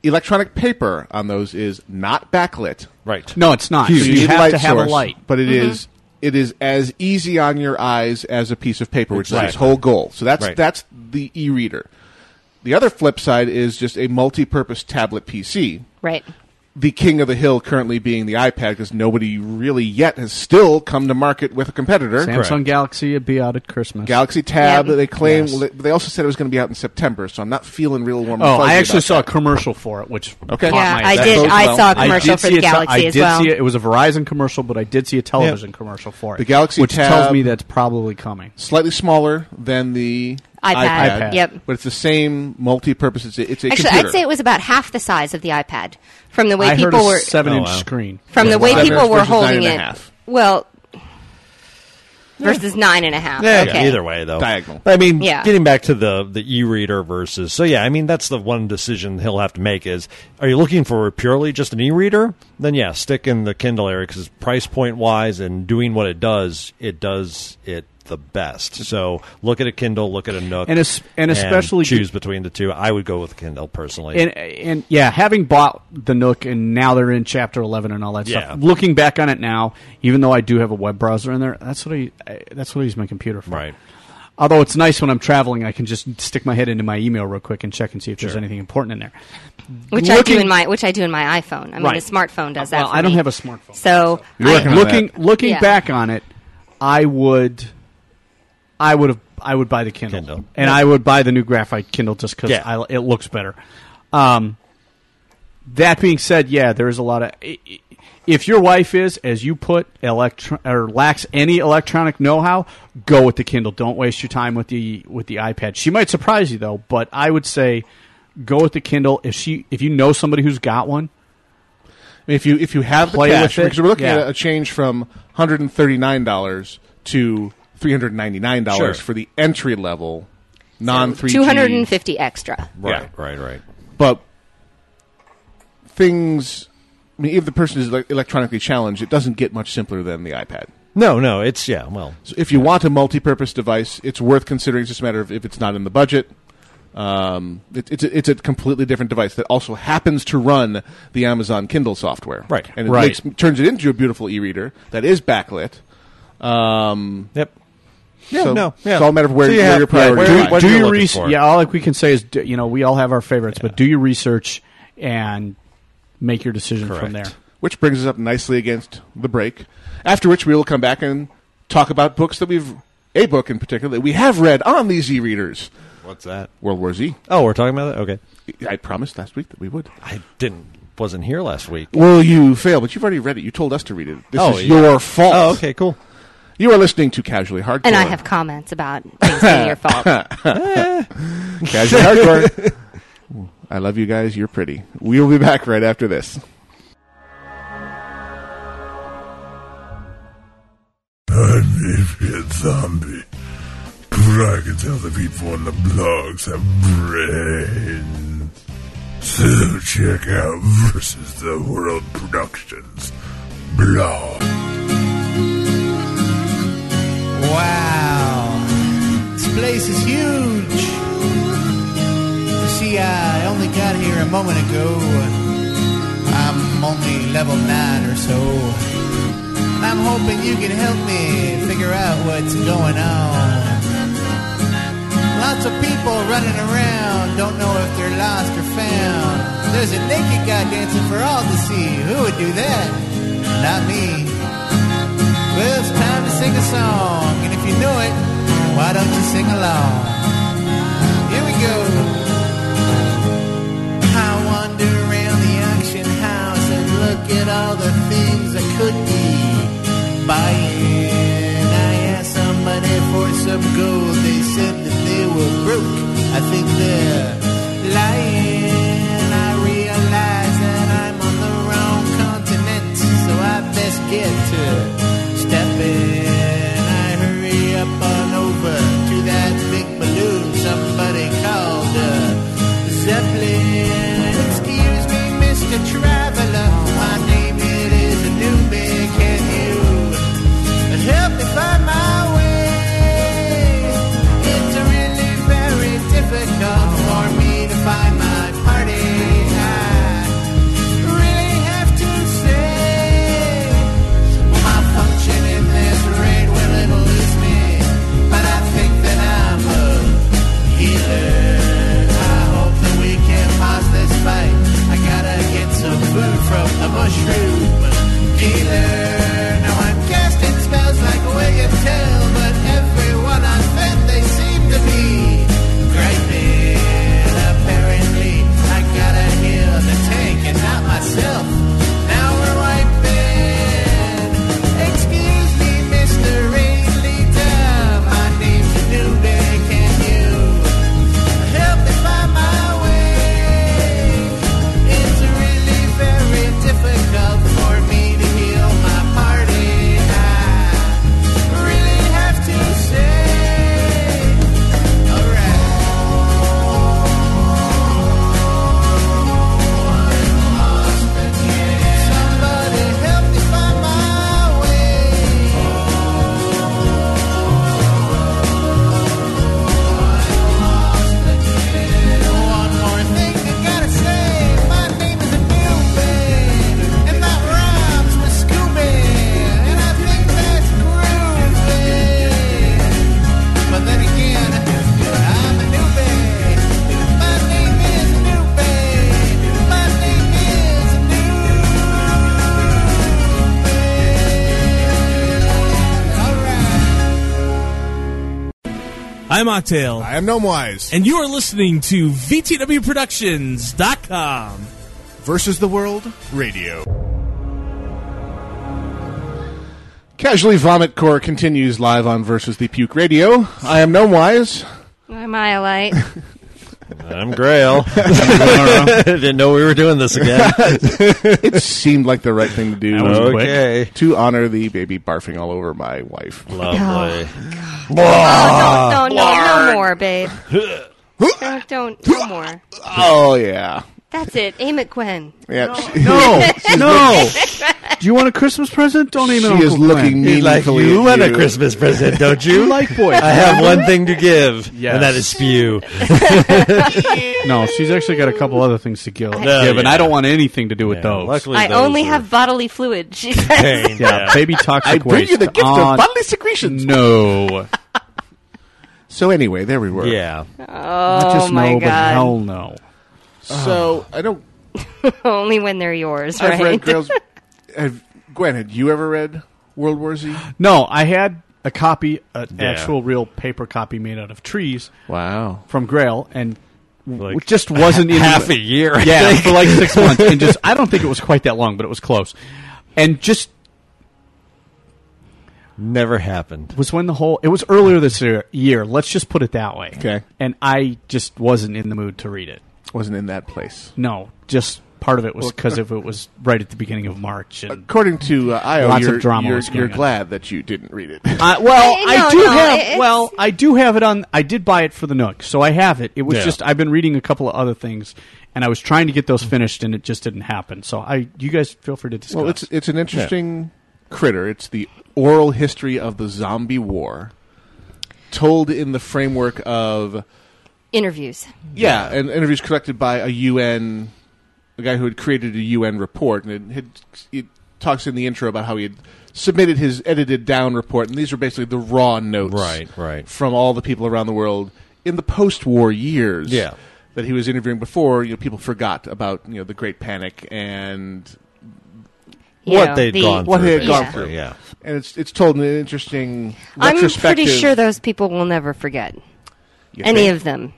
B: electronic paper on those is not backlit.
F: Right.
D: No, it's not. So
B: So
D: you
B: need
D: have
B: light
D: to have a
B: source,
D: light.
B: but it is
D: Mhm.
B: it is as easy on your eyes as a piece of paper, which is its
F: Exactly.
B: whole goal. So that's
F: Right.
B: that's the e-reader. The other flip side is just a multi-purpose tablet PC.
E: Right.
B: The king of the hill currently being the iPad, because nobody really yet has still come to market with a competitor.
D: Samsung Galaxy would be out at Christmas.
B: Galaxy Tab.
D: Yep.
B: They claim
D: Yes.
B: well, they- they also said it was going to be out in September, so I'm not feeling real warm. and
D: Oh,
B: fuzzy
D: I actually
B: about
D: saw a commercial for it, which
B: Okay.
D: caught
B: Yeah,
D: my
B: I
D: attention.
B: did- I Well, saw a
D: I
B: commercial
D: did
B: for
D: see
B: the
D: a tel-
B: Galaxy
D: I
B: as
D: did
B: well.
D: see it. It was a Verizon commercial, but I did see a television commercial for it.
B: The Galaxy
D: which
B: Tab-
D: tells me that's probably coming.
B: slightly smaller than the
E: iPad.
B: iPad,
E: Yep.
B: But it's the same multi-purpose. It's a, it's a
E: Actually,
B: computer.
E: I'd say it was about half the size of the iPad from the way
B: I heard
E: people
B: a
E: were
B: seven-inch
D: Oh, wow. screen.
E: From
B: Yeah,
E: the way
B: seven
E: people
B: inch
E: were
B: versus nine
E: holding
B: and a
E: it.
B: half.
E: Well, versus nine and a half.
F: Yeah,
E: okay.
F: either way though.
B: Diagonal.
F: I mean,
E: Yeah.
F: getting back to the the e-reader versus so yeah, I mean that's the one decision he'll have to make is are you looking for purely just an e-reader? Then yeah, stick in the Kindle area because price point wise and doing what it does, it does it the best. So look at a Kindle, look at a Nook,
D: And es- and especially-
F: choose between the two. I would go with Kindle personally.
D: And uh, and yeah, having bought the Nook and now they're in Chapter Eleven and all that
F: Yeah.
D: stuff. Looking back on it now, even though I do have a web browser in there, that's what I I- that's what I use my computer for. Right. Although it's nice when I'm traveling, I can just stick my head into my email real quick and check and see if there's anything important in there.
E: which I
D: Looking-
E: do in my which I do in my iPhone. I mean,
D: Right.
E: a smartphone does that.
D: Well,
E: for
D: I don't
E: me.
D: have a smartphone.
E: So I-
D: looking looking
E: Yeah.
D: back on it, I would, I would have, I would buy the Kindle, and
F: Yeah.
D: I would buy the new graphite Kindle just because
F: Yeah.
D: it looks better. Um, that being said, yeah, there is a lot of. i- i- If your wife is, as you put, electro- or lacks any electronic know-how, go with the Kindle. Don't waste your time with the with the iPad. She might surprise you though, but I would say go with the Kindle. If she, if you know somebody who's got one,
B: if you if you have
D: play
B: the
D: with
B: cash,
D: it,
B: because we're looking
D: yeah.
B: at a change from 139 dollars to 399 dollars
E: Sure.
B: for the entry level non three
E: two hundred and fifty extra.
F: Right, right, right.
B: But things. I mean, if the person is ele- electronically challenged, it doesn't get much simpler than the iPad.
F: No, no, it's yeah. Well,
B: So if you want a multi-purpose device, it's worth considering. It's just a matter of if it's not in the budget. Um, it, it's a, it's a completely different device that also happens to run the Amazon Kindle software, right? And it
F: Right.
B: makes, turns it into a beautiful e-reader that is backlit. Um,
F: yep.
B: Yeah,
D: So
B: no, yeah. it's all a matter of where- So you where have- your priority
D: Do-
B: yeah,
D: Do,
B: what you're
D: your
B: looking
D: research.
B: for.
D: Yeah, all like we can say is do, you know we all have our favorites, but do your research and make your decision from there.
B: which brings us up nicely against the break. After which we will come back and talk about books that we've a book in particular that we have read on these e-readers.
F: What's that?
B: World War Z.
F: Oh, we're talking about that. Okay,
B: I promised last week that we would.
F: I didn't. Wasn't here last week.
B: Well, you fail, but you've already read it. You told us to read it. This
F: Oh,
B: is
F: yeah.
B: your fault.
F: Oh, okay, cool.
B: You are listening to Casually Hardcore.
E: And I have comments about things being your fault.
B: [LAUGHS]
F: [LAUGHS]
B: Casually Hardcore. I love you guys. You're pretty. We will be back right after this.
Q: Unleashed zombie. I can tell the people on the blogs have brains. So check out Versus the World Productions blog.
R: Wow. This place is huge. You see, I only got here a moment ago. I'm only level 9 or so. And I'm hoping you can help me figure out what's going on. Lots of people running around, don't know if they're lost or found. There's a naked guy dancing for all to see. Who would do that? Not me. Well, it's time to sing a song, and if you know it, why don't you sing along? Here we go. I wander around the auction house and look at all the things I could be buying. I asked somebody for some gold, they said that they were broke. I think they're lying. I realize that I'm on the wrong continent, so I best get to step in. I hurry up on over to that big balloon somebody called uh, a Zeppelin. Excuse me, Mr. Traveler. My name it is a newbie. Can you help me find my way? It's really very difficult for me to find my party. I really have to say my function in this raid will lose me, but I think that I'm a healer. I hope that we can pause this fight. I gotta get some food from a mushroom dealer. Now I'm casting spells like William Tell, but everyone I met they seem to be griping. Apparently, I gotta heal the tank and not myself. Now we're wiping. Excuse me, Mr. Ringleader. My name's Newbeck. Can you help me find my way? It's really very difficult for me to heal my party. I really have to say, alright. Somebody help me find my way. One more thing I gotta say. My name is a newbie, and that rhymes with Scooby, and I think that's groovy. But then again, I'm a newbie. My name is a newbie. My name is a newbie. All right.
H: I'm Octale. I
N: am Gnomewise.
H: And you are listening to VTWProductions.com.
N: Versus the World Radio.
B: Casually Vomit Core continues live on Versus the Puke Radio. I am Gnomewise.
E: Am I a
D: [LAUGHS]
E: light?
F: I'm
B: [LAUGHS]
F: Grail. [LAUGHS] Didn't know we were doing this again.
B: it seemed like the right thing to do.
F: That was Okay.
B: To honor the baby barfing all over my wife.
F: Lovely.
E: Oh, No, no, no more,
F: [LAUGHS]
B: [LAUGHS]
E: babe. No, don't, no more.
B: Oh, yeah.
E: That's it. Aim at Gwen.
B: Yeah.
D: No,
B: [LAUGHS]
D: no. Do you want a Christmas present? Don't even.
B: She is looking
F: He's like,
B: meaningfully
F: you
B: at
F: want a
B: you."
F: Christmas
B: [LAUGHS]
F: present, don't you?
D: You like boys.
F: I have one thing to give, and that is spew.
D: [LAUGHS] No, she's actually got a couple other things to give,
F: I-
D: give, and
F: Yeah.
D: I don't want anything to do with those.
E: I only
B: uh,
E: have
B: [LAUGHS]
E: bodily fluid. [LAUGHS] She says.
D: yeah, baby toxic
B: I bring you
D: waste
B: the gift
D: on-
B: of bodily secretions.
D: No.
B: so anyway, there we were.
F: Yeah.
E: Oh my god.
D: no.
B: So I don't.
E: [LAUGHS] Only when they're yours,
B: I've
E: [LAUGHS] right?
B: read girls. have, Gwen, had you ever read World War Z?
D: No, I had a copy, an
B: Yeah.
D: actual real paper copy made out of trees.
B: Wow.
D: From Grail and. Like just wasn't in
F: half a year, I
D: yeah,
F: think.
D: for like
F: [LAUGHS]
D: six months, and just I don't think it was quite that long, but it was close, and just
F: never happened.
D: Was when the whole it was earlier this year. year let's just put it that way. Okay, and I just wasn't in the mood to read it.
B: Wasn't in that place.
D: No, just part of it was
B: Well,
D: because if it was right at the beginning of March. And
B: According to uh, Io,
D: lots
B: you're,
D: of drama.
B: you're,
D: was going
B: you're
D: on.
B: glad that you didn't read it.
D: Uh, well,
B: Hey,
D: I
B: no,
D: do
B: no,
D: have.
B: it's-
D: Well, I do have it on. I did buy it for the Nook, so I have it. It was
B: Yeah.
D: just I've been reading a couple of other things, and I was trying to get those finished, and it just didn't happen. So I, you guys, feel free to discuss.
B: Well, it's it's an interesting critter. It's the oral history of the zombie war, told in the framework of
E: Interviews.
B: yeah, and interviews conducted by a UN, a guy who had created a UN report, and it, had, it talks in the intro about how he had submitted his edited down report, and these are basically the raw notes,
F: Right, right.
B: from all the people around the world in the post-war years,
F: Yeah.
B: that he was interviewing before. You know, people forgot about you know the Great Panic and
E: You What know, they'd the- gone
B: what
E: through,
B: they had gone
E: basically.
B: through,
F: yeah.
B: And it's it's told in an interesting
E: I'm
B: retrospective.
E: pretty sure those people will never forget.
B: You
E: any
B: think?
E: of them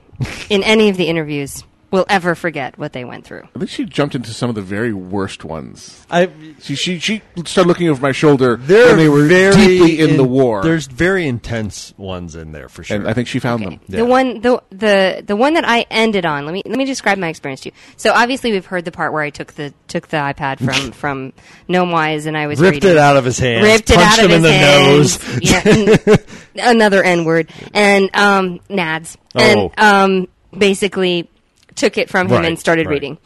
E: in any of the interviews will ever forget what they went through.
B: I think she jumped into some of the very worst ones.
F: I
B: she she, she started looking over my shoulder when they were deeply in, the war.
F: There's very intense ones in there for sure.
B: And I think she found them.
E: The one the the the one that I ended on. Let me let me describe my experience to you. So obviously we've heard the part where I took the took the iPad
F: [LAUGHS]
E: from from Gnomewise and I was
F: Ripped
E: reading-
F: it out of his hands,
E: Ripped it
F: punched
E: out of
F: him in
E: his
F: the
E: hands.
F: nose.
E: [LAUGHS] Yeah, n-
F: [LAUGHS]
E: another N word and um nads
F: Oh.
E: and um basically took it from him
S: Right,
E: and started
S: right.
E: reading.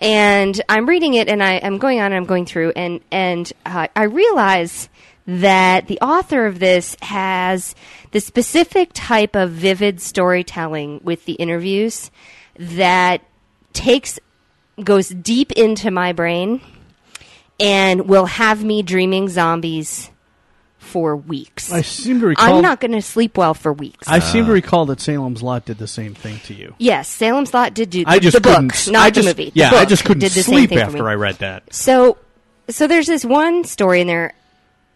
E: and I'm reading it, and I, I'm going on, and I'm going through, and and uh, I realize that the author of this has the specific type of vivid storytelling with the interviews that takes goes deep into my brain and will have me dreaming zombies for weeks.
D: I seem to recall-
E: I'm not going to sleep well for weeks.
D: I seem to recall that Salem's Lot did the same thing to you.
E: Yes, Salem's Lot did do
D: I just
E: the
D: couldn't.
E: book, not
D: I
E: the
D: just,
E: movie. The
D: Yeah, I
E: book
D: just couldn't
E: did the same
D: sleep
E: thing for
D: after
E: me.
D: I read that.
E: So, so there's this one story in there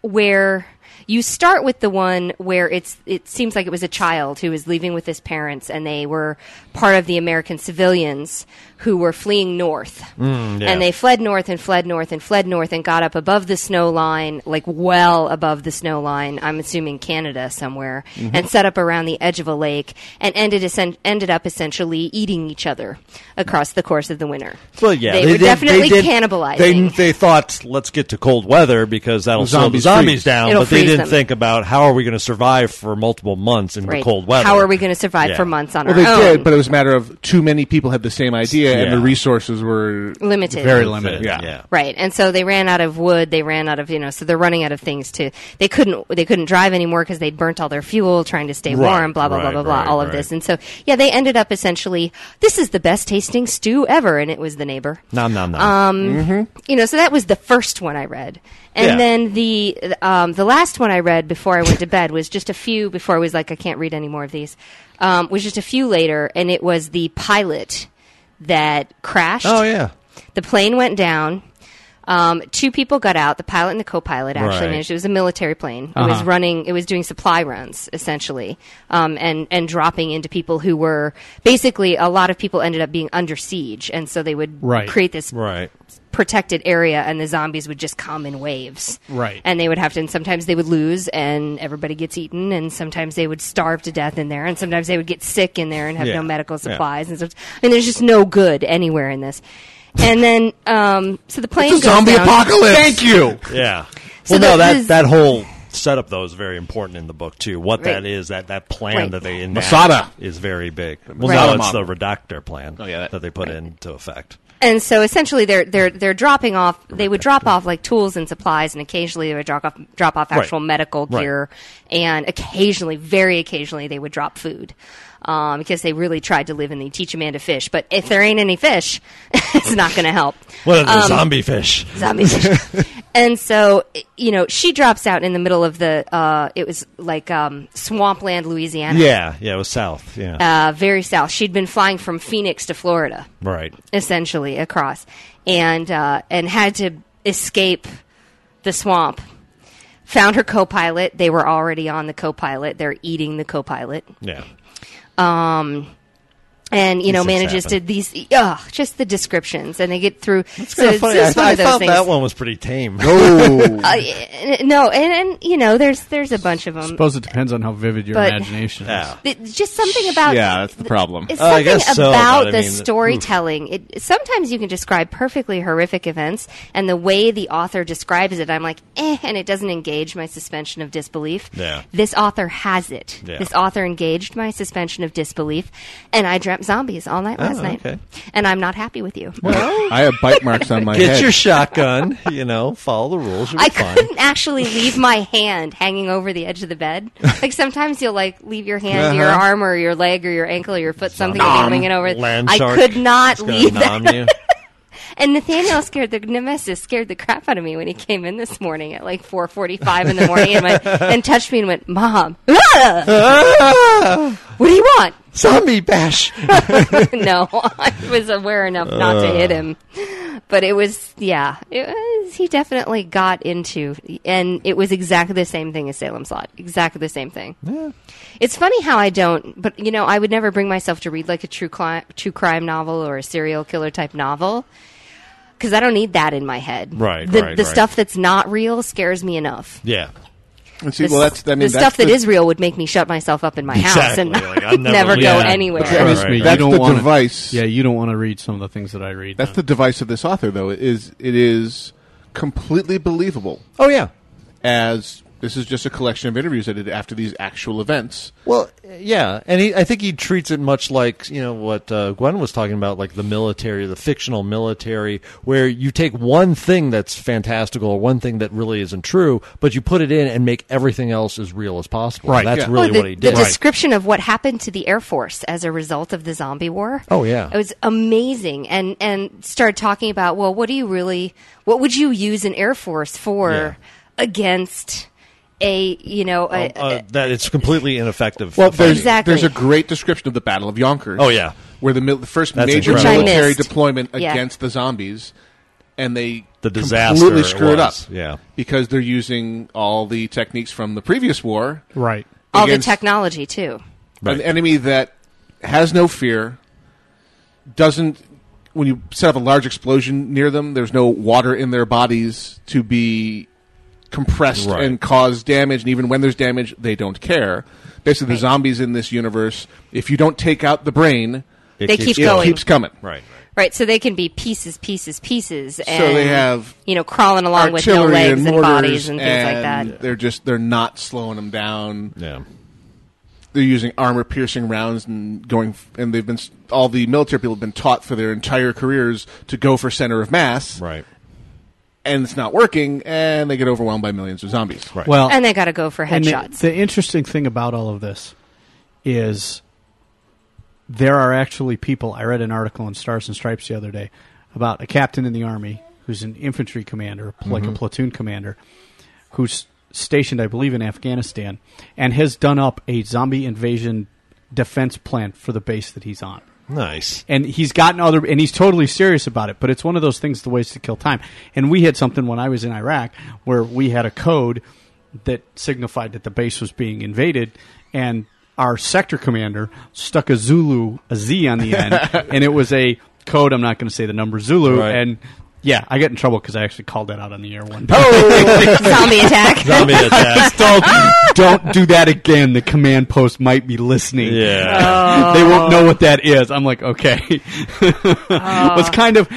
E: where you start with the one where it's it seems like it was a child who was leaving with his parents and they were part of the American civilians who were fleeing north.
S: Mm, yeah.
E: And they fled north and fled north and fled north and got up above the snow line, like well above the snow line, I'm assuming Canada somewhere,
F: Mm-hmm.
S: Mhm.
E: and set up around the edge of a lake and ended essen- ended up essentially eating each other across the course of the winter.
F: Well, yeah,
E: They, were
F: did-
E: definitely
F: did-
E: cannibalizing.
F: They, they thought, let's get to cold weather because that'll
D: Zombies
F: slow the zombies
D: freeze.
F: down.
E: It'll
F: but they
E: freeze
F: didn't
E: them.
F: think about how are we going to survive for multiple months in the
E: Right.
F: cold weather.
E: How are we going to survive
F: Yeah.
E: for months on
B: well,
E: our
B: they
E: own?
B: did, but it was a matter of too many people had the same idea, and
F: Yeah.
B: the resources were
E: Limited.
B: very limited.
F: Yeah.
B: Yeah.
E: Right, and so they ran out of wood. They ran out of you know, so they're running out of things to. They couldn't they couldn't drive anymore because they'd burnt all their fuel trying to stay
S: Right,
E: warm. Blah blah
S: right,
E: blah blah
S: right,
E: blah. All of
S: right.
E: this, and so yeah, they ended up essentially this is the best tasting stew ever, and it was the neighbor.
F: Nom nom nom.
E: Um, you know, so that was the first one I read,
F: Mm-hmm.
E: and
F: Yeah.
E: then the um, the last one I read before I went to bed was just a few before I was like I can't read any more of these. Um, was just a few later, and it was the pilot that crashed.
F: Oh, yeah.
E: the plane went down. Um, two people got out. The pilot and the co-pilot actually
S: Right.
E: managed. It was a military plane. It was
S: Uh-huh.
E: running. It was doing supply runs essentially, um, and and dropping into people who were basically a lot of people ended up being under siege, and so they would
S: Right.
E: create this
F: right.
E: protected area, and the zombies would just come in waves.
S: Right.
E: And they would have to, and sometimes they would lose, and everybody gets eaten, and sometimes they would starve to death in there, and sometimes they would get sick in there and have
S: Yeah.
E: no medical
S: Yeah.
E: supplies. And, so, and there's just no good anywhere in this. And then, um, so the plane
S: It's a
E: goes
S: zombie
E: down.
S: apocalypse!
F: Thank you. Yeah.
E: So
F: well, no,
E: that
F: that
E: is-
F: that whole setup though is very important in the book too. What
E: Right.
F: that is, that that plan
E: Right.
F: that they enact
B: Masada.
F: is very big. Well,
E: Right.
F: no, it's the
B: Masada
F: redactor plan. that, they put into effect.
E: And so essentially, they're they're they're dropping off. They would drop off like tools and supplies, and occasionally they would drop off drop off
S: Right.
E: actual medical
S: Right.
E: gear, and occasionally, very occasionally, they would drop food um, because they really tried to live and they teach a man to fish. But if there ain't any fish, [LAUGHS] it's not going to help.
F: What are the
E: Um,
F: zombie fish?
E: Zombie fish.
F: [LAUGHS]
E: and so i- you know, she drops out in the middle of the. Uh, it was like um, swampland, Louisiana.
F: yeah, yeah, it was south. Yeah,
E: Uh, very south. She'd been flying from Phoenix to Florida
F: right.
E: essentially across and uh, and had to escape the swamp Found her co pilot. They were already on the co pilot. They're eating the co pilot.
F: Yeah.
E: Um, and you
F: These
E: know
F: things
E: manages
F: happen.
E: to these ugh, just the descriptions and they get through
F: It's kind of
E: so
F: funny.
E: this
F: I,
E: is one
F: I
E: of those
F: thought
E: things
F: that one was pretty
B: [LAUGHS]
F: tame.
B: [LAUGHS] Oh.
E: Uh, y- no and, and you know there's there's a bunch of them
D: suppose it depends on how vivid your
E: But-
D: imagination is.
E: It's just something about
D: Yeah, that's the problem.
E: It's
D: Uh, I
E: something
D: guess so,
E: about
D: but I
E: the
D: mean, hmm. oof.
E: storytelling. It, sometimes you can describe perfectly horrific events, and the way the author describes it, I'm like, eh, and it doesn't engage my suspension of disbelief.
O: Yeah.
E: This author has it.
O: Yeah.
E: This author engaged my suspension of disbelief, and I dreamt zombies all night
F: Oh,
E: last night,
F: okay.
E: and I'm not happy with you.
B: I have bite marks on my
F: Get
B: head.
F: your shotgun. You know, follow the rules. You'll be
E: I
F: fine. [LAUGHS]
E: couldn't actually leave my hand hanging over the edge of the bed. Like sometimes you'll like leave your hand, or your
F: Uh-huh.
E: arm, or your leg, or your ankle, or your foot, something will
F: Nom.
E: be hanging over.
F: Land
E: I
F: shark.
E: could not
F: It's gonna
E: leave that.
F: nom you.
E: [LAUGHS] And Nathaniel scared the nemesis scared the crap out of me when he came in this morning at like 4:45 in the morning
F: [LAUGHS]
E: and, went, and touched me and went, "Mom, [LAUGHS] ah! what do you want?
F: Zombie
E: [LAUGHS]
F: bash."
E: no, I was aware enough not to
F: Uh.
E: hit him, but it was yeah, it was, he definitely got into, and it was exactly the same thing as Salem's Lot, exactly the same thing. It's funny how I don't, but you know, I would never bring myself to read like a true cli- true crime novel or a serial killer type novel because I don't need that in my head.
B: Right,
E: the,
B: right,
E: the
B: right.
E: stuff that's not real scares me enough.
F: Yeah.
B: And see,
E: The
B: well,
E: s-
B: that's I mean,
E: the
B: that's
E: stuff
B: the,
E: that is real would make me shut myself up in my house and
F: Exactly, like,
E: [LAUGHS] I'd never, go
D: Yeah.
E: anywhere.
D: But trust me,
B: That's
D: you don't
B: the
D: wanna-
B: device.
D: Yeah, you don't want to read some of the things that I read.
B: that's the device of this author, though. It is it is completely believable.
F: Oh yeah,
B: as this is just a collection of interviews I did after these actual events.
F: Well, yeah, and he, I think he treats it much like you know what uh, Gwen was talking about, like the military, the fictional military, where you take one thing that's fantastical or one thing that really isn't true, but you put it in and make everything else as real as possible.
D: Right.
F: That's
D: Yeah.
F: really
E: Well, Oh, the,
F: what he did.
E: The description of what happened to the Air Force as a result of the zombie war.
F: Oh, yeah.
E: it was amazing. And and started talking about well, what do you really? What would you use an Air Force for against a you know a,
F: Uh, that it's completely ineffective.
B: Well, there's,
E: Oh, Exactly.
B: there's a great description of the Battle of Yonkers.
F: Oh, yeah.
B: where the, mil- the first
F: That's
B: major
F: incredible. Which I
B: military
F: missed.
B: deployment
E: Yeah.
B: against the zombies, and they
F: The disaster
B: completely
F: it
B: screw it, up.
F: was, yeah.
B: because they're using all the techniques from the previous war,
D: right?
E: all the technology too?
B: an enemy that has no fear, doesn't. When you set up a large explosion near them, there's no water in their bodies to be compressed
F: Right.
B: and cause damage. And even when there's damage, they don't care. Basically, the zombies in this universe, if you don't take out the brain,
E: It They keeps keep going.
B: keeps coming.
F: Right.
E: Right, so they can be pieces, pieces, pieces, and
B: they have
E: you know crawling along with no
B: Artillery
E: legs and,
B: mortars
E: bodies and things like that.
B: and They're just they're not slowing them down.
F: Yeah.
B: They're using armor piercing rounds and going f- and they've been s- all the military people have been taught for their entire careers to go for center of mass.
F: Right.
B: And it's not working and they get overwhelmed by millions of zombies. Right.
D: Well,
E: And they gotta go for
D: and the-
E: headshots.
D: The, interesting thing about all of this is there are actually people. I read an article in Stars and Stripes the other day about a captain in the army who's an infantry commander, like a
F: Mhm.
D: platoon commander, who's stationed, I believe, in Afghanistan, and has done up a zombie invasion defense plan for the base that he's on.
F: Nice.
D: And he's gotten other, and he's totally serious about it. But it's one of those things, the ways to kill time. And we had something when I was in Iraq where we had a code that signified that the base was being invaded, and our sector commander stuck a Zulu, a Z on
E: [LAUGHS]
D: the end, and it was a code. I'm not going to say the number Zulu,
F: Right.
D: and yeah, I got in trouble because I actually called that out on the air one day.
E: Oh! [LAUGHS] Zombie attack.
D: [LAUGHS]
E: Zombie attack.
D: Just don't, don't do that again. The command post might be listening.
F: Yeah.
D: they won't know what that is. I'm like, okay. It was kind of,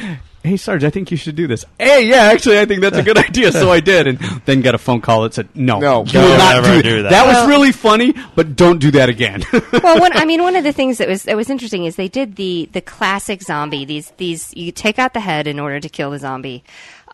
D: hey, Sarge, I think you should do this. Hey, yeah, actually, I think that's a good idea. So I did. And then got a phone call that said, no, no, you
F: don't
D: will not
F: ever
D: do,
F: do
D: that.
F: that.
D: That was
E: Well-
D: really funny, but don't do that again. [LAUGHS]
E: well, one, I mean, one of the things that was that was interesting is they did the the classic zombie. These these you take out the head in order to kill the zombie.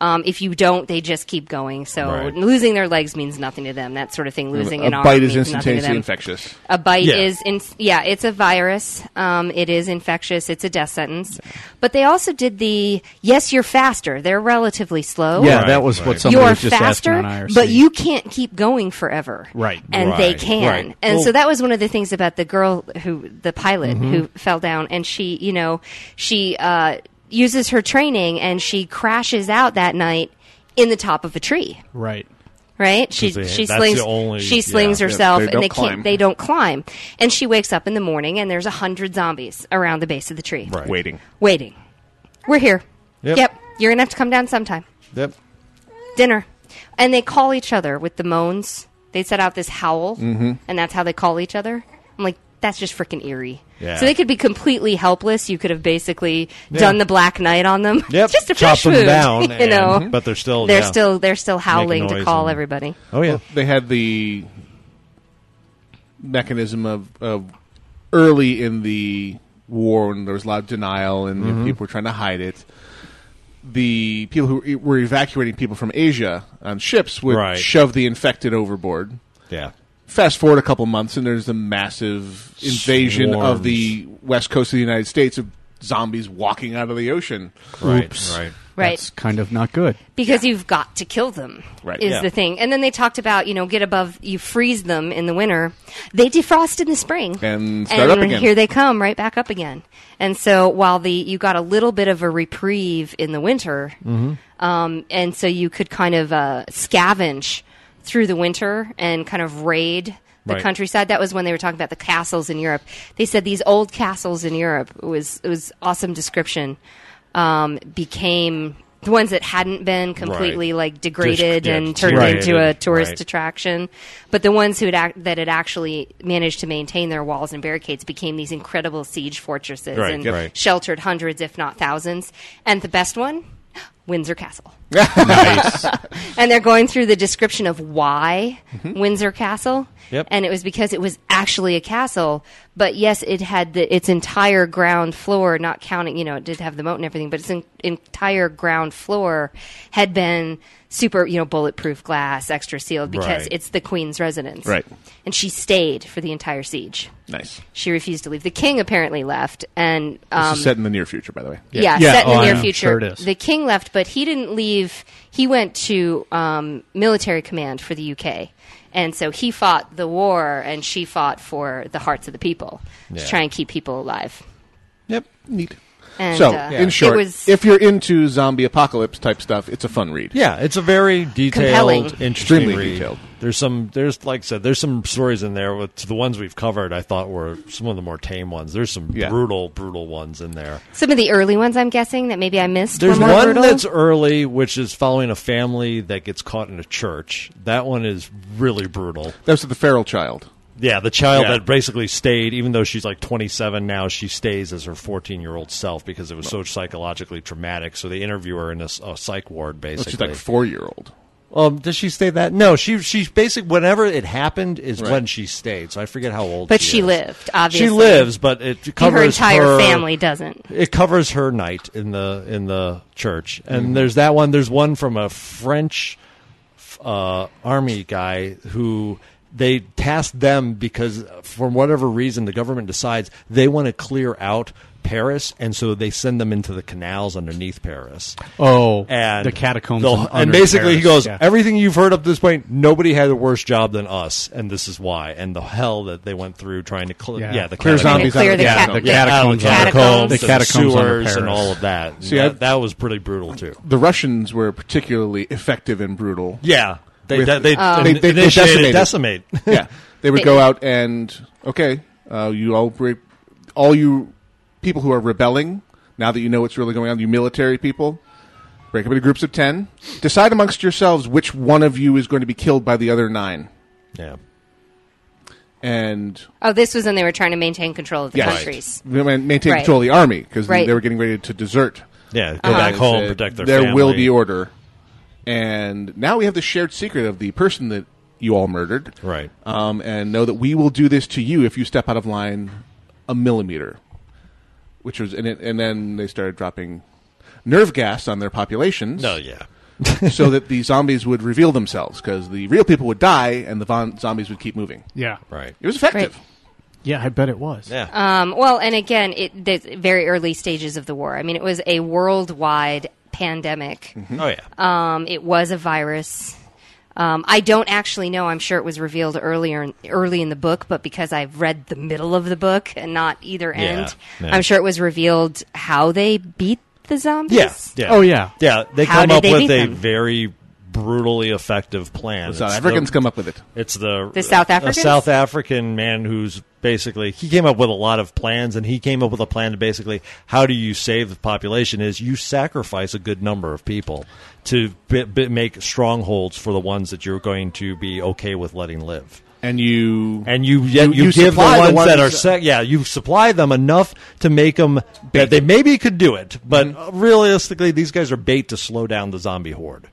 E: Um, if you don't, they just keep going. So
B: Right.
E: losing their legs means nothing to them. That sort of thing. Losing
B: a
E: an arm
B: bite is
E: means nothing to
B: instantaneously
E: them.
B: infectious.
E: A bite
B: Yeah.
E: is, in, yeah, it's a virus. Um, it is infectious. It's a death sentence. But they also did the yes, you're faster. They're relatively slow.
D: Yeah, that Right, was what right. somebody
E: you're
D: was just asking
E: faster,
D: on IRC.
E: but you can't keep going forever
D: Right.
E: and they can. And
D: Well-
E: so that was one of the things about the girl who, the pilot
D: Mhm.
F: Mm-hmm.
E: who fell down, and she, you know, she uh, uses her training and she crashes out that night in the top of a tree.
D: right.
E: right? She
F: 'Cause they-
E: she
F: that's
E: slings
F: the only-
E: she slings
F: yeah. Yeah,
E: herself,
F: they
E: and
F: don't
E: they can't
F: climb.
E: they don't climb. And she wakes up in the morning, and there's a hundred zombies around the base of the tree,
B: Waiting.
E: waiting. We're here.
B: Yep.
E: yep. You're gonna have to come down sometime
F: Yep.
E: dinner. And they call each other with the moans. They set out this howl,
F: Mm-hmm.
B: Mhm.
E: and that's how they call each other. I'm like, that's just freaking eerie.
B: Yeah.
E: So they could be completely helpless. You could have basically
F: Yeah.
E: done the Black Knight on them. [LAUGHS]
F: Yep.
E: just to
F: Chop
E: fresh
F: them
E: food,
F: down,
E: [LAUGHS] you
F: and-
E: know.
F: but they're still-
E: they're
F: yeah.
E: still they're still
F: Making
E: howling to
F: noise
E: call
F: and-
E: everybody.
F: Oh yeah,
B: they had the mechanism of, of early in the war when there was a lot of denial and
F: Mhm.
B: people were trying to hide it. The people who e, were evacuating people from Asia on ships would
F: Right.
B: shove the infected overboard.
F: Yeah.
B: Fast forward a couple months, and there's a massive invasion
F: Swarms.
B: of the west coast of the United States of zombies walking out of the ocean.
D: Right, right.
E: Right.
D: That's kind of not good.
E: because you've got to kill them
D: Right.
E: is
D: Yeah.
E: the thing and then they talked about you know get above you freeze them in the winter they defrost in the spring
B: And start up again.
E: here they come right back up again and so while the you got a little bit of a reprieve in the winter
O: Mm-hmm.
E: um, and so you could kind of uh, scavenge through the winter and kind of raid the
O: Right.
E: countryside. That was when they were talking about the castles in Europe. They said these old castles in Europe it was it was awesome description. Um, became the ones that hadn't been completely
O: Right.
E: like degraded
O: Dis- yeah,
E: and turned
O: deteriorated.
E: into a tourist
O: Right.
E: attraction, but the ones who had act- that had actually managed to maintain their walls and barricades became these incredible siege fortresses
O: Right,
E: and
O: yep. Right.
E: sheltered hundreds, if not thousands. And the best one, Windsor
O: [LAUGHS]
E: Castle. [LAUGHS] and they're going through the description of why
O: Mhm.
E: Windsor Castle.
O: Yep.
E: And it was because it was actually a castle, but yes, it had the, its entire ground floor, not counting, you know, it did have the moat and everything, but its en- entire ground floor had been super, you know, bulletproof glass, extra sealed because
O: Right.
E: it's the queen's residence.
O: Right.
E: And she stayed for the entire siege.
B: Nice.
E: She refused to leave. The king apparently left, and um,
B: this is set in the near future, by the Oh, way.
E: yeah, set
F: Oh,
E: in the near future. The king left, but he didn't leave. He went to um, military command for the UK, and so he fought the war, and she fought for the hearts of the people
B: Yeah.
E: to try and keep people alive.
B: Yep, neat.
E: And,
B: so,
E: uh,
B: in
E: [LAUGHS]
B: short,
E: it was
B: if you're into zombie apocalypse type stuff, it's a fun read.
F: Yeah, it's a very detailed,
E: Compelling.
F: interesting
B: Extremely
F: read.
B: detailed.
F: There's some, there's like I said, there's some stories in there with the ones we've covered. I thought were some of the more tame ones. There's some brutal, brutal ones in there.
E: some of the early ones, I'm guessing that maybe I missed.
F: There's
E: were more
F: one
E: brutal.
F: that's early, which is following a family that gets caught in a church. That one is really brutal.
B: That's the feral child.
F: Yeah, the child
B: Yeah.
F: that basically stayed, even though she's like 27 now, she stays as her 14 year old self because it was so psychologically traumatic. So they interview her in a, s- a psych ward,
B: Well,
F: basically.
B: Oh, she's like four year old.
F: Um, does she stay that? No, she she's basically whenever it happened is
E: Right.
F: when she stayed. So I forget how old.
E: but
F: she,
E: she
F: is.
E: lived. Obviously,
F: She lives, but it
E: And
F: covers
E: her entire
F: her-
E: family doesn't.
F: It covers her night in the in the church, and
E: Mhm.
F: there's that one. There's one from a French f- uh, army guy who they tasked them because for whatever reason the government decides they want to clear out Paris, and so they send them into the canals underneath Paris.
D: Oh,
F: and
D: the catacombs
F: they'll-
D: un-
F: and
D: under
F: basically he
D: Paris,
F: goes,
D: yeah.
F: everything you've heard up to this point, nobody had a worse job than us, and this is why, and the hell that they went through trying to clear, yeah,
D: Yeah.
F: the
D: Clear
F: catacombs.
D: zombies out of Clear the the cat- catacombs. yeah.
F: Out of the
D: The
F: catacombs,
D: catacombs.
F: the
D: The catacombs under
F: sewers, and
D: Paris.
F: all of that. And
B: See,
F: that,
B: I-
F: that was pretty brutal too.
B: The Russians were particularly efftive and brutal.
F: Yeah. They-
B: With-
F: they- they-
D: Um,
F: Oh. initiated
B: decimated.
F: decimate.
B: [LAUGHS] yeah, they would
F: They-
B: go out and okay, uh, you all break, all you people who are rebelling. Now that you know what's really going on, you military people, break up into groups of ten. Decide amongst yourselves which one of you is going to be killed by the other nine.
F: Yeah,
B: and
E: Oh, this was when they were trying to maintain control of the
B: Yes.
E: countries.
B: They ma- maintain
E: Right.
B: control of the army because
E: Right. Uh-huh.
B: they were getting ready to desert.
F: Yeah, go back
B: And they
F: home,
B: said,
F: protect their
B: There will
F: family."
B: be order. And now we have the shared secret of the person that you all murdered.
F: Right.
B: Um, and know that we will do this to you if you step out of line a millimeter. Which was, and, it, and then they started dropping nerve gas on their populations.
F: No, Oh, yeah.
B: [LAUGHS] so that the zombies would reveal themselves because the real people would die and the von- zombies would keep moving.
D: Yeah.
F: Right.
B: It was effective.
D: Yeah, I bet it was.
F: Yeah.
E: Um, well, and again, it the very early stages of the war. I mean, it was a worldwide pandemic.
F: Oh yeah.
E: Um, it was a virus. Um, I don't actually know. I'm sure it was revealed earlier in, early in the book, but because I've read the middle of the book and not either
F: Yeah,
E: end,
F: yeah.
E: I'm sure it was revealed how they beat the zombies.
F: Yeah, yeah.
E: Oh,
D: yeah.
F: Yeah, they
E: How
F: come
E: did
F: up
E: they
F: with
E: beat
F: a
E: them?
F: very brutally effective plan.
B: The South
F: It's
B: Africans come up with it.
F: It's the
E: The South
F: a
E: Africans?
F: South African man who's basically he came up with a lot of plans, and he came up with a plan to basically how do you save the population is you sacrifice a good number of people to b- b- make strongholds for the ones that you're going to be okay with letting live.
B: And you
F: and you yet
B: you-
F: you,
B: you
F: give the
B: supply
F: ones,
B: the
F: that are
B: ones-
F: set. Yeah, you supply them enough to make them that they maybe could do it, but Uh, realistically, these guys are bait to slow down the zombie horde.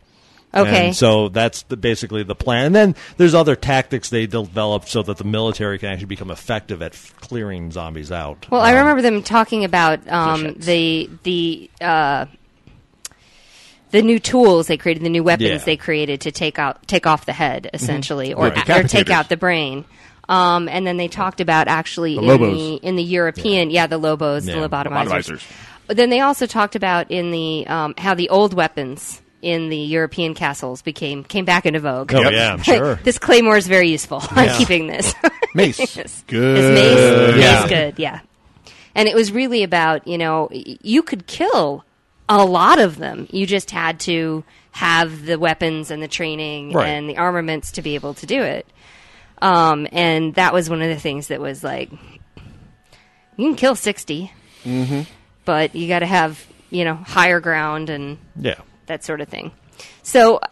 E: Okay.
F: And so that's the, basically the plan. And then there's other tactics they developed so that the military can actually become effective at f- clearing zombies out.
E: Well, I remember them talking about um, the the uh, the new tools they created, the new weapons
F: Yeah.
E: they created to take out take off the head essentially, or,
F: The
E: or take
F: decapitators.
E: out the brain. Um, and then they talked about actually
B: The
E: in
B: Lobos.
E: the in the European, yeah, the lobos,
B: Yeah,
E: the lobotomizers.
B: lobotomizers.
E: But then they also talked about in the um, how the old weapons in the European castles became came back into vogue.
F: Oh, Yep. yeah,
E: [LAUGHS]
F: I'm sure.
E: this claymore is very useful. [LAUGHS]
F: Yeah.
E: I'm keeping this
B: Mace.
E: [LAUGHS] Yes.
B: Good.
E: This mace,
B: Yeah.
E: mace, good, yeah. And it was really about you know y- you could kill a lot of them. You just had to have the weapons and the training
S: Right.
E: and the armaments to be able to do it. Um, and that was one of the things that was like, you can kill sixty,
F: Mm-hmm.
E: but you got to have you know higher ground and
F: Yeah.
E: that sort of thing. So I-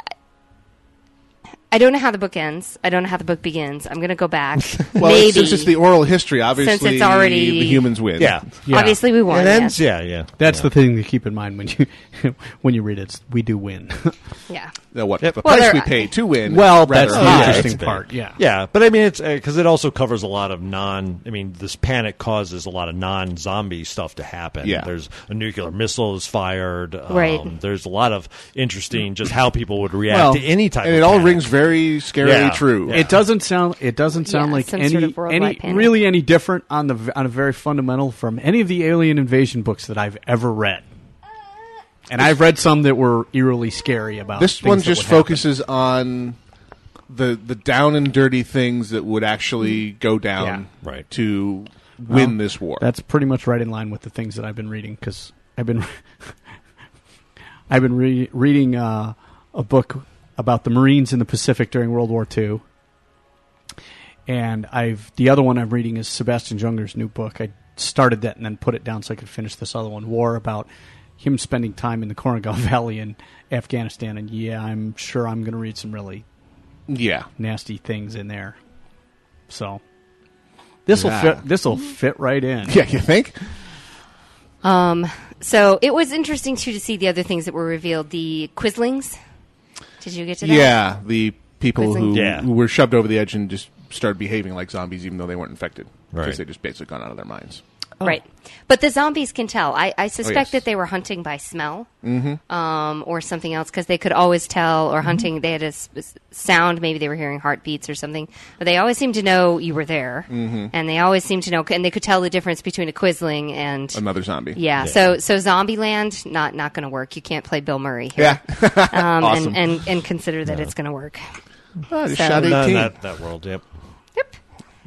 E: I don't know how the book ends. I don't know how the book begins. I'm going to go back.
B: [LAUGHS] Well,
E: Maybe
B: since it's the oral history, obviously,
E: Since it's already-
B: the humans win.
D: Yeah. Yeah.
E: Obviously, we won.
D: It
E: yes.
D: ends-
F: yeah, yeah.
D: That's the thing to keep in mind when you [LAUGHS] when you read it. We do win. [LAUGHS]
E: Yeah.
B: Uh, what the
E: Well,
B: price
E: they're-
B: we pay to win?
D: Well,
B: is rather
D: that's the
B: high.
D: interesting It's big. part, yeah.
F: Yeah, but I mean, it's because it also covers a lot of non. I mean, this panic causes a lot of non-zombie stuff to happen.
B: Yeah.
F: there's a nuclear missile is fired. Um,
B: Right.
F: There's a lot of interesting just how people would react
B: Mm. Well,
F: to any type.
B: and
F: of
B: it all
F: panic.
B: rings very scarily
F: Yeah.
B: true.
F: Yeah.
D: It doesn't sound. It doesn't sound
E: Yeah,
D: like
E: some
D: any,
E: sort of worldwide
D: any
E: panic.
D: really any different on the v- on a very fundamental from any of the alien invasion books that I've ever read. And I've read some that were eerily scary about
B: This
D: things
B: one
D: that
B: just
D: would happen.
B: focuses on the the down and dirty things that would actually go down right. to win
D: Well,
B: this war.
D: That's pretty much right in line with the things that I've been reading because I've been [LAUGHS] I've been re- reading uh, a book about the Marines in the Pacific during World War II, and I've the other one I'm reading is Sebastian Junger's new book. I started that and then put it down so I could finish this other one, War, about him spending time in the Korangal [LAUGHS] Valley in Afghanistan. And yeah, I'm sure I'm going to read some really
B: yeah
D: nasty things in there. So this will
B: Yeah.
D: fit. This will fit right in.
B: Yeah, you think?
E: Um, so it was interesting too to see the other things that were revealed. The Quizlings. Did you get to that?
B: yeah, the people
E: Prison.
B: who,
E: Yeah.
B: who were shoved over the edge and just started behaving like zombies, even though they weren't infected, because
F: Right.
B: they just basically gone out of their minds.
E: Right. But the zombies can tell. I, I suspect
B: Oh, yes.
E: that they were hunting by smell
B: Mhm.
E: um, or something else because they could always tell,
B: Mm-hmm.
E: or hunting, they had a s- s- sound, maybe they were hearing heartbeats or something. But they always seemed to know you were there.
B: Mhm.
E: And they always seemed to know, and they could tell the difference between a Quisling and.
B: Another zombie.
E: Yeah, so so Zombieland not not going to work. You can't play Bill Murray here.
B: Yeah.
E: [LAUGHS] um,
B: Awesome.
E: and, and and consider that it's going to work.
B: Oh,
F: Not
B: just shot
F: in
B: eighteen.
F: That, that world, yep.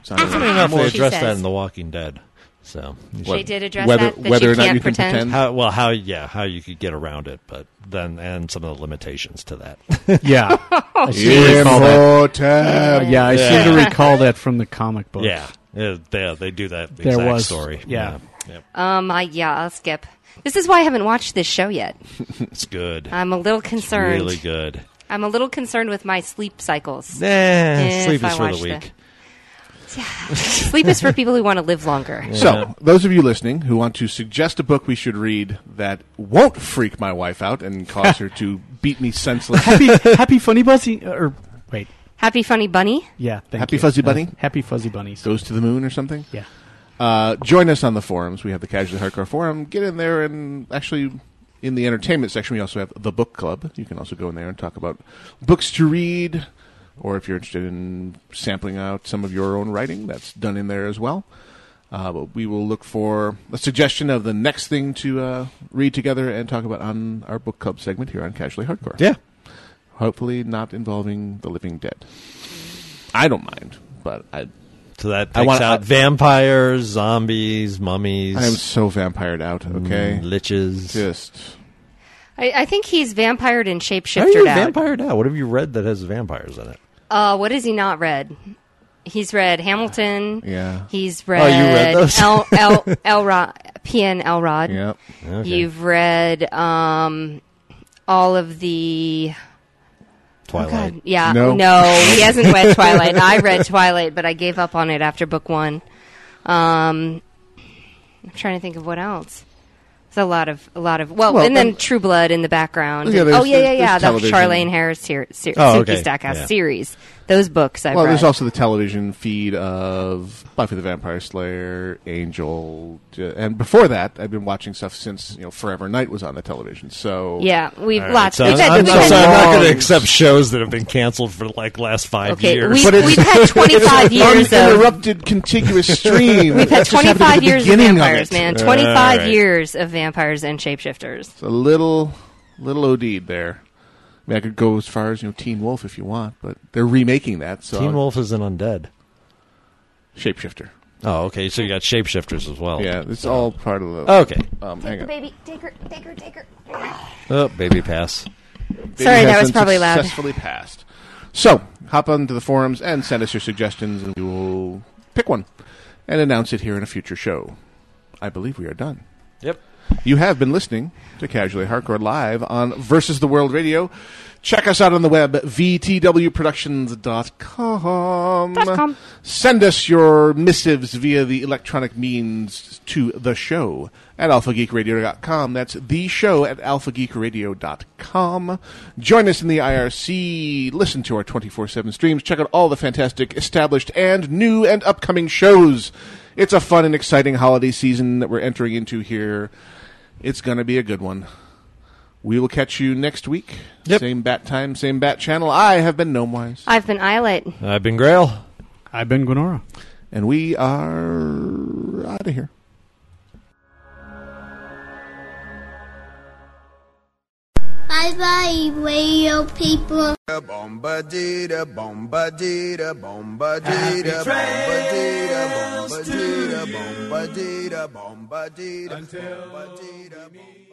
B: Sounds
F: Funny
B: like-
F: enough, they
B: Well, she
F: addressed that
B: says-
F: in The Walking Dead. So you
E: They
F: should-
E: did address Whether- that, that whether you or not can't you can pretend? pretend?
F: How, well, how yeah, how you could get around it, but then and some of the limitations to that. [LAUGHS]
D: [LAUGHS] Yeah. I seem to recall that.
F: Imhotep.
D: Yeah, I seem to
F: Yeah.
D: recall that from the comic book.
F: Yeah, yeah, they, they do that exact
D: There was-
F: story.
D: yeah.
F: Yep.
E: Um, I, yeah, I'll skip. This is why I haven't watched this show yet.
F: it's good.
E: I'm a little
F: It's
E: concerned.
F: really good.
E: I'm a little concerned with my sleep cycles.
F: Nah,
E: If
F: sleep is
E: I
F: for the
E: watch
F: weak.
E: Yeah. sleep is for people who want to
F: [LAUGHS]
E: live longer.
B: So, those of you listening who want to suggest a book we should read that won't freak my wife out and
D: [LAUGHS]
B: cause her to beat me senseless.
D: Happy, happy funny buzzy or wait,
E: Happy funny bunny.
D: yeah. Thank
B: Happy
D: you.
B: Fuzzy Bunny?
D: Uh, happy Fuzzy Bunnies.
B: Goes to the moon or something?
D: Yeah.
B: Uh, join us on the forums. We have the Casually Hardcore Forum. Get in there and actually, in the entertainment section, we also have the Book Club. You can also go in there and talk about books to read, or if you're interested in sampling out some of your own writing, that's done in there as well. Uh, but we will look for a suggestion of the next thing to uh, read together and talk about on our book club segment here on Casually Hardcore.
F: Yeah.
B: Hopefully, not involving the living dead. I don't mind, but I.
F: So that
B: I
F: takes
B: wanna-
F: out vampires, zombies, mummies. Mm,
B: I am so vampired out. Okay,
F: liches.
B: Just
E: I, I think he's vampired and
F: How are you
E: shapeshiftered
F: a
E: out.
F: vampire now? What have you read that has vampires in it?
E: Uh, what has he not read? He's read Hamilton.
F: Yeah.
E: He's
F: Oh,
E: read,
F: you read those? [LAUGHS]
E: El, El, Elrod, PN Elrod.
F: Yep. Okay.
E: You've read um, all of the.
F: Twilight.
E: oh God, yeah.
F: No.
E: he hasn't read Twilight. I read Twilight, but I gave up on it after book one. Um, I'm trying to think of what else. There's a lot of a lot of well,
S: Well,
E: and then
S: and-
E: True Blood in the background.
B: Yeah, there's-
E: oh yeah, yeah,
B: there's
E: yeah. The
B: television.
E: Charlene Harris ser- ser-
B: Oh,
E: Suki
B: okay.
E: Stackhouse
B: Yeah.
E: series. Those books I've
B: well,
E: read.
B: there's also the television feed of Buffy the Vampire Slayer, Angel, j- and before that, I've been watching stuff since you know Forever Night was on the television. So uh,
E: Yeah, we've
B: All right,
E: lots-
B: so
E: we've had-
B: I'm
E: we've
B: so
E: had-
F: So I'm not going to
B: long.
F: accept shows that have been canceled for like last five
E: Okay,
F: years.
E: we've- But it's- we've
F: [LAUGHS]
B: [LAUGHS]
E: had 25 years of-
B: uninterrupted
E: [LAUGHS]
B: contiguous stream.
E: We've had
B: That's just happened at
E: 25
B: the
E: years of
B: beginning of
E: vampires,
B: it.
E: man.
B: Uh,
E: 25
B: right.
E: years of vampires and shapeshifters.
B: It's a little, little OD'd there. I mean, I could go as far as you know Teen Wolf if you want, but they're remaking that. So
F: Teen Wolf is an undead
B: shapeshifter.
F: Oh, okay. So you got shapeshifters as well.
B: Yeah, it's all part of the.
F: Okay.
B: Um, hang on.
E: baby, take her, take her, take her.
F: Oh, baby pass.
E: Sorry,
B: has
E: that was
B: been
E: probably loud.
B: Successfully passed. So hop onto the forums and send us your suggestions, and we will pick one and announce it here in a future show. I believe we are done.
F: Yep.
B: You have been listening to Casually Hardcore Live on Versus the World Radio. Check us out on the web, vtwproductions.com.
E: com.
B: Send us your missives via the electronic means to the show at alphageekradio.com. That's the show at alphageekradio.com. Join us in the IRC. Listen to our 24 7 streams. Check out all the fantastic established and new and upcoming shows. It's a fun and exciting holiday season that we're entering into here. It's going to be a good one. We will catch you next week. Same bat time, same bat channel. I have been Gnomewise.
E: I've been Islet.
F: I've been Grail.
D: I've been Gwenora.
B: And we are out of here.
T: Bye bye, radio people.
G: Bombadita, bombadita,
T: Happy
G: bombadita, bombadita,
B: Mm-hmm.
G: bombadita, bombadita, bombadita, bombadita, bombadita.